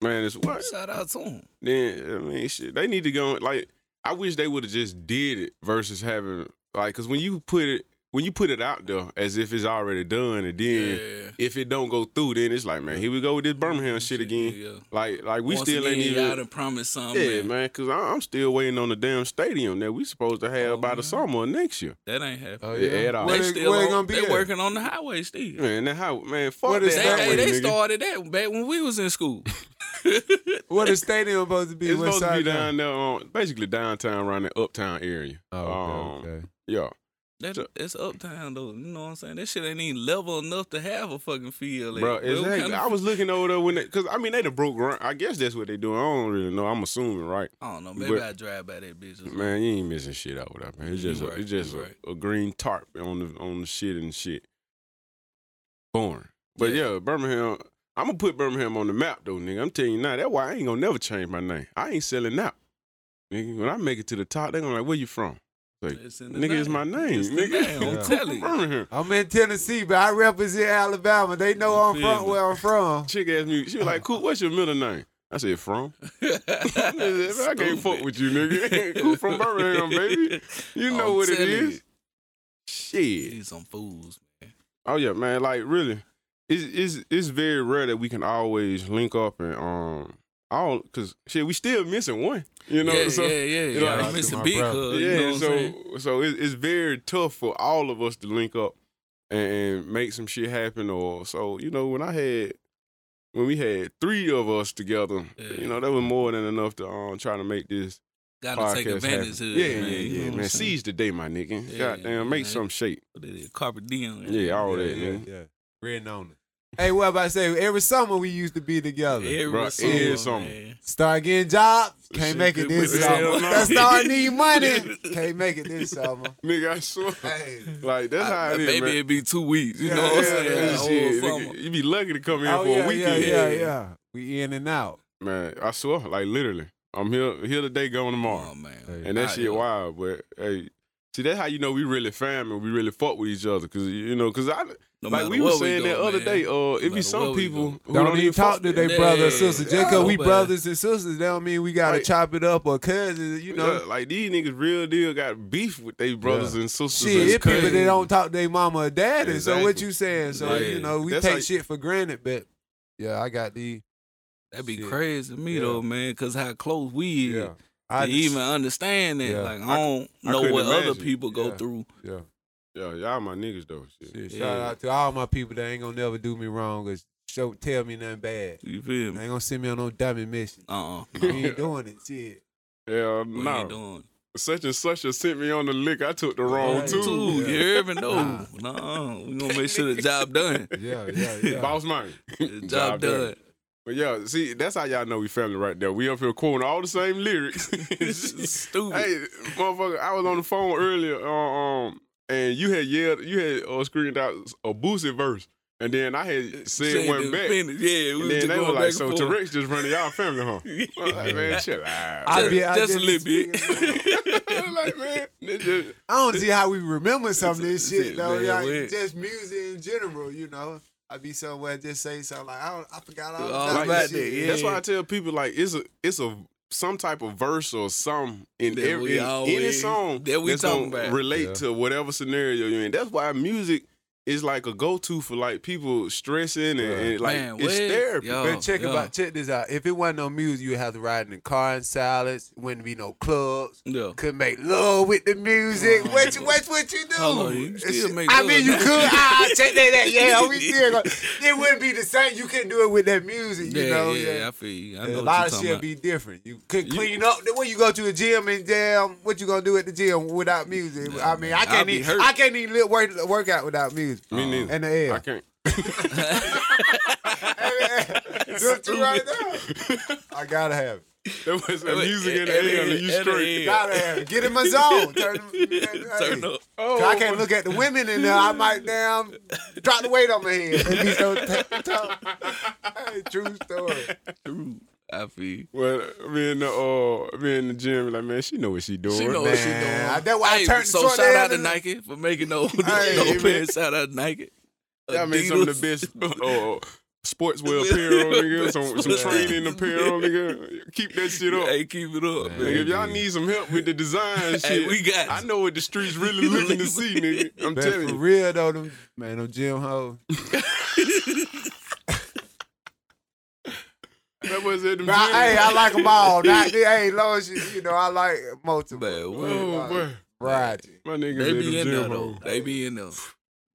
[SPEAKER 1] man. It's what?
[SPEAKER 2] Shout out to him.
[SPEAKER 1] Then I mean, shit. They need to go. Like I wish they would have just did it versus having like because when you put it when you put it out there as if it's already done, and then
[SPEAKER 2] Yeah.
[SPEAKER 1] if it don't go through, then it's like man, here we go with this Birmingham shit again.
[SPEAKER 2] Yeah.
[SPEAKER 1] Like like we
[SPEAKER 2] Once
[SPEAKER 1] still
[SPEAKER 2] again,
[SPEAKER 1] ain't
[SPEAKER 2] Y'all
[SPEAKER 1] even.
[SPEAKER 2] done promised something.
[SPEAKER 1] Yeah,
[SPEAKER 2] man.
[SPEAKER 1] man, because I'm still waiting on the damn stadium that we supposed to have
[SPEAKER 2] Oh,
[SPEAKER 1] by the
[SPEAKER 2] man.
[SPEAKER 1] summer of next year.
[SPEAKER 2] That ain't happening.
[SPEAKER 3] Oh,
[SPEAKER 1] Yeah, Ed Owl.
[SPEAKER 3] Where
[SPEAKER 2] They
[SPEAKER 3] they,
[SPEAKER 2] still
[SPEAKER 3] where they
[SPEAKER 2] on-
[SPEAKER 3] gonna be
[SPEAKER 2] They
[SPEAKER 3] at?
[SPEAKER 2] working on the highway still.
[SPEAKER 1] Man, that how man, fuck
[SPEAKER 3] What is
[SPEAKER 1] that
[SPEAKER 2] They,
[SPEAKER 3] that
[SPEAKER 1] highway,
[SPEAKER 2] hey, they
[SPEAKER 1] nigga.
[SPEAKER 2] started that back when we was in school.
[SPEAKER 3] What the stadium supposed to be?
[SPEAKER 1] It's
[SPEAKER 3] What
[SPEAKER 1] supposed to be
[SPEAKER 3] side now?
[SPEAKER 1] down there, on, basically downtown, around the uptown area.
[SPEAKER 3] Oh,
[SPEAKER 1] Um,
[SPEAKER 3] okay, okay.
[SPEAKER 1] Yeah,
[SPEAKER 2] That,
[SPEAKER 1] So-
[SPEAKER 2] that's uptown though. You know what I'm saying? That shit ain't even level enough to have a fucking field.
[SPEAKER 1] bro.
[SPEAKER 2] at. What
[SPEAKER 1] Exactly.
[SPEAKER 2] kind
[SPEAKER 1] I
[SPEAKER 2] of-
[SPEAKER 1] was looking over there when, because I mean, they done broke ground. I guess that's what they doing. I don't really know. I'm assuming, right?
[SPEAKER 2] I don't know. Maybe
[SPEAKER 1] but-
[SPEAKER 2] I drive by that bitch. or something.
[SPEAKER 1] Man, you ain't missing shit over there, man. It's
[SPEAKER 2] You
[SPEAKER 1] just, a,
[SPEAKER 2] right,
[SPEAKER 1] it's just
[SPEAKER 2] you
[SPEAKER 1] a,
[SPEAKER 2] right.
[SPEAKER 1] a green tarp on the on the shit and shit. Boring. But yeah,
[SPEAKER 2] Yeah.
[SPEAKER 1] Birmingham. I'm gonna put Birmingham on the map though, nigga. I'm telling you now. That's why I ain't gonna never change my name. I ain't selling out, nigga. When I make it to the top, they gonna like, where you from? Like,
[SPEAKER 2] It's in the
[SPEAKER 1] nigga is my name.
[SPEAKER 2] It's the
[SPEAKER 1] nigga,
[SPEAKER 2] name, I'm
[SPEAKER 1] Coop
[SPEAKER 2] telling you.
[SPEAKER 1] from Birmingham.
[SPEAKER 3] I'm in Tennessee, but I represent Alabama. They know I'm from where I'm from.
[SPEAKER 1] Chick asked me, she was like, "Cool, what's your middle name?" I said, "From." I can't fuck with you, nigga. Cool from Birmingham, baby. You know
[SPEAKER 2] I'm
[SPEAKER 1] what it
[SPEAKER 2] telling
[SPEAKER 1] is.
[SPEAKER 2] you.
[SPEAKER 1] Shit.
[SPEAKER 2] These some fools.
[SPEAKER 1] Oh yeah, man. Like really, it's it's it's very rare that we can always link up and um, all because shit, we still missing one. You know,
[SPEAKER 2] yeah,
[SPEAKER 1] so
[SPEAKER 2] yeah, yeah, yeah.
[SPEAKER 1] know, I
[SPEAKER 2] I'm
[SPEAKER 1] do
[SPEAKER 2] missing
[SPEAKER 3] my
[SPEAKER 2] big
[SPEAKER 3] brother.
[SPEAKER 2] hug.
[SPEAKER 1] yeah,
[SPEAKER 2] you know what I'm saying?
[SPEAKER 1] so so it, it's very tough for all of us to link up and, and make some shit happen. Or so you know, when I had when we had three of us together,
[SPEAKER 2] Yeah.
[SPEAKER 1] you know, that was more than enough to um try to make this
[SPEAKER 2] gotta take
[SPEAKER 1] podcast
[SPEAKER 2] advantage
[SPEAKER 1] happen.
[SPEAKER 2] of
[SPEAKER 1] yeah,
[SPEAKER 2] it. man,
[SPEAKER 1] yeah,
[SPEAKER 2] you know
[SPEAKER 1] yeah,
[SPEAKER 2] what I'm
[SPEAKER 1] man.
[SPEAKER 2] saying?
[SPEAKER 1] Seize the day, my nigga.
[SPEAKER 2] Yeah,
[SPEAKER 1] Goddamn, make
[SPEAKER 2] man.
[SPEAKER 1] some shape.
[SPEAKER 2] What it is, Carpe diem.
[SPEAKER 1] Yeah, all that,
[SPEAKER 6] yeah,
[SPEAKER 1] nigga.
[SPEAKER 6] yeah. Red on it.
[SPEAKER 3] Hey, what about I say? Every summer we used to be together.
[SPEAKER 2] Every
[SPEAKER 1] Bruh,
[SPEAKER 2] summer,
[SPEAKER 1] every summer.
[SPEAKER 2] man.
[SPEAKER 3] Start getting jobs.
[SPEAKER 1] Shit,
[SPEAKER 3] Can't make it this
[SPEAKER 2] we- we-
[SPEAKER 3] summer.
[SPEAKER 1] hell no.
[SPEAKER 3] Let's start need money. Can't make it this summer.
[SPEAKER 1] Nigga, I swear.
[SPEAKER 3] Hey.
[SPEAKER 1] Like that's how
[SPEAKER 2] I,
[SPEAKER 1] it is,
[SPEAKER 2] maybe
[SPEAKER 1] man.
[SPEAKER 2] it'd be two weeks. You
[SPEAKER 3] Yeah,
[SPEAKER 2] know what I'm
[SPEAKER 3] yeah,
[SPEAKER 2] saying?
[SPEAKER 1] yeah,
[SPEAKER 2] The whole
[SPEAKER 1] shit,
[SPEAKER 2] summer.
[SPEAKER 1] nigga, you be lucky to come in
[SPEAKER 3] Oh,
[SPEAKER 1] for
[SPEAKER 3] yeah,
[SPEAKER 1] a
[SPEAKER 3] yeah,
[SPEAKER 1] weekend.
[SPEAKER 3] yeah, yeah. We in and out.
[SPEAKER 1] Man, I swear, like literally, I'm here here today, going tomorrow,
[SPEAKER 2] Oh man,
[SPEAKER 3] Hey.
[SPEAKER 1] and that
[SPEAKER 2] I-
[SPEAKER 1] shit wild. But hey, see, that's how you know we really family. We really fuck with each other, cause you know, cause I
[SPEAKER 2] No
[SPEAKER 1] like
[SPEAKER 2] matter
[SPEAKER 1] we were
[SPEAKER 2] where
[SPEAKER 1] saying
[SPEAKER 2] go,
[SPEAKER 1] that other
[SPEAKER 2] man.
[SPEAKER 1] day. Uh, it
[SPEAKER 2] No
[SPEAKER 1] be
[SPEAKER 2] matter
[SPEAKER 1] some
[SPEAKER 2] where we
[SPEAKER 1] people
[SPEAKER 2] go.
[SPEAKER 1] who
[SPEAKER 3] don't, even talk
[SPEAKER 1] fuck
[SPEAKER 3] to
[SPEAKER 1] with-
[SPEAKER 3] their brother or sister. Just because we
[SPEAKER 2] Yeah.
[SPEAKER 3] brothers and sisters, that don't mean we gotta
[SPEAKER 1] Right.
[SPEAKER 3] chop it up or cousins. You know,
[SPEAKER 1] Yeah, like these niggas real deal got beef with their brothers and sisters.
[SPEAKER 3] shit,
[SPEAKER 1] and
[SPEAKER 3] it people
[SPEAKER 1] cousins.
[SPEAKER 3] that don't talk to their mama or daddy. So what
[SPEAKER 1] Exactly.
[SPEAKER 3] you saying? So
[SPEAKER 2] Yeah.
[SPEAKER 3] you know, we
[SPEAKER 1] That's
[SPEAKER 3] take
[SPEAKER 1] how you-
[SPEAKER 3] shit for granted, but yeah, I got the
[SPEAKER 2] that'd be
[SPEAKER 3] shit.
[SPEAKER 2] crazy to me
[SPEAKER 3] Yeah.
[SPEAKER 2] though, man. Cause how close we is
[SPEAKER 3] yeah.
[SPEAKER 2] to
[SPEAKER 3] I just-
[SPEAKER 2] even understand that.
[SPEAKER 3] Yeah.
[SPEAKER 2] Like I
[SPEAKER 1] I-
[SPEAKER 2] don't
[SPEAKER 1] I
[SPEAKER 2] know
[SPEAKER 1] couldn't
[SPEAKER 2] what other
[SPEAKER 1] imagine.
[SPEAKER 2] people go
[SPEAKER 3] Yeah.
[SPEAKER 2] through.
[SPEAKER 3] yeah.
[SPEAKER 1] Yeah, y'all my niggas though. Shit.
[SPEAKER 3] Shit,
[SPEAKER 2] Yeah.
[SPEAKER 3] Shout out to all my people that ain't gonna never do me wrong or show tell me nothing bad.
[SPEAKER 2] You feel
[SPEAKER 3] They
[SPEAKER 2] me?
[SPEAKER 3] ain't gonna send me on no dummy mission.
[SPEAKER 2] Uh uh
[SPEAKER 3] We ain't doing it. Shit.
[SPEAKER 1] Yeah,
[SPEAKER 2] What
[SPEAKER 1] no.
[SPEAKER 2] you doing?
[SPEAKER 1] Such and such has sent me on the lick. I took the wrong
[SPEAKER 3] Right.
[SPEAKER 1] two.
[SPEAKER 2] Two,
[SPEAKER 3] Yeah.
[SPEAKER 2] You hear me? No, no. We gonna make sure the job done.
[SPEAKER 3] Yeah, yeah, yeah.
[SPEAKER 1] Boss man.
[SPEAKER 2] The job done.
[SPEAKER 1] But yeah, see, that's how y'all know we family right there. We up here quoting all the same lyrics.
[SPEAKER 2] Stupid.
[SPEAKER 1] hey, motherfucker, I was on the phone earlier, uh, um, and you had yelled, you had uh, screamed out a Boosie verse, and then I had said
[SPEAKER 2] Shit,
[SPEAKER 1] one
[SPEAKER 2] the
[SPEAKER 1] back.
[SPEAKER 2] finish. Yeah, we
[SPEAKER 1] And
[SPEAKER 2] was
[SPEAKER 1] then
[SPEAKER 2] just
[SPEAKER 1] they
[SPEAKER 2] going
[SPEAKER 1] were
[SPEAKER 2] back
[SPEAKER 1] like,
[SPEAKER 2] and
[SPEAKER 1] "So
[SPEAKER 2] forth.
[SPEAKER 1] Tarek's just running y'all family, huh?" I was like, man, chill out.
[SPEAKER 3] I
[SPEAKER 2] Just,
[SPEAKER 3] be- I
[SPEAKER 2] just a
[SPEAKER 3] just-
[SPEAKER 2] little bit.
[SPEAKER 1] I was like, man, this just-
[SPEAKER 3] I don't see how we remember some of this
[SPEAKER 2] It's-
[SPEAKER 3] shit
[SPEAKER 2] it's-
[SPEAKER 3] though.
[SPEAKER 2] man,
[SPEAKER 3] like,
[SPEAKER 2] what?
[SPEAKER 3] just music in general, you know. I be somewhere just say something like I, don't, I forgot all
[SPEAKER 2] All
[SPEAKER 3] about
[SPEAKER 2] about
[SPEAKER 3] that.
[SPEAKER 1] Like,
[SPEAKER 2] that,
[SPEAKER 3] Shit.
[SPEAKER 1] That's why I tell people like it's a it's a some type of verse or some in
[SPEAKER 2] That we
[SPEAKER 1] every in any
[SPEAKER 2] always-
[SPEAKER 1] song
[SPEAKER 2] that we
[SPEAKER 1] that's
[SPEAKER 2] talking
[SPEAKER 1] gonna
[SPEAKER 2] about.
[SPEAKER 1] relate
[SPEAKER 6] Yeah.
[SPEAKER 1] to whatever scenario you're in. That's why music is like a go to for like people stressing and, and, like
[SPEAKER 2] Man,
[SPEAKER 1] it's
[SPEAKER 2] what?
[SPEAKER 1] therapy.
[SPEAKER 2] Yo.
[SPEAKER 3] But check
[SPEAKER 2] yeah.
[SPEAKER 3] about check this out. If it wasn't no music, you have to ride in the car in silence. Wouldn't be no clubs.
[SPEAKER 2] Yeah.
[SPEAKER 3] Could make love with the music. What you what what you do?
[SPEAKER 2] Hold on, you still
[SPEAKER 3] It's-
[SPEAKER 2] make
[SPEAKER 3] I
[SPEAKER 2] love
[SPEAKER 3] mean, you
[SPEAKER 2] now.
[SPEAKER 3] could. Ah, ah, check that. that yeah, we still. Gonna, it wouldn't be the same. You couldn't do it with that music. You
[SPEAKER 2] yeah,
[SPEAKER 3] know.
[SPEAKER 2] yeah,
[SPEAKER 3] yeah.
[SPEAKER 2] I feel you. I
[SPEAKER 3] A
[SPEAKER 2] know
[SPEAKER 3] lot
[SPEAKER 2] what
[SPEAKER 3] of
[SPEAKER 2] you're
[SPEAKER 3] shit
[SPEAKER 2] talking about.
[SPEAKER 3] be different. You could clean up. The way you go to a gym and damn, what you gonna do at the gym without music? I mean, I
[SPEAKER 2] I'll
[SPEAKER 3] can't
[SPEAKER 2] be
[SPEAKER 3] even.
[SPEAKER 2] hurt.
[SPEAKER 3] I can't even live work, work out without music.
[SPEAKER 1] Me neither.
[SPEAKER 3] And the air.
[SPEAKER 1] I can't.
[SPEAKER 3] Them two right there. I gotta have it.
[SPEAKER 1] That was that music in the
[SPEAKER 2] And-
[SPEAKER 1] air and
[SPEAKER 2] and-
[SPEAKER 1] you
[SPEAKER 2] and-
[SPEAKER 1] straight.
[SPEAKER 2] and-
[SPEAKER 3] Gotta have it. Get in my zone. Turn,
[SPEAKER 2] Turn up.
[SPEAKER 1] Oh,
[SPEAKER 3] I can't look at the women in there. I might damn drop the weight on my head. And be so t- tough. Hey, true story.
[SPEAKER 2] True. I feel you.
[SPEAKER 1] Well, me in the uh, me in the gym, like man, she know what she doing.
[SPEAKER 2] know what she
[SPEAKER 3] Man, I- that's why I
[SPEAKER 2] Hey,
[SPEAKER 3] turned
[SPEAKER 2] so
[SPEAKER 3] short
[SPEAKER 2] shout out to
[SPEAKER 3] end of
[SPEAKER 2] Nike for making no,
[SPEAKER 3] Hey,
[SPEAKER 2] no
[SPEAKER 1] man.
[SPEAKER 2] pants. Shout out to Nike.
[SPEAKER 1] I made some of the best uh, sportswear apparel, nigga. Some, some training apparel, nigga. Keep that shit up.
[SPEAKER 2] Hey, keep it up,
[SPEAKER 1] Nigga, if
[SPEAKER 2] man.
[SPEAKER 1] y'all need some help with the design shit,
[SPEAKER 2] Hey, we got
[SPEAKER 1] I
[SPEAKER 2] you.
[SPEAKER 1] know what the streets really looking to see, nigga. I'm
[SPEAKER 3] But
[SPEAKER 1] telling
[SPEAKER 3] for
[SPEAKER 1] you.
[SPEAKER 3] real though, them man, them gym hoes.
[SPEAKER 1] That was at them
[SPEAKER 3] But I, hey,
[SPEAKER 1] gym.
[SPEAKER 3] I like them all. Not, hey, long as you, you know, I like multiple.
[SPEAKER 2] Man, what?
[SPEAKER 1] Oh, boy.
[SPEAKER 3] Variety.
[SPEAKER 1] My niggas
[SPEAKER 2] They
[SPEAKER 1] at them
[SPEAKER 2] be in there
[SPEAKER 1] gym.
[SPEAKER 2] though.
[SPEAKER 1] hole.
[SPEAKER 2] They be in there.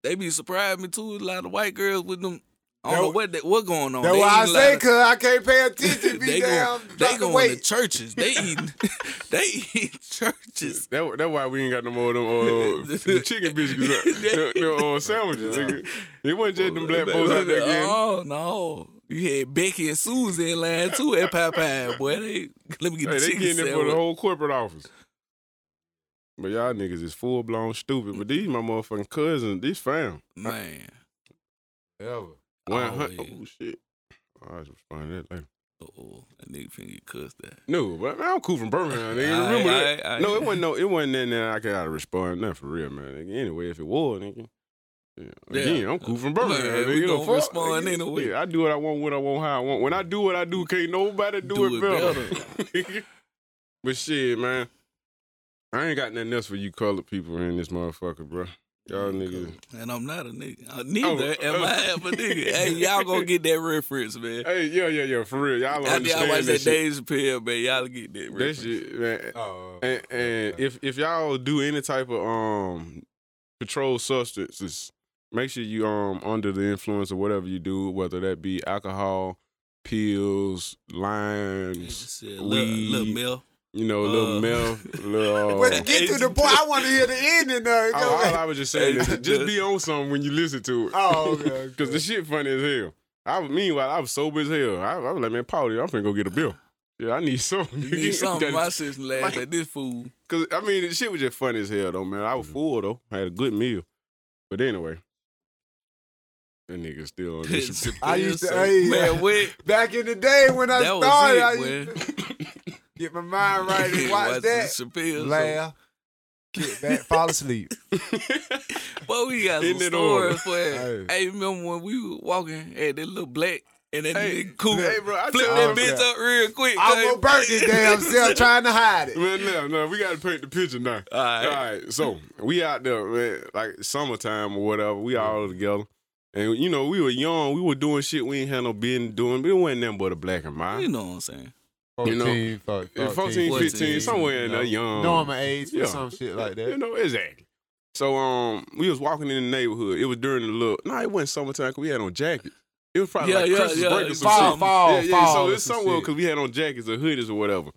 [SPEAKER 2] They be surprising me too. A lot of white girls with them. I
[SPEAKER 3] That
[SPEAKER 2] don't know
[SPEAKER 3] wa-
[SPEAKER 2] what they, what going on.
[SPEAKER 3] That's
[SPEAKER 2] They
[SPEAKER 3] why I
[SPEAKER 2] eating a
[SPEAKER 3] say,
[SPEAKER 2] lot
[SPEAKER 3] cause I can't pay attention.
[SPEAKER 2] of-
[SPEAKER 3] Be
[SPEAKER 2] they
[SPEAKER 3] damn,
[SPEAKER 2] going, they
[SPEAKER 3] drop the
[SPEAKER 2] going to
[SPEAKER 3] weight.
[SPEAKER 2] churches. They eating, they eat churches.
[SPEAKER 1] That, that's why we ain't got no more of them uh, the chicken biscuits, uh, the, the uh, sandwiches, nigga. It wasn't just them black folks out there getting.
[SPEAKER 2] Oh no, you had Becky and Susie in line too at Popeye. Boy, they let me get
[SPEAKER 1] Hey,
[SPEAKER 2] the
[SPEAKER 1] they
[SPEAKER 2] chicken
[SPEAKER 1] getting it for the
[SPEAKER 2] sandwich.
[SPEAKER 1] whole corporate office. But y'all niggas is full blown stupid. But these my motherfucking cousins, these fam.
[SPEAKER 2] Man,
[SPEAKER 1] One
[SPEAKER 2] Oh,
[SPEAKER 1] hundred.
[SPEAKER 2] yeah.
[SPEAKER 1] Oh shit! I just find Oh, that later.
[SPEAKER 2] oh, that nigga finna get cussed at.
[SPEAKER 1] No, but man, I'm cool from Birmingham. Nigga.
[SPEAKER 2] Aight,
[SPEAKER 1] Remember
[SPEAKER 2] aight,
[SPEAKER 1] that?
[SPEAKER 2] aight.
[SPEAKER 1] No, it wasn't. No, it wasn't nothing that I could out of respond. Nothing for real, man. Nigga. Anyway, if it was, nigga. Yeah.
[SPEAKER 2] Yeah.
[SPEAKER 1] Again, I'm cool from
[SPEAKER 2] Man,
[SPEAKER 1] Birmingham. nigga.
[SPEAKER 2] we
[SPEAKER 1] You know,
[SPEAKER 2] gonna
[SPEAKER 1] fuck,
[SPEAKER 2] respond
[SPEAKER 1] nigga.
[SPEAKER 2] anyway.
[SPEAKER 1] Yeah, I do what I want, what I want, how I want. When I do what I do, can't nobody do,
[SPEAKER 2] Do
[SPEAKER 1] it,
[SPEAKER 2] it
[SPEAKER 1] better. but shit, man, I ain't got nothing else for you colored people in this motherfucker, bro. Y'all niggas.
[SPEAKER 2] And I'm not a nigga. Uh, neither
[SPEAKER 1] Oh,
[SPEAKER 2] am I
[SPEAKER 1] oh.
[SPEAKER 2] half a nigga. hey, y'all gonna get that reference, man.
[SPEAKER 1] Hey, yeah, yeah, yeah, for real. Y'all don't
[SPEAKER 2] I think I
[SPEAKER 1] understand
[SPEAKER 2] watch
[SPEAKER 1] that
[SPEAKER 2] that
[SPEAKER 1] shit.
[SPEAKER 2] Days Pill, man. Y'all get that
[SPEAKER 1] That
[SPEAKER 2] reference.
[SPEAKER 1] shit, man.
[SPEAKER 4] Oh,
[SPEAKER 1] And, and if if y'all do any type of um controlled substances, make sure you um under the influence of whatever you do, whether that be alcohol, pills, limes,
[SPEAKER 2] Shit, little,
[SPEAKER 1] Weed.
[SPEAKER 2] little Mel.
[SPEAKER 1] you know, little
[SPEAKER 2] Uh.
[SPEAKER 1] meth, little.
[SPEAKER 3] But
[SPEAKER 1] Uh,
[SPEAKER 3] to get to the point, I want to hear the ending of it.
[SPEAKER 1] all, all Oh, I was just saying is just be on something when you listen to it,
[SPEAKER 3] Oh, okay, okay.
[SPEAKER 1] cause the shit funny as hell. I was meanwhile I was sober as hell. I, I was like, man, Paulie, I'm finna go get a bill. Yeah, I need something.
[SPEAKER 2] You need something.
[SPEAKER 1] Gotta-
[SPEAKER 2] My sister laughed at this fool.
[SPEAKER 1] Cause I mean, the shit was just funny as hell though, man. I was
[SPEAKER 2] Mm-hmm.
[SPEAKER 1] full though. I had a good meal, but anyway, that nigga still on this.
[SPEAKER 2] Pissed
[SPEAKER 3] I used to-
[SPEAKER 2] himself.
[SPEAKER 3] hey,
[SPEAKER 2] man, wait.
[SPEAKER 3] Back in the day when I
[SPEAKER 2] That was
[SPEAKER 3] started,
[SPEAKER 2] it,
[SPEAKER 3] I
[SPEAKER 2] man.
[SPEAKER 3] used to get my mind right and watch that,
[SPEAKER 2] Chappelle.
[SPEAKER 3] laugh, get back, fall asleep.
[SPEAKER 2] But we got
[SPEAKER 1] Isn't
[SPEAKER 2] some
[SPEAKER 1] it all?
[SPEAKER 2] stories for it. Hey, remember when we were walking at that little black and that
[SPEAKER 1] Hey,
[SPEAKER 2] nigga cool
[SPEAKER 1] hey, bro, I
[SPEAKER 2] flip
[SPEAKER 1] tell
[SPEAKER 2] that
[SPEAKER 1] him
[SPEAKER 2] bitch
[SPEAKER 1] that.
[SPEAKER 2] up real quick.
[SPEAKER 3] I will burn this damn self trying to hide it.
[SPEAKER 1] man, no, no, we gotta paint the picture now.
[SPEAKER 2] All right.
[SPEAKER 1] All right, so we out there, man, like summertime or whatever. We
[SPEAKER 2] Mm-hmm.
[SPEAKER 1] all together, and you know, we were young. We were doing shit we ain't had no been doing, but it wasn't nothing but a black and
[SPEAKER 2] You
[SPEAKER 1] mild.
[SPEAKER 2] know what I'm saying?
[SPEAKER 1] You know,
[SPEAKER 3] 14, fuck,
[SPEAKER 1] 14,
[SPEAKER 2] 14,
[SPEAKER 1] 15, somewhere in
[SPEAKER 3] you know,
[SPEAKER 1] there, young.
[SPEAKER 3] normal age
[SPEAKER 1] Yeah.
[SPEAKER 3] or some shit like
[SPEAKER 1] You
[SPEAKER 3] that.
[SPEAKER 1] know, exactly. So um, we was walking in the neighborhood. It was during the little. No, it wasn't summertime because we had on jackets. It was probably
[SPEAKER 2] Yeah,
[SPEAKER 1] like
[SPEAKER 2] yeah,
[SPEAKER 1] Christmas
[SPEAKER 2] yeah.
[SPEAKER 1] break or some
[SPEAKER 3] Fall,
[SPEAKER 1] shit.
[SPEAKER 3] fall,
[SPEAKER 1] yeah, yeah.
[SPEAKER 3] fall
[SPEAKER 1] so
[SPEAKER 3] or
[SPEAKER 1] it's
[SPEAKER 3] some
[SPEAKER 1] somewhere
[SPEAKER 3] shit.
[SPEAKER 1] because we had on jackets or hoodies or whatever.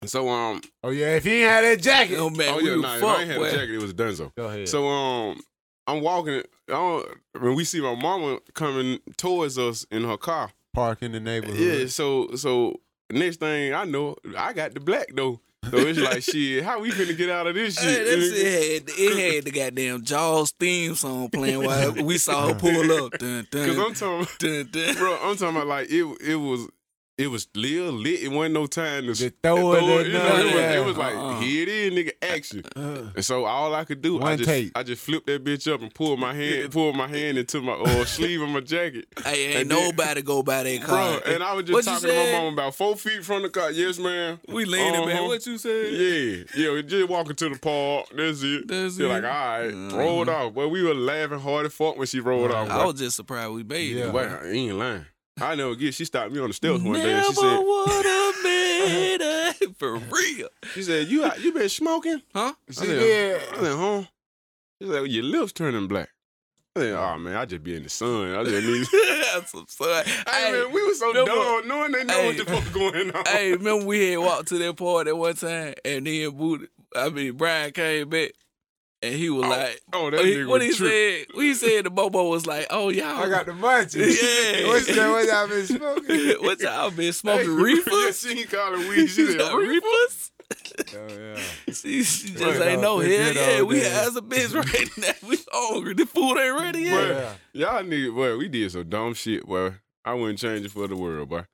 [SPEAKER 1] And so um,
[SPEAKER 3] Oh yeah, if he ain't had that jacket,
[SPEAKER 2] Oh man,
[SPEAKER 1] oh
[SPEAKER 2] we
[SPEAKER 1] yeah,
[SPEAKER 2] were
[SPEAKER 1] nah, if I
[SPEAKER 2] fucked,
[SPEAKER 1] ain't had
[SPEAKER 2] boy.
[SPEAKER 1] a jacket. It was Dunzo.
[SPEAKER 3] go ahead.
[SPEAKER 1] So um, I'm walking. I don't, when we see my mama coming towards us in her car.
[SPEAKER 3] park in the neighborhood.
[SPEAKER 1] Yeah. So so next thing I know, I got the black though. So it's like shit. How we finna get out of this
[SPEAKER 2] Hey,
[SPEAKER 1] shit?
[SPEAKER 2] that shit had, it had the goddamn Jaws theme song playing while we saw her pull up. Dun, dun,
[SPEAKER 1] Because I'm talking.
[SPEAKER 2] dun, dun.
[SPEAKER 1] bro. I'm talking about like it. It was. It was Lil lit. It wasn't no time to
[SPEAKER 3] Just
[SPEAKER 1] throw
[SPEAKER 3] throw
[SPEAKER 1] it.
[SPEAKER 3] it in
[SPEAKER 1] You know, It, was,
[SPEAKER 3] there.
[SPEAKER 1] it was like
[SPEAKER 2] Uh-uh.
[SPEAKER 1] here it is, nigga, action.
[SPEAKER 3] Uh,
[SPEAKER 1] And so all I could do, I
[SPEAKER 3] One
[SPEAKER 1] just
[SPEAKER 3] take.
[SPEAKER 1] I just flipped that bitch up and pulled my hand, pulled my hand into my uh, sleeve of my jacket,
[SPEAKER 2] Hey, ain't
[SPEAKER 1] And then-
[SPEAKER 2] nobody go by that
[SPEAKER 1] bro.
[SPEAKER 2] car.
[SPEAKER 1] And I was just
[SPEAKER 2] What you
[SPEAKER 1] talking to my
[SPEAKER 2] said?
[SPEAKER 1] mom about four feet from the car. Yes, man.
[SPEAKER 2] we leaning, man.
[SPEAKER 1] Uh-huh.
[SPEAKER 2] What you said?
[SPEAKER 1] Yeah, yeah. We just walking to the park. That's it.
[SPEAKER 2] That's
[SPEAKER 1] You're
[SPEAKER 2] it.
[SPEAKER 1] like, all right,
[SPEAKER 2] Mhm.
[SPEAKER 1] rolled off. Well, we were laughing hard as fuck when she rolled off.
[SPEAKER 2] I
[SPEAKER 1] bro.
[SPEAKER 2] was just surprised we made
[SPEAKER 3] Yeah.
[SPEAKER 2] it.
[SPEAKER 1] Well, I ain't lying. I know. Again, she stopped me on the steps one day. and
[SPEAKER 2] Never
[SPEAKER 1] She said,
[SPEAKER 2] would have made it for real,
[SPEAKER 1] She said, "You out- you been smoking?"
[SPEAKER 2] huh?
[SPEAKER 1] She
[SPEAKER 3] she
[SPEAKER 1] said,
[SPEAKER 3] did.
[SPEAKER 1] "I said, huh?" She said, "Your lips turning black." I said, "Oh man, I just be in the sun. I just need."
[SPEAKER 2] That's some son.
[SPEAKER 1] hey,
[SPEAKER 2] Hey,
[SPEAKER 1] man, we was so
[SPEAKER 2] remember-
[SPEAKER 1] dumb knowing they know what
[SPEAKER 2] Hey.
[SPEAKER 1] the fuck going on.
[SPEAKER 2] hey, remember we had walked to that party one time, and then Booty, I mean Brian came back, and he was like,
[SPEAKER 1] oh, that
[SPEAKER 2] he-
[SPEAKER 1] nigga
[SPEAKER 2] what
[SPEAKER 1] was
[SPEAKER 2] he
[SPEAKER 1] tripping.
[SPEAKER 2] said, he said the Bobo was like, oh y'all,
[SPEAKER 3] I got the munchies.
[SPEAKER 2] yeah,
[SPEAKER 3] What's that? What y'all been smoking?
[SPEAKER 2] what y'all been
[SPEAKER 1] Hey,
[SPEAKER 2] smoking reefers?
[SPEAKER 1] Yeah, she ain't calling weed. She said,
[SPEAKER 2] Y'all
[SPEAKER 1] "Reefer?"
[SPEAKER 2] reefers?
[SPEAKER 3] Oh, yeah.
[SPEAKER 2] She, she just
[SPEAKER 3] Right
[SPEAKER 2] ain't
[SPEAKER 3] on,
[SPEAKER 2] no
[SPEAKER 3] good
[SPEAKER 2] hell yeah.
[SPEAKER 3] old
[SPEAKER 2] We
[SPEAKER 3] days.
[SPEAKER 2] as a bitch right now. We hungry. The food ain't ready yet.
[SPEAKER 1] Bruh, Y'all niggas, boy, we did some dumb shit, boy. I wouldn't change it for the world, boy.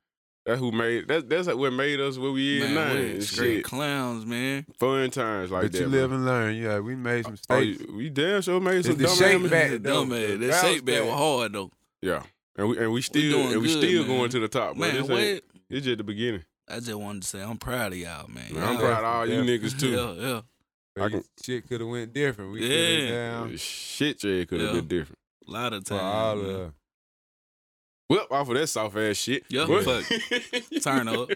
[SPEAKER 1] That's who made that. That's what made us what we is
[SPEAKER 2] Man,
[SPEAKER 1] now.
[SPEAKER 2] we
[SPEAKER 1] and
[SPEAKER 2] straight
[SPEAKER 1] Shit,
[SPEAKER 2] clowns, man.
[SPEAKER 1] fun times like
[SPEAKER 3] But
[SPEAKER 1] that.
[SPEAKER 3] you
[SPEAKER 1] bro.
[SPEAKER 3] live and learn. Yeah, we made some
[SPEAKER 1] Oh,
[SPEAKER 3] mistakes.
[SPEAKER 1] you- we damn sure made
[SPEAKER 3] It's
[SPEAKER 1] some
[SPEAKER 3] the
[SPEAKER 1] dumb
[SPEAKER 3] shake
[SPEAKER 1] ass-
[SPEAKER 3] back.
[SPEAKER 2] That
[SPEAKER 3] That
[SPEAKER 2] dumb
[SPEAKER 3] was-
[SPEAKER 2] ass. That
[SPEAKER 3] that
[SPEAKER 2] shake
[SPEAKER 3] was
[SPEAKER 2] bag
[SPEAKER 3] bad.
[SPEAKER 2] was hard though.
[SPEAKER 1] Yeah, and we and we still
[SPEAKER 2] doing
[SPEAKER 1] and we
[SPEAKER 2] good,
[SPEAKER 1] still
[SPEAKER 2] man.
[SPEAKER 1] going to the top, bro.
[SPEAKER 2] Man,
[SPEAKER 1] this ain't,
[SPEAKER 2] what?
[SPEAKER 1] it's just the beginning.
[SPEAKER 2] I just wanted to say I'm proud of y'all, man.
[SPEAKER 1] Man, I'm
[SPEAKER 2] Y'all-
[SPEAKER 1] proud of all you
[SPEAKER 3] Yeah.
[SPEAKER 1] niggas too.
[SPEAKER 2] Yeah, yeah.
[SPEAKER 1] I can-
[SPEAKER 3] Shit could have went different. We
[SPEAKER 2] Yeah.
[SPEAKER 3] could have down
[SPEAKER 1] Shit, Jay could have
[SPEAKER 2] Yeah.
[SPEAKER 1] been different.
[SPEAKER 2] A lot of
[SPEAKER 3] for
[SPEAKER 2] times.
[SPEAKER 3] all
[SPEAKER 2] man.
[SPEAKER 3] of
[SPEAKER 1] Well, off of that soft ass shit.
[SPEAKER 2] Yeah,
[SPEAKER 1] but,
[SPEAKER 2] Turn up.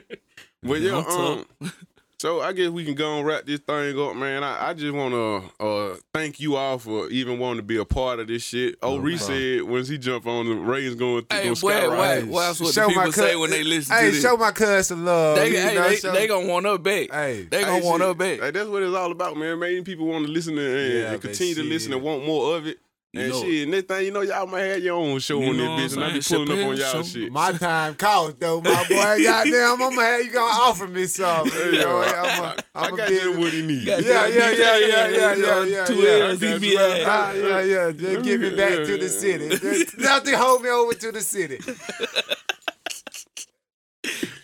[SPEAKER 1] But yeah,
[SPEAKER 2] I'm tough.
[SPEAKER 1] um, so I guess we can go and wrap this thing up, man. I, I just want to uh, thank you all for even wanting to be a part of this shit. Oh, Reese said once he jumped on the Ray's going through
[SPEAKER 2] Hey,
[SPEAKER 1] going
[SPEAKER 2] boy,
[SPEAKER 1] skyrocket.
[SPEAKER 2] why, why that's what
[SPEAKER 3] Show
[SPEAKER 2] the
[SPEAKER 3] my
[SPEAKER 2] people say
[SPEAKER 3] cou-
[SPEAKER 2] when they listen
[SPEAKER 3] Hey,
[SPEAKER 2] to this.
[SPEAKER 3] show my cuz some love.
[SPEAKER 2] they,
[SPEAKER 3] you
[SPEAKER 2] hey,
[SPEAKER 3] know,
[SPEAKER 2] they,
[SPEAKER 3] show-
[SPEAKER 2] they gonna want up back.
[SPEAKER 3] hey,
[SPEAKER 2] they gonna
[SPEAKER 1] Hey,
[SPEAKER 2] want
[SPEAKER 1] shit,
[SPEAKER 2] up back.
[SPEAKER 1] Like, that's what it's all about, man. Making people want to listen to and,
[SPEAKER 3] Yeah,
[SPEAKER 1] and
[SPEAKER 3] but
[SPEAKER 1] continue to listen
[SPEAKER 3] shit.
[SPEAKER 1] and want more of it.
[SPEAKER 2] You
[SPEAKER 1] and
[SPEAKER 2] know
[SPEAKER 1] shit, next thing you know, y'all might have your own show
[SPEAKER 2] You
[SPEAKER 1] on
[SPEAKER 2] know
[SPEAKER 1] this bitch,
[SPEAKER 2] what
[SPEAKER 1] and I
[SPEAKER 2] I'm
[SPEAKER 1] be
[SPEAKER 2] saying?
[SPEAKER 1] pulling up on
[SPEAKER 2] Chappelle
[SPEAKER 1] y'all
[SPEAKER 2] show.
[SPEAKER 1] shit.
[SPEAKER 3] my time cost though, my boy. Goddamn, I'm gonna have you gonna offer me some. You know, I'm a,
[SPEAKER 1] I
[SPEAKER 3] I'm a
[SPEAKER 1] got
[SPEAKER 3] big-
[SPEAKER 1] you what he needs.
[SPEAKER 2] Goddamn,
[SPEAKER 3] Yeah, yeah,
[SPEAKER 2] DJ,
[SPEAKER 3] yeah, yeah, yeah, yeah, yeah.
[SPEAKER 2] uh, Two
[SPEAKER 3] yeah.
[SPEAKER 2] L's, he be
[SPEAKER 1] That's right.
[SPEAKER 2] at.
[SPEAKER 3] Ah, yeah, yeah. Just give me back to the city. Just- Nothing hold me over to the city.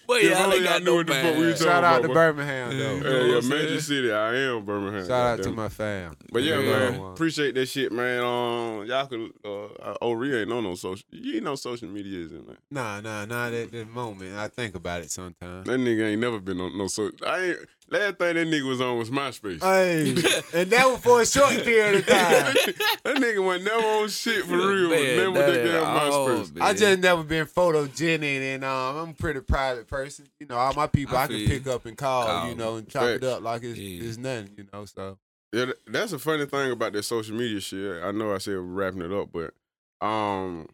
[SPEAKER 2] But
[SPEAKER 1] If
[SPEAKER 2] yeah, I
[SPEAKER 1] only
[SPEAKER 2] ain't
[SPEAKER 1] I
[SPEAKER 2] got
[SPEAKER 1] knew
[SPEAKER 2] no
[SPEAKER 1] what the fuck we
[SPEAKER 2] band.
[SPEAKER 1] was
[SPEAKER 7] Shout out to
[SPEAKER 1] Yeah.
[SPEAKER 7] Birmingham, though.
[SPEAKER 1] Hey,
[SPEAKER 2] know
[SPEAKER 1] yeah,
[SPEAKER 2] what I'm
[SPEAKER 1] Major
[SPEAKER 2] saying?
[SPEAKER 1] City, I am Birmingham.
[SPEAKER 7] Shout out to
[SPEAKER 1] goddamn.
[SPEAKER 7] my fam.
[SPEAKER 1] But yeah,
[SPEAKER 7] Yeah,
[SPEAKER 1] man,
[SPEAKER 7] man.
[SPEAKER 1] appreciate that shit, man. Um, y'all could, uh, oh, Rhea ain't on no social. You ain't no social media, is it, man?
[SPEAKER 7] Nah, nah, not at the moment. I think about it sometimes.
[SPEAKER 1] That nigga ain't never been on no social. I ain't. Last thing that nigga was on was MySpace.
[SPEAKER 7] Hey,
[SPEAKER 3] and that was for a short period of time.
[SPEAKER 1] that nigga went never on shit for real.
[SPEAKER 2] Man,
[SPEAKER 1] never with that
[SPEAKER 2] that
[SPEAKER 1] damn
[SPEAKER 2] ain't all,
[SPEAKER 1] MySpace.
[SPEAKER 2] Oh, man.
[SPEAKER 3] I just never been photogenic, and um, I'm a pretty private person. You know, all my people
[SPEAKER 2] I
[SPEAKER 3] I, can
[SPEAKER 2] feel you.
[SPEAKER 3] pick up and call,
[SPEAKER 2] Call.
[SPEAKER 3] you know, and chop it
[SPEAKER 1] Facts.
[SPEAKER 3] up like it's,
[SPEAKER 2] Yeah.
[SPEAKER 3] it's nothing, you know. So
[SPEAKER 1] Yeah, th- that's a funny thing about that social media shit. I know I said we're wrapping it up, but um,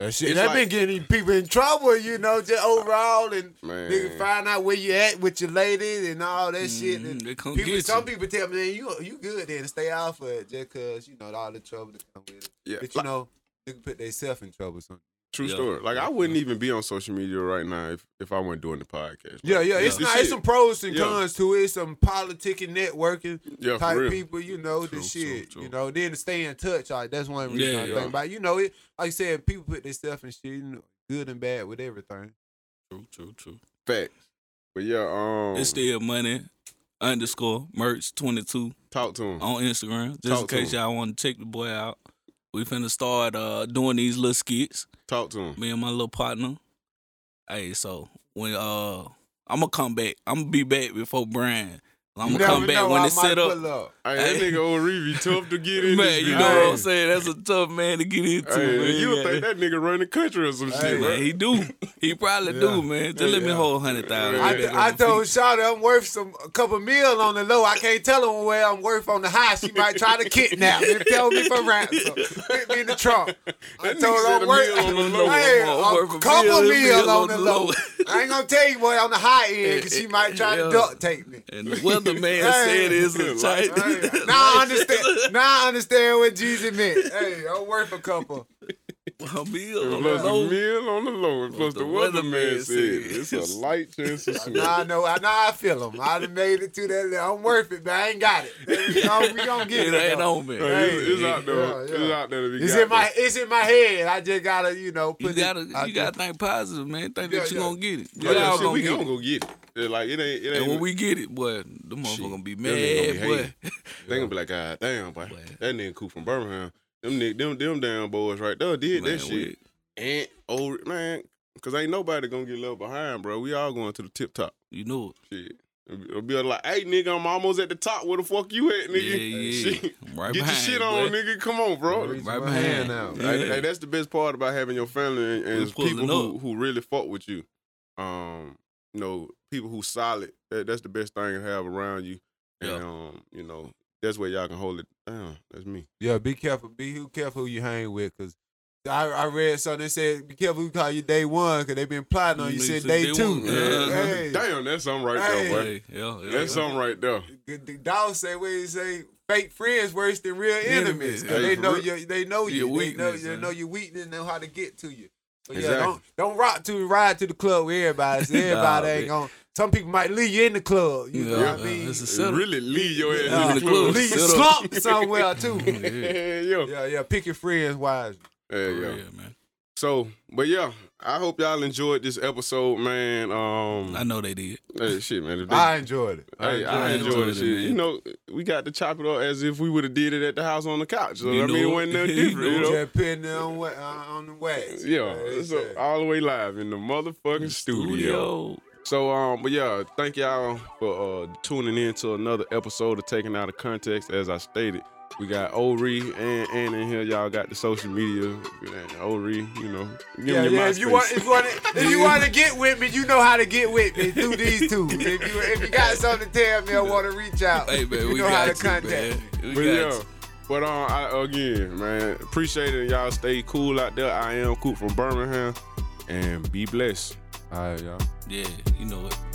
[SPEAKER 3] that shit,
[SPEAKER 1] It's
[SPEAKER 3] that
[SPEAKER 1] like-
[SPEAKER 3] been getting these people in trouble, you know, just overall, and
[SPEAKER 1] man,
[SPEAKER 3] nigga find out where you at with your lady and all that shit.
[SPEAKER 2] Mhm,
[SPEAKER 3] And
[SPEAKER 2] they come
[SPEAKER 3] people,
[SPEAKER 2] get
[SPEAKER 3] some
[SPEAKER 2] you.
[SPEAKER 3] people tell me, man, you you good then, stay out for it, just cause you know all the trouble that come with it.
[SPEAKER 1] yeah,
[SPEAKER 3] But you
[SPEAKER 1] like,
[SPEAKER 3] know, nigga put themselves in trouble. Sometimes.
[SPEAKER 1] true
[SPEAKER 2] Yeah.
[SPEAKER 1] story. Like I wouldn't even be on social media right now if if I wasn't doing the podcast.
[SPEAKER 3] Yeah,
[SPEAKER 2] Yeah.
[SPEAKER 3] yeah, it's
[SPEAKER 1] This
[SPEAKER 3] not. It's
[SPEAKER 1] shit-
[SPEAKER 3] some pros and
[SPEAKER 1] yeah.
[SPEAKER 3] cons to it. It's some politicking, networking.
[SPEAKER 1] yeah, for
[SPEAKER 3] type
[SPEAKER 1] real.
[SPEAKER 3] people, you know,
[SPEAKER 1] True,
[SPEAKER 3] the
[SPEAKER 1] true,
[SPEAKER 3] shit.
[SPEAKER 1] true.
[SPEAKER 3] You know, then to stay in touch. Like that's one reason
[SPEAKER 2] Yeah,
[SPEAKER 3] I
[SPEAKER 1] yeah.
[SPEAKER 3] think about. it. You know, it like I said, people put themselves in shit, you know, good and bad with everything.
[SPEAKER 2] True, true, true.
[SPEAKER 1] Facts. But yeah, um,
[SPEAKER 2] It's still money underscore merch twenty two
[SPEAKER 1] talk to him.
[SPEAKER 2] on Instagram. Just
[SPEAKER 1] Talk to
[SPEAKER 2] in case
[SPEAKER 1] him.
[SPEAKER 2] y'all want to check the boy out. We finna start uh doing these little skits.
[SPEAKER 1] Talk to him.
[SPEAKER 2] Me and my little partner. Hey, so when uh I'ma come back. I'ma be back before Brian. I'ma
[SPEAKER 3] You
[SPEAKER 2] come
[SPEAKER 3] never
[SPEAKER 2] back
[SPEAKER 3] know,
[SPEAKER 2] when
[SPEAKER 3] I
[SPEAKER 2] it's
[SPEAKER 3] might
[SPEAKER 2] set up.
[SPEAKER 3] pull up.
[SPEAKER 1] Hey, that
[SPEAKER 2] Hey.
[SPEAKER 1] nigga old Reeve be tough to get in. this
[SPEAKER 2] Man, you
[SPEAKER 1] bitch.
[SPEAKER 2] know what
[SPEAKER 3] Hey.
[SPEAKER 2] I'm saying? That's a tough man to get into,
[SPEAKER 1] Hey,
[SPEAKER 2] man.
[SPEAKER 1] you would
[SPEAKER 2] Yeah.
[SPEAKER 1] think that nigga run the country or some
[SPEAKER 3] Hey,
[SPEAKER 1] shit,
[SPEAKER 2] man,
[SPEAKER 1] right?
[SPEAKER 2] he do. He probably
[SPEAKER 3] Yeah.
[SPEAKER 2] do, man. Just let me
[SPEAKER 3] Yeah.
[SPEAKER 2] hold hundred thousand.
[SPEAKER 1] Yeah.
[SPEAKER 3] I, I told Shawty I'm worth some a couple meal on the low. I can't tell her where I'm worth on the high. She might try to kidnap me, tell me for ransom, put me in the trunk. I
[SPEAKER 1] That nigga
[SPEAKER 3] told her
[SPEAKER 1] said
[SPEAKER 3] I'm
[SPEAKER 1] a
[SPEAKER 3] worth
[SPEAKER 1] meal on the low.
[SPEAKER 3] Hey,
[SPEAKER 2] I'm worth
[SPEAKER 3] a
[SPEAKER 2] a
[SPEAKER 3] couple
[SPEAKER 2] meal,
[SPEAKER 3] meal on the low. I ain't gonna tell you what on the high end because she might try to
[SPEAKER 2] Yeah.
[SPEAKER 3] duct tape me.
[SPEAKER 2] And the weather man
[SPEAKER 3] Hey.
[SPEAKER 2] said it's a
[SPEAKER 1] Like,
[SPEAKER 2] tight.
[SPEAKER 3] Hey, now I understand. Now I understand what Jesus meant. Hey, I'm worth a couple.
[SPEAKER 2] A meal on the
[SPEAKER 1] Plus the
[SPEAKER 2] low.
[SPEAKER 1] meal on the low, and plus
[SPEAKER 2] the
[SPEAKER 1] the weatherman
[SPEAKER 2] weatherman
[SPEAKER 1] said it's a light chance of snow.
[SPEAKER 3] Now I know. Now I feel him. I done made it to that. level. I'm worth it, but I ain't got it. No, we gonna get it.
[SPEAKER 2] It ain't
[SPEAKER 3] though.
[SPEAKER 2] on me.
[SPEAKER 1] Hey, it's, it's out there.
[SPEAKER 3] Yeah, yeah.
[SPEAKER 1] It's out there to be
[SPEAKER 3] It's
[SPEAKER 1] got
[SPEAKER 3] in my. It's in my head. I just gotta, you know,
[SPEAKER 2] You
[SPEAKER 3] put
[SPEAKER 2] gotta,
[SPEAKER 3] it. out
[SPEAKER 2] you
[SPEAKER 3] there.
[SPEAKER 2] gotta think positive, man. Think
[SPEAKER 3] Yeah,
[SPEAKER 2] that you
[SPEAKER 3] yeah.
[SPEAKER 2] gonna get it.
[SPEAKER 1] though.
[SPEAKER 2] We
[SPEAKER 1] Yeah,
[SPEAKER 2] all
[SPEAKER 1] shit, we
[SPEAKER 2] gonna get
[SPEAKER 1] gonna
[SPEAKER 2] it.
[SPEAKER 1] go get it. Yeah, Like it ain't. It ain't.
[SPEAKER 2] And when we get it, boy, the motherfucker gonna be
[SPEAKER 1] them niggas
[SPEAKER 2] mad,
[SPEAKER 1] gonna be
[SPEAKER 2] boy.
[SPEAKER 1] they gonna be like, God damn, boy,
[SPEAKER 2] Boy.
[SPEAKER 1] that nigga cool from Birmingham. Them nigga, them, them damn boys right there did
[SPEAKER 2] Man,
[SPEAKER 1] that shit.
[SPEAKER 2] we-
[SPEAKER 1] And oh man, cause ain't nobody gonna get left behind, bro. We all going to the tip top.
[SPEAKER 2] You know it.
[SPEAKER 1] Shit. It'll be like, hey nigga, I'm almost at the top. Where the fuck you at, nigga?
[SPEAKER 2] Yeah, yeah.
[SPEAKER 1] Shit.
[SPEAKER 2] I'm right
[SPEAKER 1] Get your
[SPEAKER 2] behind
[SPEAKER 1] shit
[SPEAKER 2] you,
[SPEAKER 1] on,
[SPEAKER 2] boy.
[SPEAKER 1] nigga. Come on, bro.
[SPEAKER 3] Reach
[SPEAKER 2] right
[SPEAKER 3] my
[SPEAKER 2] behind.
[SPEAKER 3] hand out.
[SPEAKER 2] Yeah.
[SPEAKER 1] Hey, hey, that's the best part about having your family and, and
[SPEAKER 2] Who's pulling
[SPEAKER 1] people who,
[SPEAKER 2] up.
[SPEAKER 1] who really fuck with you. Um, you know, people who solid. That, that's the best thing to have around you. And
[SPEAKER 2] Yeah.
[SPEAKER 1] um, you know, that's where y'all can hold it down. That's me.
[SPEAKER 3] Yeah, be careful. Be who careful who you hang with, cause. I, I read something that said, be careful who call you day one, because they been plotting on you
[SPEAKER 2] Niggas
[SPEAKER 3] since
[SPEAKER 2] said
[SPEAKER 3] day
[SPEAKER 2] Mm, day
[SPEAKER 3] two.
[SPEAKER 2] one. Yeah.
[SPEAKER 3] Hey.
[SPEAKER 1] Damn, that's something right
[SPEAKER 3] Hey.
[SPEAKER 1] there, boy.
[SPEAKER 2] Hey, yeah, yeah,
[SPEAKER 1] That's
[SPEAKER 2] yeah.
[SPEAKER 1] something right there.
[SPEAKER 3] the, the dog say what he say fake friends worse than real enemies.
[SPEAKER 2] Enemies,
[SPEAKER 3] 'cause
[SPEAKER 1] hey,
[SPEAKER 3] they
[SPEAKER 1] for
[SPEAKER 3] know
[SPEAKER 1] real.
[SPEAKER 3] your they know you.
[SPEAKER 2] Your
[SPEAKER 3] they know
[SPEAKER 2] weakness,
[SPEAKER 3] they
[SPEAKER 2] man.
[SPEAKER 3] know your weakness know how to get to you. So yeah,
[SPEAKER 1] Exactly.
[SPEAKER 3] don't don't rock to ride to the club with everybody. So everybody
[SPEAKER 2] man.
[SPEAKER 3] ain't going some people might leave you in the club. You know
[SPEAKER 2] Yeah,
[SPEAKER 3] what I mean?
[SPEAKER 2] it's a setup.
[SPEAKER 1] Really leave your ass
[SPEAKER 3] Uh,
[SPEAKER 1] in the
[SPEAKER 2] Yeah.
[SPEAKER 1] club.
[SPEAKER 3] leave you
[SPEAKER 2] Set up.
[SPEAKER 3] slumped somewhere too.
[SPEAKER 2] Yeah,
[SPEAKER 1] Hey, yo.
[SPEAKER 3] yeah, yeah. Pick your friends wisely.
[SPEAKER 1] Hey,
[SPEAKER 2] for
[SPEAKER 1] yo.
[SPEAKER 2] real, man.
[SPEAKER 1] So, but yeah, I hope y'all enjoyed this episode, man. Um,
[SPEAKER 2] I know they did.
[SPEAKER 1] hey, shit, man. If they-
[SPEAKER 3] I enjoyed it.
[SPEAKER 1] Hey, I
[SPEAKER 2] I
[SPEAKER 1] enjoyed
[SPEAKER 2] enjoyed
[SPEAKER 1] the
[SPEAKER 2] it,
[SPEAKER 1] shit.
[SPEAKER 2] man.
[SPEAKER 1] You know, we got to chop it up as if we would have did it at the house on the couch. So,
[SPEAKER 2] You
[SPEAKER 1] I
[SPEAKER 2] know
[SPEAKER 1] mean, it
[SPEAKER 2] it.
[SPEAKER 1] wasn't nothing
[SPEAKER 2] You
[SPEAKER 1] different, you
[SPEAKER 2] know
[SPEAKER 1] know?
[SPEAKER 3] Just putting it on, wa- uh, on the wax.
[SPEAKER 1] Yeah, so all the way live in the motherfucking studio.
[SPEAKER 2] Studio.
[SPEAKER 1] So, um, but yeah, thank y'all for uh tuning in to another episode of Taking Out of Context. As I stated, we got Ori and and in here. Y'all got the social media. And Ori, you know, give
[SPEAKER 3] Yeah,
[SPEAKER 1] me
[SPEAKER 3] yeah.
[SPEAKER 1] my
[SPEAKER 3] If you want, if you want, to, if you want to get with me, you know how to get with me through these two. If you, if you got something to tell me, I want to reach out.
[SPEAKER 2] Hey, man,
[SPEAKER 3] you
[SPEAKER 2] we
[SPEAKER 3] know how
[SPEAKER 2] got
[SPEAKER 3] to
[SPEAKER 2] you,
[SPEAKER 3] contact
[SPEAKER 2] man.
[SPEAKER 3] me.
[SPEAKER 2] We
[SPEAKER 1] But
[SPEAKER 2] got
[SPEAKER 1] yeah.
[SPEAKER 2] you.
[SPEAKER 1] But um, I, again, man, appreciate it. Y'all stay cool out there. I am Coop from Birmingham, and be blessed.
[SPEAKER 3] All right, y'all.
[SPEAKER 2] Yeah, you know it.